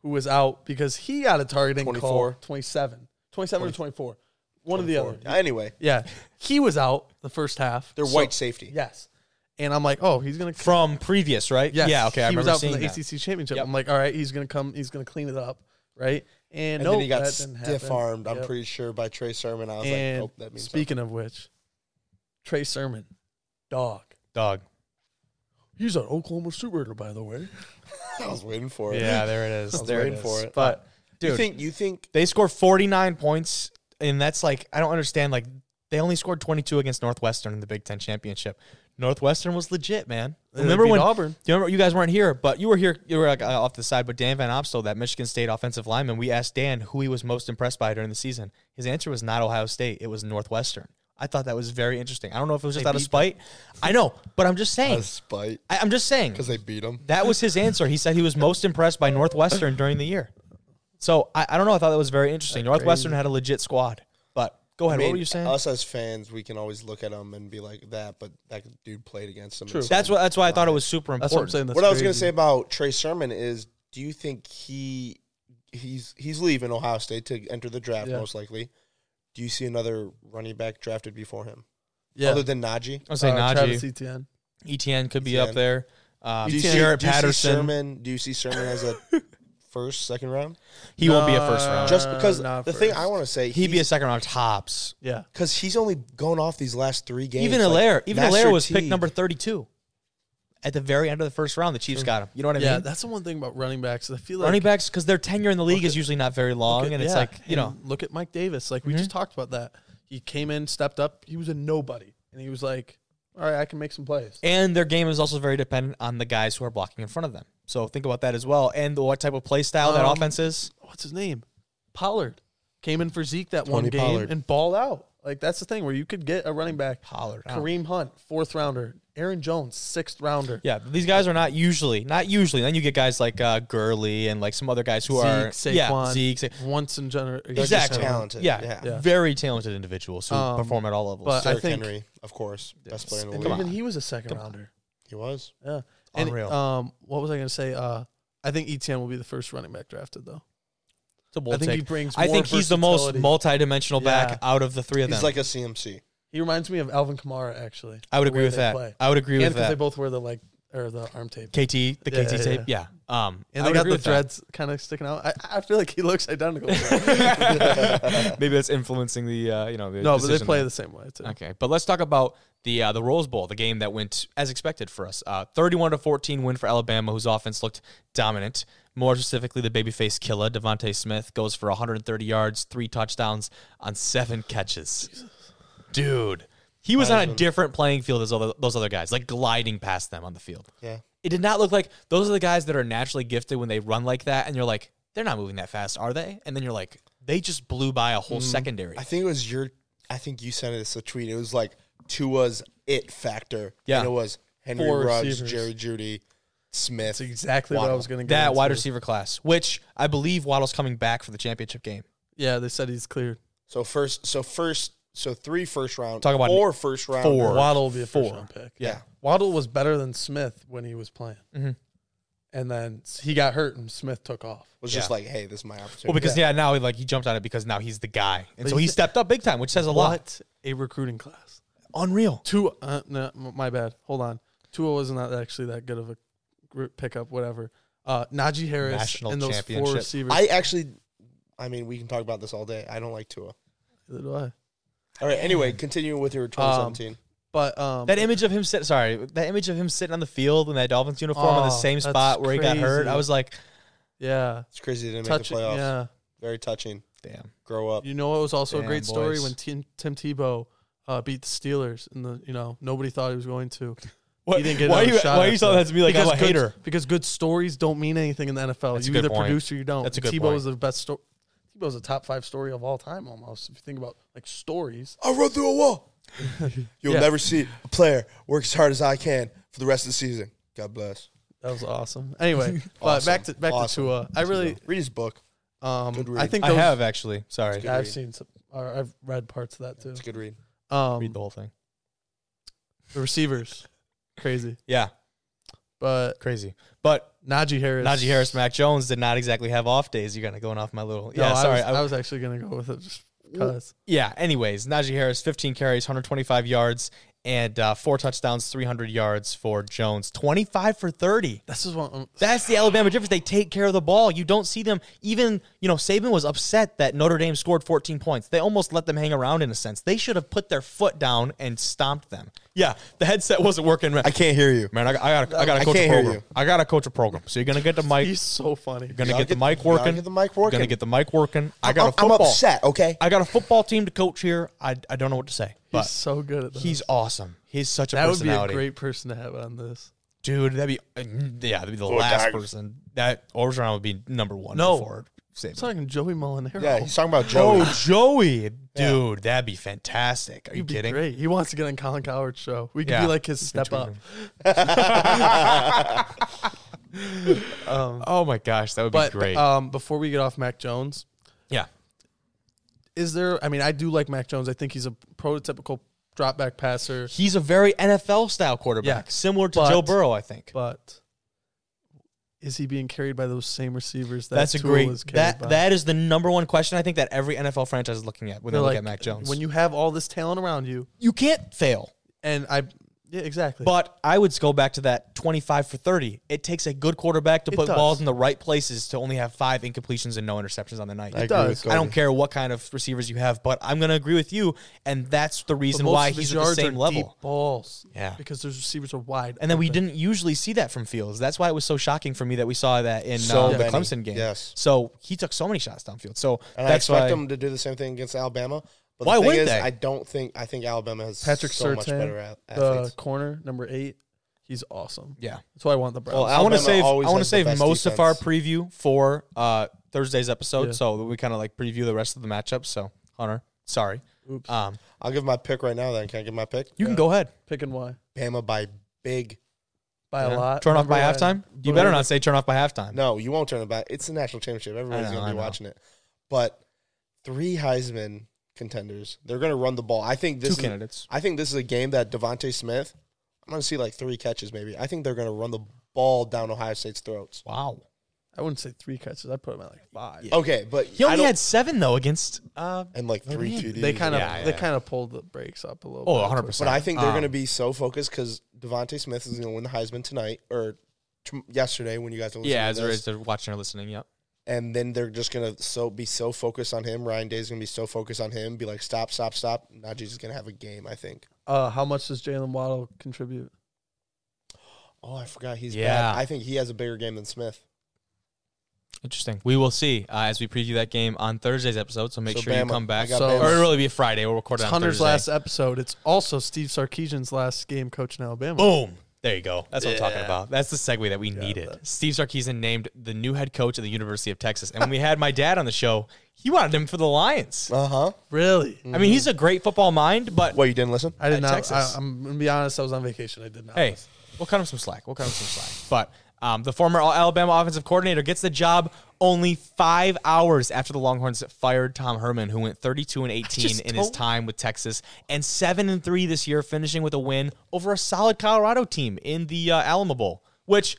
[SPEAKER 3] who was out because he got a targeting call.
[SPEAKER 1] 24.
[SPEAKER 3] 27. 27 or 24. One or the other.
[SPEAKER 1] Anyway,
[SPEAKER 3] Yeah. He was out the first half.
[SPEAKER 1] they're
[SPEAKER 3] So-
[SPEAKER 1] white safety.
[SPEAKER 3] Yes. And I'm like, oh, he's going to
[SPEAKER 2] from previous, right?
[SPEAKER 3] Yes.
[SPEAKER 2] Yeah. Okay. I
[SPEAKER 3] he
[SPEAKER 2] remember
[SPEAKER 3] was out
[SPEAKER 2] seeing
[SPEAKER 3] from the
[SPEAKER 2] that.
[SPEAKER 3] ACC championship.
[SPEAKER 2] Yep.
[SPEAKER 3] I'm like, all right, he's gonna come. He's gonna clean it up, right? And,
[SPEAKER 1] And
[SPEAKER 3] no,
[SPEAKER 1] then he got
[SPEAKER 3] that didn't happen.
[SPEAKER 1] stiff armed, I'm
[SPEAKER 3] Yep.
[SPEAKER 1] pretty sure, by Trey Sermon. I was
[SPEAKER 3] and
[SPEAKER 1] like, oh, that means
[SPEAKER 3] speaking of which, Trey Sermon, dog.
[SPEAKER 2] Dog.
[SPEAKER 3] He's an Oklahoma Sooner, by the way.
[SPEAKER 1] I was waiting for it.
[SPEAKER 2] Yeah. There it is.
[SPEAKER 1] I was
[SPEAKER 2] there
[SPEAKER 1] waiting
[SPEAKER 2] it is.
[SPEAKER 1] for it.
[SPEAKER 3] Uh,
[SPEAKER 2] But
[SPEAKER 1] You
[SPEAKER 2] dude,
[SPEAKER 1] think you think
[SPEAKER 2] they score 49 points, and that's like I don't understand. Like they only scored 22 against Northwestern in the Big Ten championship. Northwestern was legit, man.
[SPEAKER 3] They
[SPEAKER 2] remember
[SPEAKER 3] beat
[SPEAKER 2] when
[SPEAKER 3] Auburn.
[SPEAKER 2] Do you remember you guys weren't here, but you were here. You were like uh, off the side, but Dan Van Opstel, that Michigan State offensive lineman, we asked Dan who he was most impressed by during the season. His answer was not Ohio State; it was Northwestern. I thought that was very interesting. I don't know if it was just out of spite. I know, but I'm just
[SPEAKER 1] out
[SPEAKER 2] saying.
[SPEAKER 1] of spite
[SPEAKER 2] I, I'm just saying
[SPEAKER 1] because they beat him?
[SPEAKER 2] that was his answer. He said he was most impressed by Northwestern during the year. So I, I don't know. I thought that was very interesting. Northwestern had a legit squad, but go ahead.
[SPEAKER 1] I mean,
[SPEAKER 2] what were you saying?
[SPEAKER 1] Us as fans, we can always look at them and be like that, but that dude played against them.
[SPEAKER 3] True.
[SPEAKER 2] that's what. That's why I thought it was super important.
[SPEAKER 3] That's what I'm saying. That's
[SPEAKER 1] what I was gonna
[SPEAKER 3] crazy.
[SPEAKER 1] say about Trey Sermon is, do you think he he's he's leaving Ohio State to enter the draft
[SPEAKER 3] Yeah.
[SPEAKER 1] most likely? Do you see another running back drafted before him,
[SPEAKER 3] Yeah.
[SPEAKER 1] other than Najee?
[SPEAKER 2] I'm saying
[SPEAKER 3] Uh,
[SPEAKER 2] Najee,
[SPEAKER 3] Travis Etienne.
[SPEAKER 2] ETN could be
[SPEAKER 1] Etienne.
[SPEAKER 2] up there.
[SPEAKER 3] Uh,
[SPEAKER 2] Um,
[SPEAKER 1] Do you, see,
[SPEAKER 2] Jarrett
[SPEAKER 1] do you see
[SPEAKER 2] Patterson.
[SPEAKER 1] Sermon, do you see Sermon as a first, second round?
[SPEAKER 2] He won't be a first round.
[SPEAKER 1] Just
[SPEAKER 3] Uh,
[SPEAKER 1] because
[SPEAKER 3] not
[SPEAKER 1] the thing
[SPEAKER 3] first.
[SPEAKER 1] I want to say,
[SPEAKER 2] He'd be a second round tops.
[SPEAKER 3] Yeah.
[SPEAKER 1] because he's only gone off these last three games.
[SPEAKER 2] Even
[SPEAKER 1] like,
[SPEAKER 2] Alaire. Even
[SPEAKER 1] Nasser
[SPEAKER 2] Alaire was picked
[SPEAKER 1] Teague.
[SPEAKER 2] number 32 at the very end of the first round. The Chiefs got him. You know what I
[SPEAKER 3] Mm. Yeah.
[SPEAKER 2] mean?
[SPEAKER 3] That's the one thing about running backs. I feel like
[SPEAKER 2] Running backs, because their tenure in the league
[SPEAKER 3] Look
[SPEAKER 2] is
[SPEAKER 3] at-
[SPEAKER 2] usually not very long,
[SPEAKER 3] Look at-
[SPEAKER 2] and it's
[SPEAKER 3] yeah,
[SPEAKER 2] like, you know, Mm-hmm.
[SPEAKER 3] and look at Mike Davis. Like we just talked about that. He came in, stepped up. He was a nobody, and he was like, "All right, I can make some plays."
[SPEAKER 2] and their game is also very dependent on the guys who are blocking in front of them. So think about that as well, and what type of play style that
[SPEAKER 3] Um,
[SPEAKER 2] offense is.
[SPEAKER 3] What's his name? Pollard came in for Zeke that one
[SPEAKER 1] Tony
[SPEAKER 3] game
[SPEAKER 1] Pollard.
[SPEAKER 3] and balled out. Like that's the thing where you could get a running back.
[SPEAKER 2] Pollard, I don't-
[SPEAKER 3] Kareem Hunt, fourth rounder. Aaron Jones, sixth rounder.
[SPEAKER 2] Yeah, these guys are not usually, not usually. Then you get guys like uh, Gurley and like some other guys who are
[SPEAKER 3] Zeke,
[SPEAKER 2] yeah,
[SPEAKER 3] Saquon,
[SPEAKER 2] Zeke, Sa-
[SPEAKER 3] once in general.
[SPEAKER 2] exactly,
[SPEAKER 1] talented.
[SPEAKER 2] Yeah,
[SPEAKER 1] Yeah.
[SPEAKER 3] Yeah.
[SPEAKER 2] very talented individuals who
[SPEAKER 3] Um,
[SPEAKER 2] perform at all levels.
[SPEAKER 3] but I
[SPEAKER 1] Derrick
[SPEAKER 3] think-
[SPEAKER 1] Henry, of course, best player in the
[SPEAKER 3] And
[SPEAKER 1] league.
[SPEAKER 3] even he was a second rounder.
[SPEAKER 1] He was.
[SPEAKER 3] Yeah. And
[SPEAKER 2] Unreal.
[SPEAKER 3] um, what was I going to say? Uh, I think Etienne will be the first running back drafted though.
[SPEAKER 2] It's a bold
[SPEAKER 3] I think
[SPEAKER 2] take.
[SPEAKER 3] he brings.
[SPEAKER 2] I
[SPEAKER 3] more
[SPEAKER 2] think he's the most
[SPEAKER 3] versatility.
[SPEAKER 2] multi-dimensional
[SPEAKER 3] Yeah.
[SPEAKER 2] back out of the three of them.
[SPEAKER 1] He's like a CMC.
[SPEAKER 3] He reminds me of Alvin Kamara actually.
[SPEAKER 2] I would
[SPEAKER 3] the
[SPEAKER 2] agree
[SPEAKER 3] way
[SPEAKER 2] with
[SPEAKER 3] they
[SPEAKER 2] that.
[SPEAKER 3] play.
[SPEAKER 2] I would agree
[SPEAKER 3] And
[SPEAKER 2] with
[SPEAKER 3] because they
[SPEAKER 2] that.
[SPEAKER 3] both wear the like or the arm tape.
[SPEAKER 2] KT, the
[SPEAKER 3] Yeah,
[SPEAKER 2] KT
[SPEAKER 3] yeah,
[SPEAKER 2] tape, yeah. Um, I
[SPEAKER 3] And they
[SPEAKER 2] would
[SPEAKER 3] got
[SPEAKER 2] agree
[SPEAKER 3] the
[SPEAKER 2] with that.
[SPEAKER 3] dreads kind of sticking out. I, I feel like he looks identical.
[SPEAKER 2] Maybe that's influencing the uh, you know the
[SPEAKER 3] no, but they
[SPEAKER 2] decision
[SPEAKER 3] play
[SPEAKER 2] there.
[SPEAKER 3] the same way too.
[SPEAKER 2] Okay, but let's talk about the uh, the Rose Bowl, the game that went as expected for us. Uh, Thirty-one to fourteen win for Alabama, whose offense looked dominant. More specifically, the babyface killer Devonte Smith goes for 130 yards, three touchdowns on seven catches. Dude, he was on a different playing field as other, those other guys, like gliding past them on the field.
[SPEAKER 1] Yeah.
[SPEAKER 2] It did not look like those are the guys that are naturally gifted when they run like that, and you're like, they're not moving that fast, are they? And then you're like, they just blew by a whole secondary.
[SPEAKER 1] I think it was your. I think you sent us a tweet. It was like Tua's it factor.
[SPEAKER 2] Yeah.
[SPEAKER 1] and it was Henry
[SPEAKER 3] Four
[SPEAKER 1] Ruggs,
[SPEAKER 3] receivers.
[SPEAKER 1] Jerry Judy, Smith.
[SPEAKER 3] That's exactly what I
[SPEAKER 1] Waddle.
[SPEAKER 3] was going to get.
[SPEAKER 2] that
[SPEAKER 3] into.
[SPEAKER 2] wide receiver class, which I believe Waddle's coming back for the championship game.
[SPEAKER 3] Yeah, they said he's cleared.
[SPEAKER 1] So first, so first, so three first round.
[SPEAKER 2] Talk about
[SPEAKER 1] four first round.
[SPEAKER 2] four.
[SPEAKER 3] Waddle will be a first
[SPEAKER 2] Four.
[SPEAKER 3] round pick.
[SPEAKER 1] Yeah.
[SPEAKER 3] Waddle was better than Smith when he was playing, and then he got hurt and Smith took off.
[SPEAKER 1] Was just like, hey, this is my opportunity.
[SPEAKER 2] Well, because yeah, now he, like he jumped on it because now he's the guy, and
[SPEAKER 3] But
[SPEAKER 2] so he
[SPEAKER 3] he's-
[SPEAKER 2] stepped up big time, which says a lot.
[SPEAKER 3] What a recruiting class!
[SPEAKER 2] Unreal.
[SPEAKER 3] Two, uh, no, m- my bad. Hold on, Tua was not actually that good of a gr- pickup. Whatever. Uh, Najee Harris
[SPEAKER 2] National
[SPEAKER 3] and those four
[SPEAKER 2] championship.
[SPEAKER 3] receivers.
[SPEAKER 1] I actually, I mean, we can talk about this all day. I don't like Tua.
[SPEAKER 3] Neither do I.
[SPEAKER 1] All right. Anyway, continue with your 2017.
[SPEAKER 3] But um,
[SPEAKER 2] That image of him sit, sorry, that image of him sitting on the field in that Dolphins uniform on the
[SPEAKER 3] Oh,
[SPEAKER 2] same
[SPEAKER 3] that's
[SPEAKER 2] spot where he got hurt.
[SPEAKER 3] crazy.
[SPEAKER 2] I was like,
[SPEAKER 3] yeah,
[SPEAKER 1] it's crazy they didn't
[SPEAKER 3] touch
[SPEAKER 1] make the playoffs.
[SPEAKER 3] yeah.
[SPEAKER 1] Very touching.
[SPEAKER 2] damn,
[SPEAKER 1] Grow up.
[SPEAKER 3] You know, it was also
[SPEAKER 2] Damn,
[SPEAKER 3] a great story
[SPEAKER 2] boys.
[SPEAKER 3] when Tim, Tim Tebow uh, beat the Steelers, and the you know nobody thought he was going to.
[SPEAKER 2] What-
[SPEAKER 3] he didn't get
[SPEAKER 2] why
[SPEAKER 3] another
[SPEAKER 2] you-
[SPEAKER 3] shot
[SPEAKER 2] why you
[SPEAKER 3] after
[SPEAKER 2] saw that to me like I'm a
[SPEAKER 3] good,
[SPEAKER 2] hater?
[SPEAKER 3] Because good stories don't mean anything in the NFL.
[SPEAKER 2] That's a
[SPEAKER 3] you
[SPEAKER 2] good
[SPEAKER 3] either
[SPEAKER 2] point.
[SPEAKER 3] produce or you don't.
[SPEAKER 2] That's a
[SPEAKER 3] And
[SPEAKER 2] good
[SPEAKER 3] Tebow
[SPEAKER 2] point.
[SPEAKER 3] is the best story. Tebow's a top five story of all time, almost. If you think about like stories,
[SPEAKER 1] I'll run through a wall. You'll
[SPEAKER 3] Yeah.
[SPEAKER 1] never see a player work as hard as I can for the rest of the season. God bless.
[SPEAKER 3] that was awesome. Anyway, but
[SPEAKER 1] Awesome.
[SPEAKER 3] back to back
[SPEAKER 1] Awesome.
[SPEAKER 3] to Tua. I really,
[SPEAKER 1] Read his book. Good
[SPEAKER 3] um,
[SPEAKER 1] read.
[SPEAKER 3] I think
[SPEAKER 2] I
[SPEAKER 3] those,
[SPEAKER 2] have actually. Sorry,
[SPEAKER 1] Good
[SPEAKER 3] yeah, I've
[SPEAKER 1] read.
[SPEAKER 3] seen some, or I've read parts of that too.
[SPEAKER 1] It's a good read.
[SPEAKER 3] Um,
[SPEAKER 2] read the whole thing.
[SPEAKER 3] the receivers, crazy.
[SPEAKER 2] Yeah,
[SPEAKER 3] But
[SPEAKER 6] Crazy. But
[SPEAKER 3] Najee Harris.
[SPEAKER 2] Najee Harris, Mac Jones did not exactly have off days. You're kind of going off my little.
[SPEAKER 3] No,
[SPEAKER 2] yeah, sorry.
[SPEAKER 3] I was, I was actually gonna go with it just because.
[SPEAKER 2] Yeah. Anyways, Najee Harris, 15 carries, 125 yards, and uh, four touchdowns, 300 yards for Jones. 25 for 30.
[SPEAKER 3] This is what I'm,
[SPEAKER 2] That's the Alabama difference. They take care of the ball. You don't see them even. You know, Saban was upset that Notre Dame scored 14 points. They almost let them hang around in a sense. They should have put their foot down and stomped them. Yeah, the headset wasn't working. Man,
[SPEAKER 1] I can't hear you.
[SPEAKER 2] man I, got I got to
[SPEAKER 1] I
[SPEAKER 2] coach a
[SPEAKER 1] can't hear
[SPEAKER 2] program.
[SPEAKER 1] you.
[SPEAKER 2] I got to coach a program. So you're gonna get the mic.
[SPEAKER 3] he's so funny.
[SPEAKER 2] You're gonna
[SPEAKER 1] Y'all
[SPEAKER 2] get, the
[SPEAKER 1] get-
[SPEAKER 2] mic
[SPEAKER 1] y'all
[SPEAKER 2] working.
[SPEAKER 1] get the mic
[SPEAKER 2] You're Gonna
[SPEAKER 1] working.
[SPEAKER 2] get the mic working. I got a
[SPEAKER 1] I'm
[SPEAKER 2] football.
[SPEAKER 1] upset. Okay.
[SPEAKER 2] I got a football team to coach here. I, I don't know what to say, but
[SPEAKER 3] He's so good at that.
[SPEAKER 2] he's awesome. He's such a
[SPEAKER 3] that would be a
[SPEAKER 2] personality,
[SPEAKER 3] great person to have on this.
[SPEAKER 2] dude. That'd be uh, yeah, that'd be the last person. That Orgeron would be number one.
[SPEAKER 3] No.
[SPEAKER 2] before Saban.
[SPEAKER 3] I'm talking Joey Molinaro.
[SPEAKER 1] Yeah, he's talking about Joey.
[SPEAKER 2] Oh, Joey, dude, that'd be fantastic. Are you
[SPEAKER 3] He'd be
[SPEAKER 2] kidding?
[SPEAKER 3] great. He wants to get on Colin Coward's show. We could
[SPEAKER 2] Yeah.
[SPEAKER 3] be like his step up.
[SPEAKER 2] Oh my gosh, that would
[SPEAKER 3] But
[SPEAKER 2] be great.
[SPEAKER 3] um, before we get off Mac Jones,
[SPEAKER 2] yeah,
[SPEAKER 3] is there? I mean, I do like Mac Jones. I think he's a prototypical drop back passer.
[SPEAKER 2] he's a very NFL style quarterback,
[SPEAKER 3] Yeah.
[SPEAKER 2] similar to
[SPEAKER 3] But-
[SPEAKER 2] Joe Burrow, I think.
[SPEAKER 3] But is he being carried by those same receivers? That
[SPEAKER 2] That's a
[SPEAKER 3] Tua
[SPEAKER 2] great.
[SPEAKER 3] Was carried
[SPEAKER 2] That
[SPEAKER 3] by?
[SPEAKER 2] that is the number one question I think that every NFL franchise is looking at when they
[SPEAKER 3] They're
[SPEAKER 2] look
[SPEAKER 3] like,
[SPEAKER 2] at Mac Jones.
[SPEAKER 3] When you have all this talent around you,
[SPEAKER 2] you can't fail.
[SPEAKER 3] and I, yeah, exactly.
[SPEAKER 2] But I would go back to that 25 for 30. It takes a good quarterback to
[SPEAKER 3] It
[SPEAKER 2] put
[SPEAKER 3] does.
[SPEAKER 2] balls in the right places to only have five incompletions and no interceptions on the night.
[SPEAKER 1] I
[SPEAKER 3] It
[SPEAKER 1] agree with
[SPEAKER 3] does.
[SPEAKER 1] Cody.
[SPEAKER 2] I don't care what kind of receivers you have, but I'm going to agree with you. And that's the
[SPEAKER 3] But
[SPEAKER 2] reason
[SPEAKER 3] most
[SPEAKER 2] why
[SPEAKER 3] of his
[SPEAKER 2] he's at the
[SPEAKER 3] yards
[SPEAKER 2] same
[SPEAKER 3] are
[SPEAKER 2] level.
[SPEAKER 3] Deep balls.
[SPEAKER 2] Yeah.
[SPEAKER 3] Because those receivers are wide.
[SPEAKER 2] And then we
[SPEAKER 3] open.
[SPEAKER 2] didn't usually see that from Fields. That's why it was so shocking for me that we saw that in
[SPEAKER 1] So
[SPEAKER 2] uh, the
[SPEAKER 1] many.
[SPEAKER 2] Clemson game.
[SPEAKER 1] Yes.
[SPEAKER 2] So he took so many shots downfield. So
[SPEAKER 1] And I
[SPEAKER 2] that's
[SPEAKER 1] expect
[SPEAKER 2] why.
[SPEAKER 1] them to do the same thing against Alabama. But
[SPEAKER 2] Why
[SPEAKER 1] the thing
[SPEAKER 2] wouldn't
[SPEAKER 1] is,
[SPEAKER 2] they?
[SPEAKER 1] I don't think I think Alabama has
[SPEAKER 3] Patrick
[SPEAKER 1] so
[SPEAKER 3] Surtain,
[SPEAKER 1] much better at
[SPEAKER 3] the
[SPEAKER 1] athletes.
[SPEAKER 3] corner number eight. He's awesome.
[SPEAKER 2] yeah.
[SPEAKER 3] That's why I want the Browns.
[SPEAKER 1] Well,
[SPEAKER 2] I want to
[SPEAKER 1] Alabama
[SPEAKER 2] save. I
[SPEAKER 1] always
[SPEAKER 2] want to
[SPEAKER 1] has the
[SPEAKER 2] save
[SPEAKER 1] best
[SPEAKER 2] most of our
[SPEAKER 1] defense.
[SPEAKER 2] preview for uh, Thursday's episode,
[SPEAKER 3] Yeah.
[SPEAKER 2] so that we kind of like preview the rest of the matchups. So Hunter, sorry,
[SPEAKER 3] Oops.
[SPEAKER 2] um,
[SPEAKER 1] I'll give my pick right now. Then can I give my pick?
[SPEAKER 2] you can go ahead.
[SPEAKER 3] Pick and why
[SPEAKER 1] Bama by big.
[SPEAKER 3] by a lot.
[SPEAKER 2] Turn off
[SPEAKER 3] Remember
[SPEAKER 2] by
[SPEAKER 3] when-
[SPEAKER 2] halftime. You better not say turn off by halftime.
[SPEAKER 1] No, you won't turn it back. It's the national championship. Everybody's
[SPEAKER 2] I know,
[SPEAKER 1] going
[SPEAKER 2] I
[SPEAKER 1] to be
[SPEAKER 2] know.
[SPEAKER 1] watching it. But three Heisman contenders. They're going to run the ball. I think
[SPEAKER 2] Two
[SPEAKER 1] this. Is,
[SPEAKER 2] candidates.
[SPEAKER 1] I think this is a game that Devonte Smith. I'm going to see like three catches maybe. I think they're going to run the ball down Ohio State's throats.
[SPEAKER 2] Wow.
[SPEAKER 3] I wouldn't say three catches. I put him at like five.
[SPEAKER 1] Okay, but
[SPEAKER 2] He
[SPEAKER 1] I
[SPEAKER 2] only
[SPEAKER 1] don't-
[SPEAKER 2] had seven though against. Uh,
[SPEAKER 1] and like three TDs.
[SPEAKER 3] They kind of
[SPEAKER 2] Yeah, yeah,
[SPEAKER 3] they
[SPEAKER 2] yeah.
[SPEAKER 3] kind of pulled the brakes up a little.
[SPEAKER 2] oh,
[SPEAKER 3] bit.
[SPEAKER 2] 100.
[SPEAKER 1] But
[SPEAKER 2] percent
[SPEAKER 1] I think they're going to be so focused because Devonte Smith is going to win the Heisman tonight or t- yesterday when you guys are listening.
[SPEAKER 2] Um, Yeah,
[SPEAKER 1] to
[SPEAKER 2] as they're,
[SPEAKER 1] this.
[SPEAKER 2] as they're watching or listening. Yep.
[SPEAKER 1] and then they're just going to so be so focused on him. Ryan Day's going to be so focused on him. Be like, stop, stop, stop. Najee's is going to have a game. I think.
[SPEAKER 3] Uh, how much does Jalen Waddle contribute?
[SPEAKER 1] Oh, I forgot he's
[SPEAKER 2] Yeah.
[SPEAKER 1] bad. I think he has a bigger game than Smith.
[SPEAKER 2] Interesting. We will see uh, as we preview that game on Thursday's episode. So make
[SPEAKER 1] So
[SPEAKER 2] sure you
[SPEAKER 1] Bama.
[SPEAKER 2] come back.
[SPEAKER 1] I got
[SPEAKER 2] So,
[SPEAKER 1] Bama.
[SPEAKER 2] or it'll really be a Friday. We'll record it
[SPEAKER 3] It's
[SPEAKER 2] on
[SPEAKER 3] Hunter's
[SPEAKER 2] Thursday.
[SPEAKER 3] last episode. It's also Steve Sarkeesian's last game coaching Alabama.
[SPEAKER 2] Boom. There you go. That's what I'm talking
[SPEAKER 3] Yeah.
[SPEAKER 2] about. That's the segue that we needed.
[SPEAKER 3] that.
[SPEAKER 2] Steve Sarkeesian named the new head coach of the University of Texas. And when we had my dad on the show, he wanted him for the Lions.
[SPEAKER 1] Uh huh.
[SPEAKER 3] Really?
[SPEAKER 2] I mean, he's a great football mind, but
[SPEAKER 1] Well, you didn't listen.
[SPEAKER 3] I did
[SPEAKER 2] Mm. At
[SPEAKER 3] not.
[SPEAKER 2] Texas.
[SPEAKER 3] I, I'm gonna be honest. I was on vacation. I did not.
[SPEAKER 2] hey,
[SPEAKER 3] listen.
[SPEAKER 2] we'll cut him some slack. We'll cut him some slack. But um, the former Alabama offensive coordinator gets the job only five hours after the Longhorns fired Tom Herman, who went 32 and 18
[SPEAKER 3] just
[SPEAKER 2] in his
[SPEAKER 3] don't-
[SPEAKER 2] time with Texas, and seven and three this year, finishing with a win over a solid Colorado team in the uh, Alamo Bowl. Which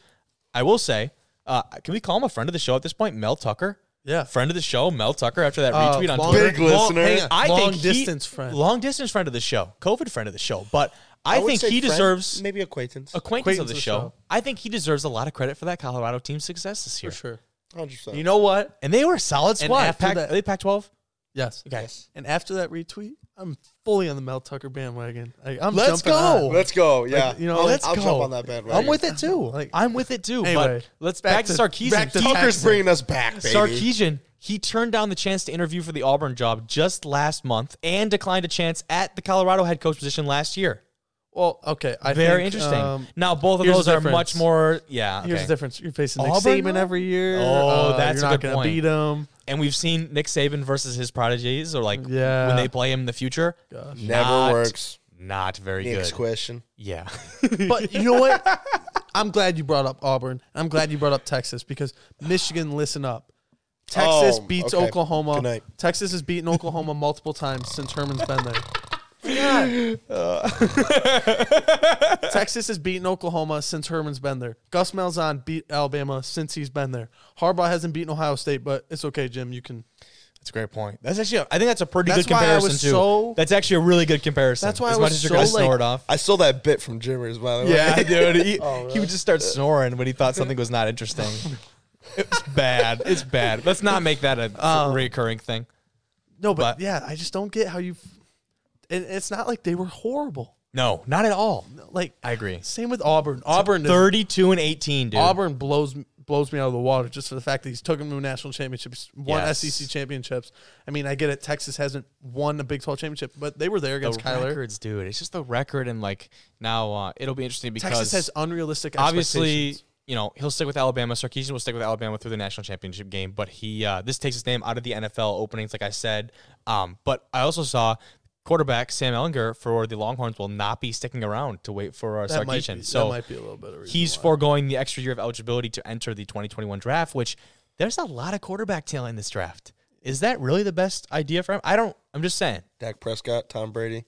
[SPEAKER 2] I will say, uh, can we call him a friend of the show at this point? Mel Tucker.
[SPEAKER 3] Yeah.
[SPEAKER 2] friend of the show, Mel Tucker. After that
[SPEAKER 3] Uh,
[SPEAKER 2] retweet on
[SPEAKER 3] long-
[SPEAKER 2] Twitter,
[SPEAKER 1] Big listener.
[SPEAKER 3] hang on.
[SPEAKER 2] I
[SPEAKER 3] long
[SPEAKER 2] think he-
[SPEAKER 3] distance friend.
[SPEAKER 2] long distance friend of the show, COVID friend of the show. But I,
[SPEAKER 1] would
[SPEAKER 2] think
[SPEAKER 1] say
[SPEAKER 2] he
[SPEAKER 1] friend,
[SPEAKER 2] deserves
[SPEAKER 1] maybe acquaintance.
[SPEAKER 2] acquaintance of
[SPEAKER 3] acquaintance
[SPEAKER 2] the, show. I think he deserves a lot of credit for that Colorado team success this year.
[SPEAKER 3] for sure.
[SPEAKER 1] 100%.
[SPEAKER 2] You know what? And they were a solid
[SPEAKER 3] And
[SPEAKER 2] squad.
[SPEAKER 3] after
[SPEAKER 2] Pac,
[SPEAKER 3] that-
[SPEAKER 2] are they Pac-12?
[SPEAKER 3] Yes.
[SPEAKER 2] Guys,
[SPEAKER 3] And after that retweet, I'm fully on the Mel Tucker bandwagon. I, I'm
[SPEAKER 2] Let's
[SPEAKER 3] jumping
[SPEAKER 2] go.
[SPEAKER 3] on.
[SPEAKER 1] Let's go. Yeah.
[SPEAKER 3] you know,
[SPEAKER 1] I'll,
[SPEAKER 3] let's
[SPEAKER 1] I'll
[SPEAKER 2] go.
[SPEAKER 1] jump on that bandwagon.
[SPEAKER 2] I'm with it too.
[SPEAKER 3] Like-
[SPEAKER 2] I'm with it too.
[SPEAKER 3] Anyway,
[SPEAKER 2] but let's back,
[SPEAKER 3] back
[SPEAKER 2] to,
[SPEAKER 3] to-
[SPEAKER 2] Sarkeesian.
[SPEAKER 3] back to
[SPEAKER 2] He-
[SPEAKER 3] Tucker.
[SPEAKER 1] Tucker's bringing us back, baby.
[SPEAKER 2] Sarkeesian, he turned down the chance to interview for the Auburn job just last month and declined a chance at the Colorado head coach position last year.
[SPEAKER 3] Well, okay. I
[SPEAKER 2] Very
[SPEAKER 3] think,
[SPEAKER 2] interesting.
[SPEAKER 3] um,
[SPEAKER 2] now both of
[SPEAKER 3] here's the
[SPEAKER 2] those are
[SPEAKER 3] difference.
[SPEAKER 2] much more yeah.
[SPEAKER 3] Here's
[SPEAKER 2] okay.
[SPEAKER 3] the difference. You're facing Nick
[SPEAKER 2] Auburn,
[SPEAKER 3] Saban
[SPEAKER 2] though?
[SPEAKER 3] every year.
[SPEAKER 2] Oh,
[SPEAKER 3] Uh,
[SPEAKER 2] that's
[SPEAKER 3] you're
[SPEAKER 2] a
[SPEAKER 3] not
[SPEAKER 2] good
[SPEAKER 3] gonna
[SPEAKER 2] point.
[SPEAKER 3] beat him.
[SPEAKER 2] and we've seen Nick Saban versus his prodigies, or like
[SPEAKER 3] Yeah.
[SPEAKER 2] when they play him in the future.
[SPEAKER 1] Never
[SPEAKER 2] Not
[SPEAKER 1] works.
[SPEAKER 2] Not very
[SPEAKER 1] Next
[SPEAKER 2] good.
[SPEAKER 1] question.
[SPEAKER 2] Yeah.
[SPEAKER 3] But you know what? I'm glad you brought up Auburn. I'm glad you brought up Texas because Michigan, listen up. Texas
[SPEAKER 1] Oh,
[SPEAKER 3] beats
[SPEAKER 1] okay.
[SPEAKER 3] Oklahoma.
[SPEAKER 1] Good night.
[SPEAKER 3] Texas has beaten Oklahoma multiple times since Herman's been there. Texas has beaten Oklahoma since Herman's been there. Gus Malzahn beat Alabama since he's been there. Harbaugh hasn't beaten Ohio State, but it's okay, Jim. You can.
[SPEAKER 2] That's a great point. That's actually, a, I think that's a pretty
[SPEAKER 3] That's
[SPEAKER 2] good
[SPEAKER 3] why I
[SPEAKER 2] comparison
[SPEAKER 3] was
[SPEAKER 2] too.
[SPEAKER 3] so-
[SPEAKER 2] that's actually a really good comparison.
[SPEAKER 3] That's why I
[SPEAKER 2] as
[SPEAKER 3] was
[SPEAKER 2] much as you're gonna
[SPEAKER 3] so, like-
[SPEAKER 2] snore it off. Oh,
[SPEAKER 1] I stole that bit from Jimmers, by the way.
[SPEAKER 2] Yeah, dude. He, he
[SPEAKER 3] really?
[SPEAKER 2] would just start snoring when he thought something was not interesting. it's bad. It's bad. Let's not make that a
[SPEAKER 3] Um,
[SPEAKER 2] recurring thing.
[SPEAKER 3] No, but,
[SPEAKER 2] But-
[SPEAKER 3] yeah, I just don't get how you. And it's not like they were horrible.
[SPEAKER 2] No, not at all.
[SPEAKER 3] Like
[SPEAKER 2] I agree.
[SPEAKER 3] same with Auburn. Auburn is-
[SPEAKER 2] 32 and 18, dude.
[SPEAKER 3] Auburn blows blows me out of the water just for the fact that he's taken them to national championships, won
[SPEAKER 2] Yes.
[SPEAKER 3] SEC championships. I mean, I get it. Texas hasn't won a Big 12 championship, but they were there
[SPEAKER 2] the
[SPEAKER 3] against Kyler.
[SPEAKER 2] records, dude. It's just the record, and like now uh, it'll be interesting because
[SPEAKER 3] Texas has unrealistic
[SPEAKER 2] obviously,
[SPEAKER 3] expectations.
[SPEAKER 2] you know, he'll stick with Alabama. Sarkisian will stick with Alabama through the national championship game, but he uh, this takes his name out of the NFL openings, like I said. Um, but I also saw quarterback Sam Ellinger for the Longhorns will not be sticking around to wait for uh,
[SPEAKER 3] That might, be,
[SPEAKER 2] Sarkisian.
[SPEAKER 3] that
[SPEAKER 2] So
[SPEAKER 3] might be a little bit of a reason
[SPEAKER 2] he's
[SPEAKER 3] why.
[SPEAKER 2] foregoing the extra year of eligibility to enter the 2021 draft, which there's a lot of quarterback talent in this draft. Is that really the best idea for him? I don't. I'm just saying.
[SPEAKER 1] Dak Prescott, Tom Brady.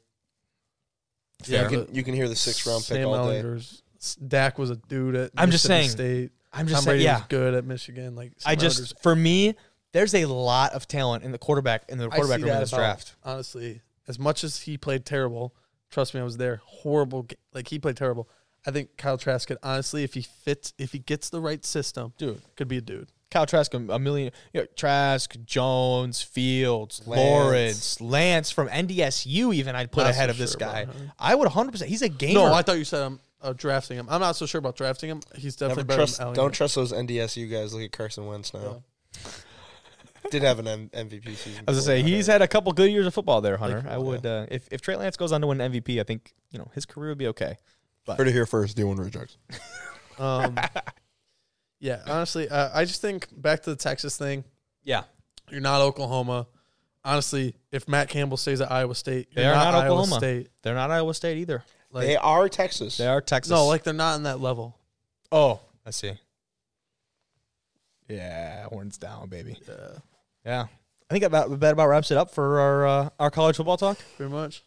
[SPEAKER 3] Yeah,
[SPEAKER 1] you,
[SPEAKER 3] but
[SPEAKER 1] can, you can hear the sixth round pick
[SPEAKER 3] Sam
[SPEAKER 1] all day.
[SPEAKER 3] Ellinger's Dak was a dude at
[SPEAKER 2] I'm just
[SPEAKER 3] Mississippi
[SPEAKER 2] saying.
[SPEAKER 3] State.
[SPEAKER 2] I'm just
[SPEAKER 3] Tom
[SPEAKER 2] saying.
[SPEAKER 3] Brady
[SPEAKER 2] yeah,
[SPEAKER 3] was good at Michigan. Like
[SPEAKER 2] I
[SPEAKER 3] Sam
[SPEAKER 2] just
[SPEAKER 3] Ellinger's-
[SPEAKER 2] for me, there's a lot of talent in the quarterback in the
[SPEAKER 3] I
[SPEAKER 2] quarterback
[SPEAKER 3] see
[SPEAKER 2] room in
[SPEAKER 3] that
[SPEAKER 2] this
[SPEAKER 3] about-
[SPEAKER 2] draft.
[SPEAKER 3] Honestly, as much as he played terrible, trust me, I was there. Horrible, ga- like he played terrible. I think Kyle Trask could honestly, if he fits, if he gets the right system,
[SPEAKER 2] Dude.
[SPEAKER 3] could be a dude.
[SPEAKER 2] Kyle Trask, a a million. You know, Trask, Jones, Fields,
[SPEAKER 1] Lance.
[SPEAKER 2] Lawrence, Lance from NDSU. Even I'd put
[SPEAKER 3] Not so
[SPEAKER 2] ahead of this
[SPEAKER 3] sure
[SPEAKER 2] guy.
[SPEAKER 3] about him.
[SPEAKER 2] I would 100. percent He's a gamer.
[SPEAKER 3] No, I thought you said I'm uh, drafting him. I'm not so sure about drafting him. He's
[SPEAKER 1] Never
[SPEAKER 3] definitely better
[SPEAKER 1] trust,
[SPEAKER 3] than Allen.
[SPEAKER 1] don't trust those NDSU guys. Look at Carson Wentz now. Did have an M- MVP season.
[SPEAKER 2] I was
[SPEAKER 1] before
[SPEAKER 2] gonna say
[SPEAKER 1] that.
[SPEAKER 2] he's had a couple good years of football there, Hunter.
[SPEAKER 3] Like,
[SPEAKER 2] I would uh, if if Trey Lance goes on to win MVP, I think you know his career would be okay.
[SPEAKER 1] Heard it here first. D1 rejects.
[SPEAKER 3] Um, yeah, honestly, uh, I just think back to the Texas thing.
[SPEAKER 2] Yeah,
[SPEAKER 3] You're not Oklahoma. Honestly, if Matt Campbell stays at Iowa State,
[SPEAKER 2] They
[SPEAKER 3] you're
[SPEAKER 2] are
[SPEAKER 3] not,
[SPEAKER 2] not
[SPEAKER 3] Iowa
[SPEAKER 2] Oklahoma.
[SPEAKER 3] State.
[SPEAKER 2] they're not Iowa State either.
[SPEAKER 3] Like,
[SPEAKER 1] they are Texas.
[SPEAKER 2] They are Texas.
[SPEAKER 3] no, like they're not in that level.
[SPEAKER 2] oh, I see. Yeah, horns down, baby. Yeah, yeah. I think about that about wraps it up for our uh, our college football talk.
[SPEAKER 3] Pretty much.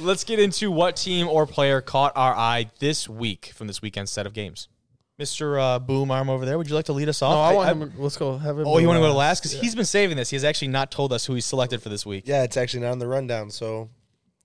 [SPEAKER 2] Let's get into what team or player caught our eye this week from this weekend's set of games. Mr. Uh, Boom Arm over there, would you like to lead us off?
[SPEAKER 3] No, Oh, I,
[SPEAKER 2] I-
[SPEAKER 3] want
[SPEAKER 2] I-
[SPEAKER 3] him. Let's go. Have him
[SPEAKER 2] Oh, you want to go to last?
[SPEAKER 3] last?
[SPEAKER 2] Because he's been saving this. He has actually not told us who he selected for this week.
[SPEAKER 1] Yeah, it's actually not on the rundown, so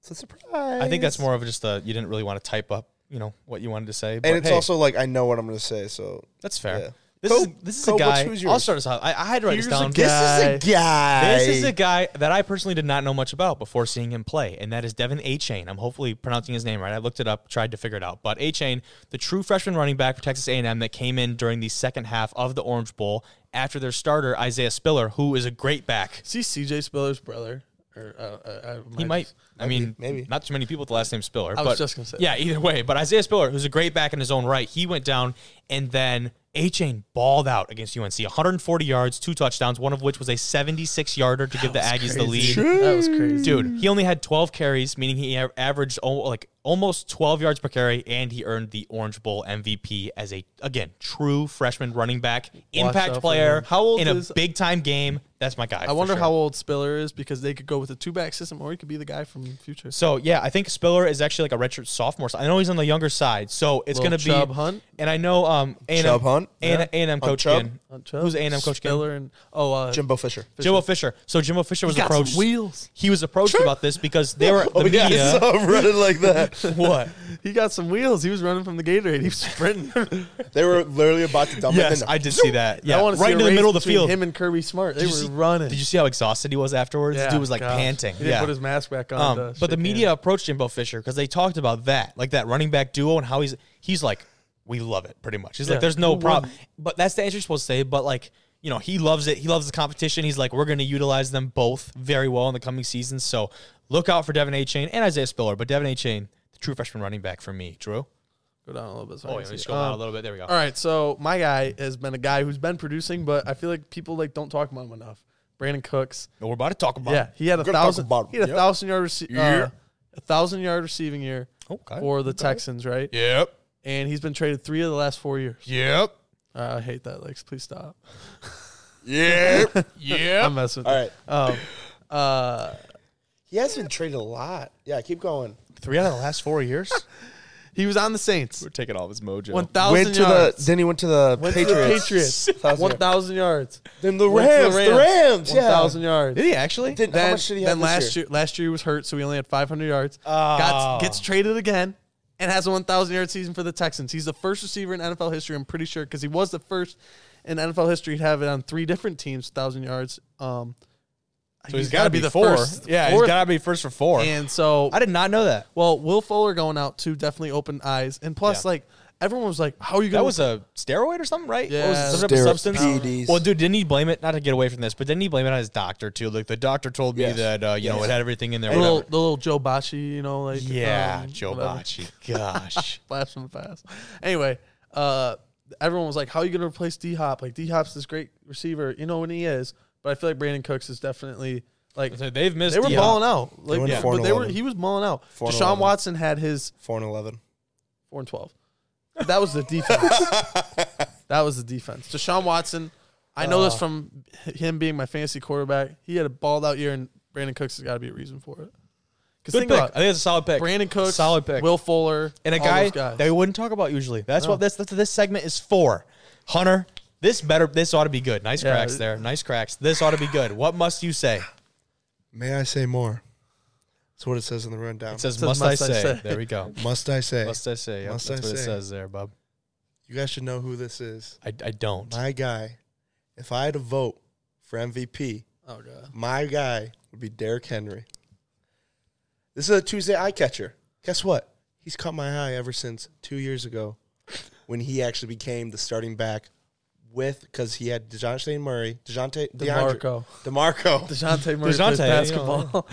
[SPEAKER 1] it's a surprise.
[SPEAKER 2] I think that's more of just a you didn't really want to type up, you know, what you wanted to say. But
[SPEAKER 1] And it's
[SPEAKER 2] hey,
[SPEAKER 1] also like I know what I'm going to say, so
[SPEAKER 2] that's fair.
[SPEAKER 1] yeah.
[SPEAKER 2] This is
[SPEAKER 1] Cole-
[SPEAKER 2] this is
[SPEAKER 1] Cole,
[SPEAKER 2] a
[SPEAKER 1] what's-
[SPEAKER 2] guy.
[SPEAKER 1] who's
[SPEAKER 2] I'll
[SPEAKER 1] yours?
[SPEAKER 2] start us out. I, I had to write this down.
[SPEAKER 1] This is a guy.
[SPEAKER 2] This is a guy that I personally did not know much about before seeing him play, and that is Devin A. Chain. I'm hopefully pronouncing his name right. I looked it up, tried to figure it out. But A. Chain, the true freshman running back for Texas A&M that came in during the second half of the Orange Bowl after their starter Isaiah Spiller, who is a great back.
[SPEAKER 3] See CJ Spiller's brother. Or, uh, uh, I
[SPEAKER 2] He might. I mean,
[SPEAKER 1] maybe.
[SPEAKER 2] not too many people with the last name Spiller.
[SPEAKER 3] I
[SPEAKER 2] but
[SPEAKER 3] was just gonna say.
[SPEAKER 2] yeah, either way. But Isaiah Spiller, who's a great back in his own right, he went down, and then A Chain balled out against UNC, 140 yards, two touchdowns, one of which was a 76 yarder to give the Aggies the lead.
[SPEAKER 3] That was crazy.
[SPEAKER 2] Dude, he only had 12 carries, meaning he a- averaged al- like almost 12 yards per carry, and he earned the Orange Bowl MVP as a again true freshman running back,
[SPEAKER 3] out
[SPEAKER 2] impact
[SPEAKER 3] for
[SPEAKER 2] player.
[SPEAKER 3] him. How old
[SPEAKER 2] in
[SPEAKER 3] is-
[SPEAKER 2] a big time game? That's my guy.
[SPEAKER 3] I wonder how old Spiller is because they could go with a two back system or he could be the guy from future.
[SPEAKER 2] So yeah, I think Spiller is actually like a redshirt sophomore. So I know he's on the younger side, so it's
[SPEAKER 3] Little
[SPEAKER 2] gonna
[SPEAKER 3] Chubb
[SPEAKER 2] be
[SPEAKER 3] Hunt?
[SPEAKER 2] And I know um A&M,
[SPEAKER 1] Chubb Hunt?
[SPEAKER 2] A&M, A&M
[SPEAKER 1] Hunt
[SPEAKER 2] coach
[SPEAKER 1] Chubb?
[SPEAKER 2] again.
[SPEAKER 3] Hunt Chubb,
[SPEAKER 2] Who's A&M coach again?
[SPEAKER 3] Spiller and oh, uh,
[SPEAKER 1] Jimbo Fisher.
[SPEAKER 2] Jimbo Fisher. So Jimbo Fisher was
[SPEAKER 3] got some
[SPEAKER 2] approached.
[SPEAKER 3] wheels.
[SPEAKER 2] He was approached about this because they were the
[SPEAKER 1] Oh
[SPEAKER 2] media.
[SPEAKER 1] yeah, so I'm running like that.
[SPEAKER 2] What?
[SPEAKER 3] He got some wheels. He was running from the Gatorade. He was sprinting.
[SPEAKER 1] they were literally about to dump it.
[SPEAKER 2] Yes,
[SPEAKER 1] and-
[SPEAKER 2] I did see that. Yeah,
[SPEAKER 3] I wanna see
[SPEAKER 2] right
[SPEAKER 3] a
[SPEAKER 2] into the
[SPEAKER 3] race
[SPEAKER 2] middle of the
[SPEAKER 3] between
[SPEAKER 2] field.
[SPEAKER 3] Him and Kirby Smart. They
[SPEAKER 2] Did
[SPEAKER 3] were
[SPEAKER 2] you see-
[SPEAKER 3] running.
[SPEAKER 2] Did you see how exhausted he was afterwards?
[SPEAKER 3] Yeah,
[SPEAKER 2] This dude was like
[SPEAKER 3] gosh.
[SPEAKER 2] panting.
[SPEAKER 3] He didn't
[SPEAKER 2] yeah.
[SPEAKER 3] put his mask back on.
[SPEAKER 2] Um,
[SPEAKER 3] to
[SPEAKER 2] but the
[SPEAKER 3] shake
[SPEAKER 2] media
[SPEAKER 3] hands.
[SPEAKER 2] approached Jimbo Fisher because they talked about that, like that running back duo, and how he's he's like, we love it pretty much. He's
[SPEAKER 3] Yeah.
[SPEAKER 2] like, there's no
[SPEAKER 3] Who
[SPEAKER 2] problem.
[SPEAKER 3] won?
[SPEAKER 2] But that's the answer you're supposed to say. But like, you know, he loves it. He loves the competition. He's like, we're going to utilize them both very well in the coming seasons. So look out for Devin A. Chain and Isaiah Spiller. But Devin A. Chain, the true freshman running back for me, Drew.
[SPEAKER 3] Go down a little bit. so I
[SPEAKER 2] Oh,
[SPEAKER 3] can
[SPEAKER 2] yeah,
[SPEAKER 3] see.
[SPEAKER 2] just go down
[SPEAKER 3] Um,
[SPEAKER 2] a little bit. There we go.
[SPEAKER 3] All right, so my guy has been a guy who's been producing, but I feel like people like don't talk about him enough. Brandon Cooks.
[SPEAKER 2] Well, We're about to talk about.
[SPEAKER 3] Yeah, he had a
[SPEAKER 1] gonna talk
[SPEAKER 3] thousand.
[SPEAKER 1] about him.
[SPEAKER 3] He had a
[SPEAKER 1] Yep.
[SPEAKER 3] thousand yard rece-
[SPEAKER 1] Yeah.
[SPEAKER 3] uh, a thousand yard receiving year
[SPEAKER 2] Okay.
[SPEAKER 3] for the Texans, right?
[SPEAKER 2] Yep.
[SPEAKER 3] And he's been traded three of the last four years.
[SPEAKER 2] Yep.
[SPEAKER 3] Uh, I hate that. Like, please stop.
[SPEAKER 1] Yeah.
[SPEAKER 6] yeah.
[SPEAKER 3] I'm messing with
[SPEAKER 1] All right.
[SPEAKER 3] you. Um, uh,
[SPEAKER 1] He has been traded a lot. Yeah, keep going.
[SPEAKER 6] Three out of the last four years.
[SPEAKER 3] he was on the Saints.
[SPEAKER 2] We're taking all of his mojo.
[SPEAKER 3] One thousand
[SPEAKER 1] Went
[SPEAKER 3] yards.
[SPEAKER 1] to the then he went to the
[SPEAKER 3] Went to the
[SPEAKER 1] Patriots.
[SPEAKER 3] Patriots.
[SPEAKER 1] Thousand
[SPEAKER 3] One
[SPEAKER 1] yard.
[SPEAKER 3] thousand yards.
[SPEAKER 1] then the
[SPEAKER 3] Went to
[SPEAKER 1] Rams. The Rams.
[SPEAKER 3] One
[SPEAKER 1] yeah.
[SPEAKER 3] thousand yards.
[SPEAKER 2] Did he actually?
[SPEAKER 1] Then, how
[SPEAKER 3] Then,
[SPEAKER 1] much did he
[SPEAKER 3] then
[SPEAKER 1] have this
[SPEAKER 3] last year? last year he was hurt, so he only had 500 yards.
[SPEAKER 2] Oh.
[SPEAKER 1] Oh.
[SPEAKER 3] Got, gets traded again and has a 1,000 yard season for the Texans. He's the first receiver in NFL history, I'm pretty sure, because he was the first in NFL history to have it on three different teams, 1,000 yards. Um,
[SPEAKER 6] So he's got to be, the four.
[SPEAKER 3] first,
[SPEAKER 6] yeah,
[SPEAKER 3] fourth.
[SPEAKER 6] he's got to be first for four.
[SPEAKER 3] and so
[SPEAKER 2] I did not know that.
[SPEAKER 3] well, Will Fuller going out too definitely opened eyes, and plus like everyone was like, "How are you going?"
[SPEAKER 2] That was a steroid or something, right? What was it,
[SPEAKER 3] Yeah.
[SPEAKER 2] some type of
[SPEAKER 1] Steroids,
[SPEAKER 2] substance.
[SPEAKER 1] PEDs.
[SPEAKER 2] Well, dude, didn't he blame it? Not to get away from this, but didn't he blame it on his doctor too? Like the doctor told me
[SPEAKER 1] Yes.
[SPEAKER 2] that uh, you know
[SPEAKER 1] Yes.
[SPEAKER 2] it had everything in there.
[SPEAKER 3] the little,
[SPEAKER 2] whatever.
[SPEAKER 3] the little Joe Bocci, you know, like
[SPEAKER 2] yeah,
[SPEAKER 3] um,
[SPEAKER 2] Joe
[SPEAKER 3] whatever.
[SPEAKER 2] Bocci. Gosh.
[SPEAKER 3] blast from the past. Anyway, uh, everyone was like, "How are you going to replace D Hop? Like D Hop's this great receiver, you know, when he is." But I feel like Brandon Cooks is definitely like
[SPEAKER 6] So they've missed.
[SPEAKER 3] they were
[SPEAKER 6] Deion.
[SPEAKER 3] balling out. Like,
[SPEAKER 1] went
[SPEAKER 3] yeah,
[SPEAKER 1] four
[SPEAKER 3] but
[SPEAKER 1] and
[SPEAKER 3] they were
[SPEAKER 1] 11.
[SPEAKER 3] he was balling out.
[SPEAKER 1] Four and
[SPEAKER 3] Deshaun
[SPEAKER 1] 11.
[SPEAKER 3] Watson had his
[SPEAKER 1] Four and eleven.
[SPEAKER 3] four and twelve. That was the defense. that was the defense. Deshaun Watson. I know
[SPEAKER 1] Uh.
[SPEAKER 3] this from him being my fantasy quarterback. He had a balled out year, and Brandon Cooks has got to be a reason for it. Because
[SPEAKER 2] Good
[SPEAKER 3] think
[SPEAKER 2] pick. I
[SPEAKER 3] about it,
[SPEAKER 2] think it's a solid pick.
[SPEAKER 3] Brandon Cooks,
[SPEAKER 2] solid pick.
[SPEAKER 3] Will Fuller,
[SPEAKER 2] and a
[SPEAKER 3] all
[SPEAKER 2] guy
[SPEAKER 3] those guys.
[SPEAKER 2] that we wouldn't talk about usually. That's what this that's what this segment is for. Hunter, this better this ought to be good. Nice
[SPEAKER 3] Yeah.
[SPEAKER 2] cracks there. Nice cracks. This ought to be good. What must you say?
[SPEAKER 1] May I say more? That's what it says in the rundown.
[SPEAKER 2] It says,
[SPEAKER 3] says,
[SPEAKER 2] must, I, say. There we go.
[SPEAKER 1] must I say?
[SPEAKER 2] Must I say? Yep,
[SPEAKER 1] Must
[SPEAKER 2] that's
[SPEAKER 1] I
[SPEAKER 2] what it
[SPEAKER 1] say.
[SPEAKER 2] says there, bub.
[SPEAKER 1] you guys should know who this is.
[SPEAKER 2] I, I don't.
[SPEAKER 1] My guy. If I had to vote for MVP,
[SPEAKER 3] oh god,
[SPEAKER 1] my guy would be Derrick Henry. This is a Tuesday eye catcher. Guess what? He's caught my eye ever since two years ago when he actually became the starting back with because he had DeJounte Murray, DeJounte DeAndre-
[SPEAKER 3] DeMarco.
[SPEAKER 1] DeMarco.
[SPEAKER 3] Dejounte Murray
[SPEAKER 2] DeJounte,
[SPEAKER 3] plays
[SPEAKER 2] you know,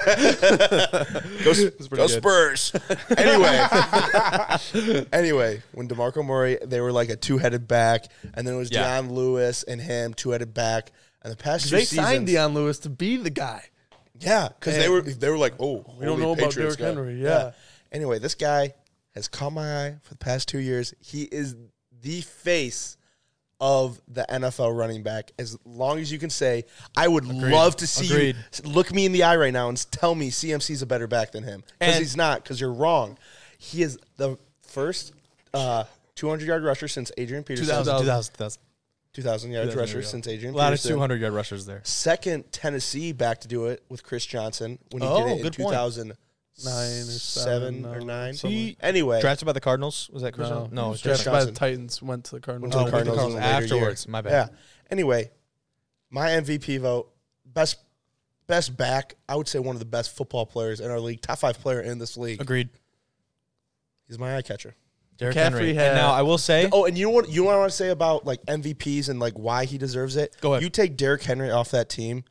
[SPEAKER 3] basketball.
[SPEAKER 1] Go, Sp- go Spurs. anyway, anyway, when Demarco Murray, they were like a two-headed back, and then it was
[SPEAKER 2] Yeah.
[SPEAKER 1] Deion Lewis and him, two-headed back. And the past two
[SPEAKER 3] they
[SPEAKER 1] seasons,
[SPEAKER 3] signed Deion Lewis to be the guy.
[SPEAKER 1] Yeah, because they were they were like, oh, we
[SPEAKER 3] don't know about Derrick Henry, yeah.
[SPEAKER 1] Anyway, this guy has caught my eye for the past two years. He is the face of the NFL running back. As long as you can say, I would love to see
[SPEAKER 2] Agreed.
[SPEAKER 1] you s- look me in the eye right now and s- tell me CMC's a better back than him because
[SPEAKER 2] And-
[SPEAKER 1] he's not. Because you're wrong. He is the first. Uh, 200 yard rusher since Adrian Peterson.
[SPEAKER 2] 2000,
[SPEAKER 1] 2000,
[SPEAKER 2] 2000, 2000.
[SPEAKER 1] yard
[SPEAKER 2] 2000,
[SPEAKER 1] rusher
[SPEAKER 2] yeah.
[SPEAKER 1] since Adrian
[SPEAKER 2] A lot of
[SPEAKER 1] Peterson
[SPEAKER 2] 200 yard rushers there.
[SPEAKER 1] second Tennessee back to do it with Chris Johnson when he
[SPEAKER 2] Oh,
[SPEAKER 1] did it in
[SPEAKER 2] good point.
[SPEAKER 1] 2009
[SPEAKER 3] Nine or
[SPEAKER 1] seven
[SPEAKER 3] seven,
[SPEAKER 1] or
[SPEAKER 3] no,
[SPEAKER 1] nine.
[SPEAKER 3] something
[SPEAKER 2] like
[SPEAKER 1] anyway,
[SPEAKER 2] Drafted by the Cardinals? Was that Chris? No,
[SPEAKER 3] he was
[SPEAKER 2] it's
[SPEAKER 3] drafted
[SPEAKER 2] drafted
[SPEAKER 1] Johnson.
[SPEAKER 3] by the Titans, went to the Cardinals.
[SPEAKER 1] went to
[SPEAKER 2] Oh,
[SPEAKER 1] the
[SPEAKER 2] with
[SPEAKER 1] Cardinals, in a later
[SPEAKER 2] afterwards.
[SPEAKER 1] year.
[SPEAKER 2] My bad.
[SPEAKER 1] Yeah. Anyway, my MVP vote, best best back. I would say one of the best football players in our league, top five player in this league.
[SPEAKER 2] Agreed.
[SPEAKER 1] He's my eye catcher.
[SPEAKER 2] Derrick
[SPEAKER 3] McCaffrey
[SPEAKER 2] Henry.
[SPEAKER 3] had-
[SPEAKER 2] and now I will say,
[SPEAKER 1] Oh, and you know what? You know what I want to say about like MVPs and like why he deserves it.
[SPEAKER 2] Go ahead.
[SPEAKER 1] You take Derrick Henry off that team.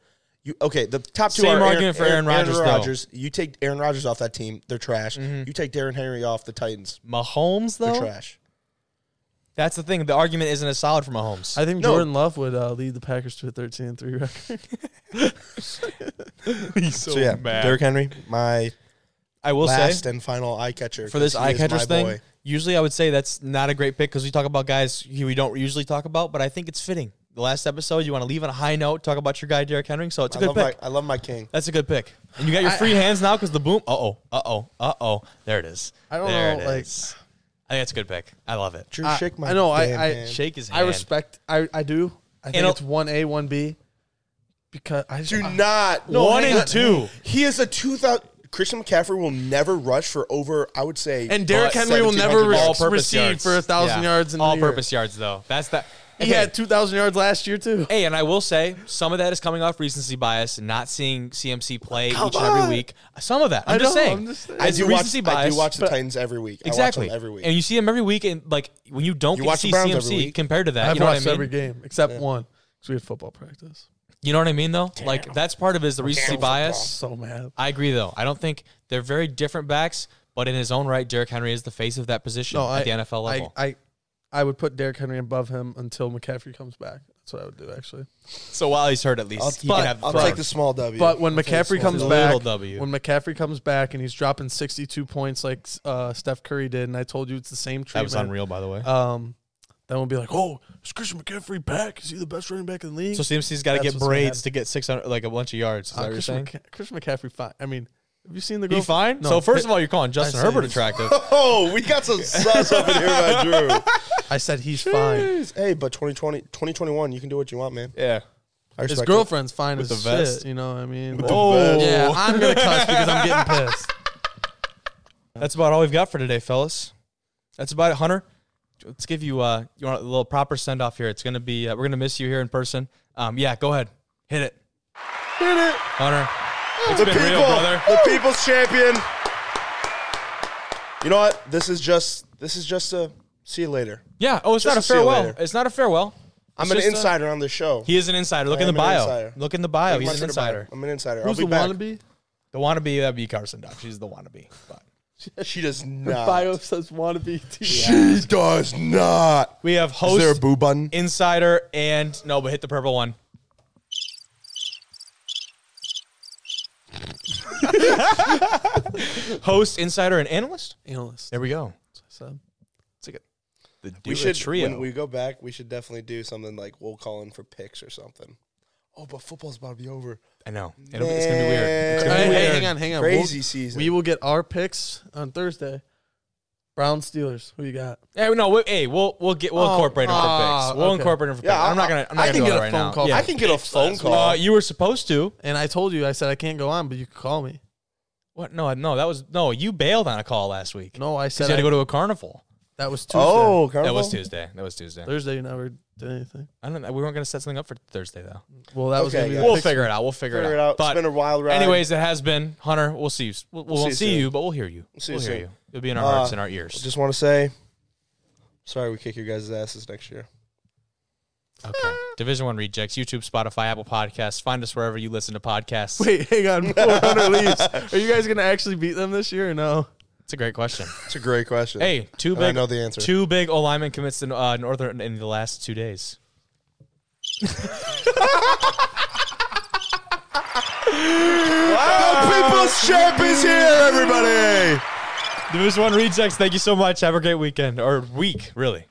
[SPEAKER 1] You okay? The top two
[SPEAKER 2] Same
[SPEAKER 1] are Aaron-
[SPEAKER 2] argument for Aaron Rodgers, though. Mm-hmm.
[SPEAKER 1] Rodgers. You take Aaron Rodgers off that team. They're trash. You take Darren Henry off the Titans.
[SPEAKER 2] Mahomes,
[SPEAKER 1] They're
[SPEAKER 2] though,
[SPEAKER 1] trash.
[SPEAKER 2] that's the thing. The argument isn't as solid for Mahomes.
[SPEAKER 3] I think
[SPEAKER 1] No.
[SPEAKER 3] Jordan Love would uh, lead the Packers to a 13 and 3 record.
[SPEAKER 1] So, yeah, Derrick Henry, my
[SPEAKER 2] I will say,
[SPEAKER 1] last and final eye catcher
[SPEAKER 2] for this
[SPEAKER 1] 'cause he
[SPEAKER 2] eye
[SPEAKER 1] is
[SPEAKER 2] catchers
[SPEAKER 1] my
[SPEAKER 2] thing.
[SPEAKER 1] boy.
[SPEAKER 2] Usually, I would say that's not a great pick because we talk about guys who we don't usually talk about, but I think it's fitting. The last episode, you want to leave on a high note, talk about your guy Derek Henry, so it's a
[SPEAKER 1] I
[SPEAKER 2] good
[SPEAKER 1] love,
[SPEAKER 2] pick.
[SPEAKER 1] my, I love my king.
[SPEAKER 2] that's a good pick, and you got your free hands now because the boom. Uh oh, uh oh, uh oh. There it is.
[SPEAKER 3] I don't
[SPEAKER 2] There
[SPEAKER 3] know,
[SPEAKER 2] it
[SPEAKER 3] like-
[SPEAKER 2] is. I think that's a good pick. I love it.
[SPEAKER 1] Drew,
[SPEAKER 3] I-
[SPEAKER 1] shake my
[SPEAKER 3] I know, I-
[SPEAKER 1] damn
[SPEAKER 3] I-
[SPEAKER 1] hand.
[SPEAKER 2] Shake his
[SPEAKER 3] I
[SPEAKER 2] hand.
[SPEAKER 3] respect, I, I do. I think
[SPEAKER 2] And-
[SPEAKER 3] it's 1A, 1B. Because I
[SPEAKER 1] Do
[SPEAKER 3] I-
[SPEAKER 1] not.
[SPEAKER 2] one
[SPEAKER 3] hang
[SPEAKER 2] and
[SPEAKER 3] on.
[SPEAKER 2] two.
[SPEAKER 1] He is a 2000. Christian McCaffrey will never rush for over, I would say.
[SPEAKER 3] And Derrick
[SPEAKER 1] uh,
[SPEAKER 3] Henry will never
[SPEAKER 1] 1700
[SPEAKER 3] re-
[SPEAKER 1] yards.
[SPEAKER 3] receive for 1,000 yards in the year.
[SPEAKER 2] all-purpose yards though. That's that.
[SPEAKER 3] He
[SPEAKER 2] Okay.
[SPEAKER 3] had 2,000 yards last year, too.
[SPEAKER 2] Hey, and I will say some of that is coming off recency bias and not seeing CMC play each and
[SPEAKER 1] on.
[SPEAKER 2] every week. Some of that. I'm,
[SPEAKER 3] I
[SPEAKER 2] just,
[SPEAKER 3] know,
[SPEAKER 2] saying.
[SPEAKER 3] I'm just saying.
[SPEAKER 1] I
[SPEAKER 2] It's
[SPEAKER 1] do,
[SPEAKER 2] recency
[SPEAKER 1] watch, I
[SPEAKER 2] bias.
[SPEAKER 1] do watch the Titans every week. I
[SPEAKER 2] Exactly.
[SPEAKER 1] watch them every week.
[SPEAKER 2] And you see him every week, and like when you don't
[SPEAKER 1] You
[SPEAKER 2] get
[SPEAKER 1] watch
[SPEAKER 2] to see
[SPEAKER 1] the Browns every
[SPEAKER 2] CMC
[SPEAKER 1] week.
[SPEAKER 2] compared to that,
[SPEAKER 3] I've
[SPEAKER 2] you know what I
[SPEAKER 3] watched
[SPEAKER 2] mean?
[SPEAKER 3] every game except one because we had football practice.
[SPEAKER 2] You know what I mean, though. Like that's part of his the recency bias.
[SPEAKER 3] So mad.
[SPEAKER 2] I agree, though. I don't think they're very different backs, but in his own right, Derrick Henry is the face of that position
[SPEAKER 3] No,
[SPEAKER 2] at
[SPEAKER 3] I,
[SPEAKER 2] the NFL
[SPEAKER 3] I-
[SPEAKER 2] level.
[SPEAKER 3] I, I, would put Derrick Henry above him until McCaffrey comes back. That's what I would do actually.
[SPEAKER 2] so while he's hurt, at least
[SPEAKER 1] I'll,
[SPEAKER 2] he
[SPEAKER 1] but
[SPEAKER 2] can have the
[SPEAKER 1] I'll
[SPEAKER 2] throne.
[SPEAKER 1] take the small W.
[SPEAKER 3] But when
[SPEAKER 1] I'll take the
[SPEAKER 3] McCaffrey
[SPEAKER 1] small
[SPEAKER 3] comes
[SPEAKER 1] W.
[SPEAKER 2] Little
[SPEAKER 3] back,
[SPEAKER 2] W.
[SPEAKER 3] when McCaffrey comes back and he's dropping 62 points like uh, Steph Curry did, and I told you it's the same treatment.
[SPEAKER 2] that was unreal, by the way.
[SPEAKER 3] Um, Then we'll be like, oh, is Christian McCaffrey back? Is he the best running back in the league?
[SPEAKER 2] So CMC's got to
[SPEAKER 3] That's
[SPEAKER 2] get
[SPEAKER 3] what's gonna
[SPEAKER 2] braids to get six hundred, like a bunch of yards. Is that
[SPEAKER 3] Uh,
[SPEAKER 2] what you're
[SPEAKER 3] Christian,
[SPEAKER 2] saying?
[SPEAKER 3] McCa- Christian McCaffrey, fine. I mean, have you seen the girl?
[SPEAKER 2] He fine?
[SPEAKER 3] No,
[SPEAKER 2] so first
[SPEAKER 3] it-
[SPEAKER 2] of all, you're calling Justin
[SPEAKER 3] said
[SPEAKER 2] Herbert
[SPEAKER 3] he's-
[SPEAKER 2] attractive.
[SPEAKER 1] Oh, we got some sauce up in here by Drew.
[SPEAKER 3] I said he's fine.
[SPEAKER 1] Jeez. Hey, but 2020, 2021, you can do what you want, man.
[SPEAKER 2] yeah.
[SPEAKER 1] I
[SPEAKER 3] His
[SPEAKER 1] respect it. Oh,
[SPEAKER 3] girlfriend's fine
[SPEAKER 2] With
[SPEAKER 3] as
[SPEAKER 2] the vest?
[SPEAKER 3] shit. You know, what I mean,
[SPEAKER 1] With the
[SPEAKER 3] Well,
[SPEAKER 1] vest.
[SPEAKER 3] yeah, I'm gonna cuss because I'm getting pissed.
[SPEAKER 2] That's about all we've got for today, fellas. That's about it, Hunter. Let's give you uh, you want a little proper send off here. It's gonna be uh, we're gonna miss you here in person. Um, yeah, go ahead, hit it,
[SPEAKER 1] Hit it.
[SPEAKER 2] Hunter. It's
[SPEAKER 1] the
[SPEAKER 2] been
[SPEAKER 1] people,
[SPEAKER 2] real, brother.
[SPEAKER 1] the people's champion. You know what? This is just this is just a see you later.
[SPEAKER 2] Yeah. Oh, it's
[SPEAKER 1] Just
[SPEAKER 2] not a
[SPEAKER 1] see you
[SPEAKER 2] farewell.
[SPEAKER 1] later.
[SPEAKER 2] It's not a farewell.
[SPEAKER 1] I'm
[SPEAKER 2] It's
[SPEAKER 1] an
[SPEAKER 2] just a-
[SPEAKER 1] insider on this show.
[SPEAKER 2] He is an insider. Look
[SPEAKER 1] I
[SPEAKER 2] in the
[SPEAKER 1] am an
[SPEAKER 2] bio.
[SPEAKER 1] insider.
[SPEAKER 2] Look in the bio.
[SPEAKER 1] I'm
[SPEAKER 2] He's an
[SPEAKER 1] considered
[SPEAKER 2] insider.
[SPEAKER 1] by- I'm an insider.
[SPEAKER 3] Who's
[SPEAKER 1] I'll
[SPEAKER 3] the
[SPEAKER 1] be back.
[SPEAKER 3] wannabe?
[SPEAKER 2] The wannabe that'd be Carson Duff. She's the wannabe. But
[SPEAKER 1] She does not.
[SPEAKER 3] Bio says wannabe.
[SPEAKER 1] She does not.
[SPEAKER 2] we have
[SPEAKER 1] Is there a
[SPEAKER 2] host,
[SPEAKER 1] boo button?
[SPEAKER 2] insider, and no, but hit the purple one. host, insider, and analyst.
[SPEAKER 3] Analyst.
[SPEAKER 2] There we go.
[SPEAKER 3] So,
[SPEAKER 2] The duo
[SPEAKER 1] we should
[SPEAKER 2] trio.
[SPEAKER 1] when we go back. We should definitely do something like we'll call in for picks or something. Oh, but football's about to be over.
[SPEAKER 2] I know. It'll be, it's gonna be weird. It's
[SPEAKER 1] Man.
[SPEAKER 2] gonna be
[SPEAKER 3] Hey, hey,
[SPEAKER 2] weird.
[SPEAKER 3] hang on, hang on. We'll-
[SPEAKER 1] Crazy season.
[SPEAKER 3] we will get our picks on Thursday. Brown Steelers. Who you got?
[SPEAKER 2] Hey, no. We, hey, we'll we'll get we'll
[SPEAKER 3] Oh,
[SPEAKER 2] incorporate him for
[SPEAKER 3] ah,
[SPEAKER 2] picks. We'll
[SPEAKER 3] okay.
[SPEAKER 2] incorporate him for
[SPEAKER 1] uh, Yeah,
[SPEAKER 2] picks. I'm
[SPEAKER 1] I-
[SPEAKER 2] not gonna. I'm
[SPEAKER 1] I
[SPEAKER 2] not gonna
[SPEAKER 1] can
[SPEAKER 2] do
[SPEAKER 3] get
[SPEAKER 2] that
[SPEAKER 3] a
[SPEAKER 2] right
[SPEAKER 3] phone
[SPEAKER 2] now.
[SPEAKER 3] call.
[SPEAKER 2] Yeah.
[SPEAKER 1] I can get a phone call.
[SPEAKER 2] Uh, you were supposed to.
[SPEAKER 3] And I told you, I said I can't go on, but you could call me.
[SPEAKER 2] What? No, no. That was no. You bailed on a call last week.
[SPEAKER 3] No, I
[SPEAKER 2] Because
[SPEAKER 3] said
[SPEAKER 2] you had to
[SPEAKER 3] I-
[SPEAKER 2] go to a carnival.
[SPEAKER 3] that was Tuesday.
[SPEAKER 1] oh,
[SPEAKER 2] That was
[SPEAKER 1] Carnival?
[SPEAKER 2] Tuesday. That was Tuesday.
[SPEAKER 3] Thursday you never did anything.
[SPEAKER 2] I don't. know. We weren't going to set something up for Thursday though.
[SPEAKER 3] Well, that was
[SPEAKER 1] Okay,
[SPEAKER 3] gonna be
[SPEAKER 1] guys.
[SPEAKER 3] the
[SPEAKER 2] We'll
[SPEAKER 3] picks.
[SPEAKER 2] figure it out. We'll figure,
[SPEAKER 1] Figure it out.
[SPEAKER 2] But
[SPEAKER 1] it's been a wild ride.
[SPEAKER 2] anyways, it has been Hunter. We'll see you. s- We'll,
[SPEAKER 1] see
[SPEAKER 2] we won't
[SPEAKER 1] you
[SPEAKER 2] see
[SPEAKER 1] soon.
[SPEAKER 2] you, but we'll hear you.
[SPEAKER 1] see you
[SPEAKER 2] we'll hear
[SPEAKER 1] soon.
[SPEAKER 2] you. It'll be in our hearts
[SPEAKER 1] Uh,
[SPEAKER 2] and our ears.
[SPEAKER 1] just want to say, sorry we kick your guys' asses next year.
[SPEAKER 2] okay. Division One rejects. YouTube, Spotify, Apple Podcasts. Find us wherever you listen to podcasts.
[SPEAKER 3] Wait, hang on. Before Hunter leaves, are you guys gonna actually beat them this year or no?
[SPEAKER 2] It's a great question.
[SPEAKER 1] It's a great question.
[SPEAKER 2] hey, two
[SPEAKER 1] And I
[SPEAKER 2] big.
[SPEAKER 1] know the answer.
[SPEAKER 2] Two big O linemen commits to uh, Northern in the last two days.
[SPEAKER 1] People's champ is here, everybody.
[SPEAKER 2] Division One rejects. Thank you so much. Have a great weekend or week, really.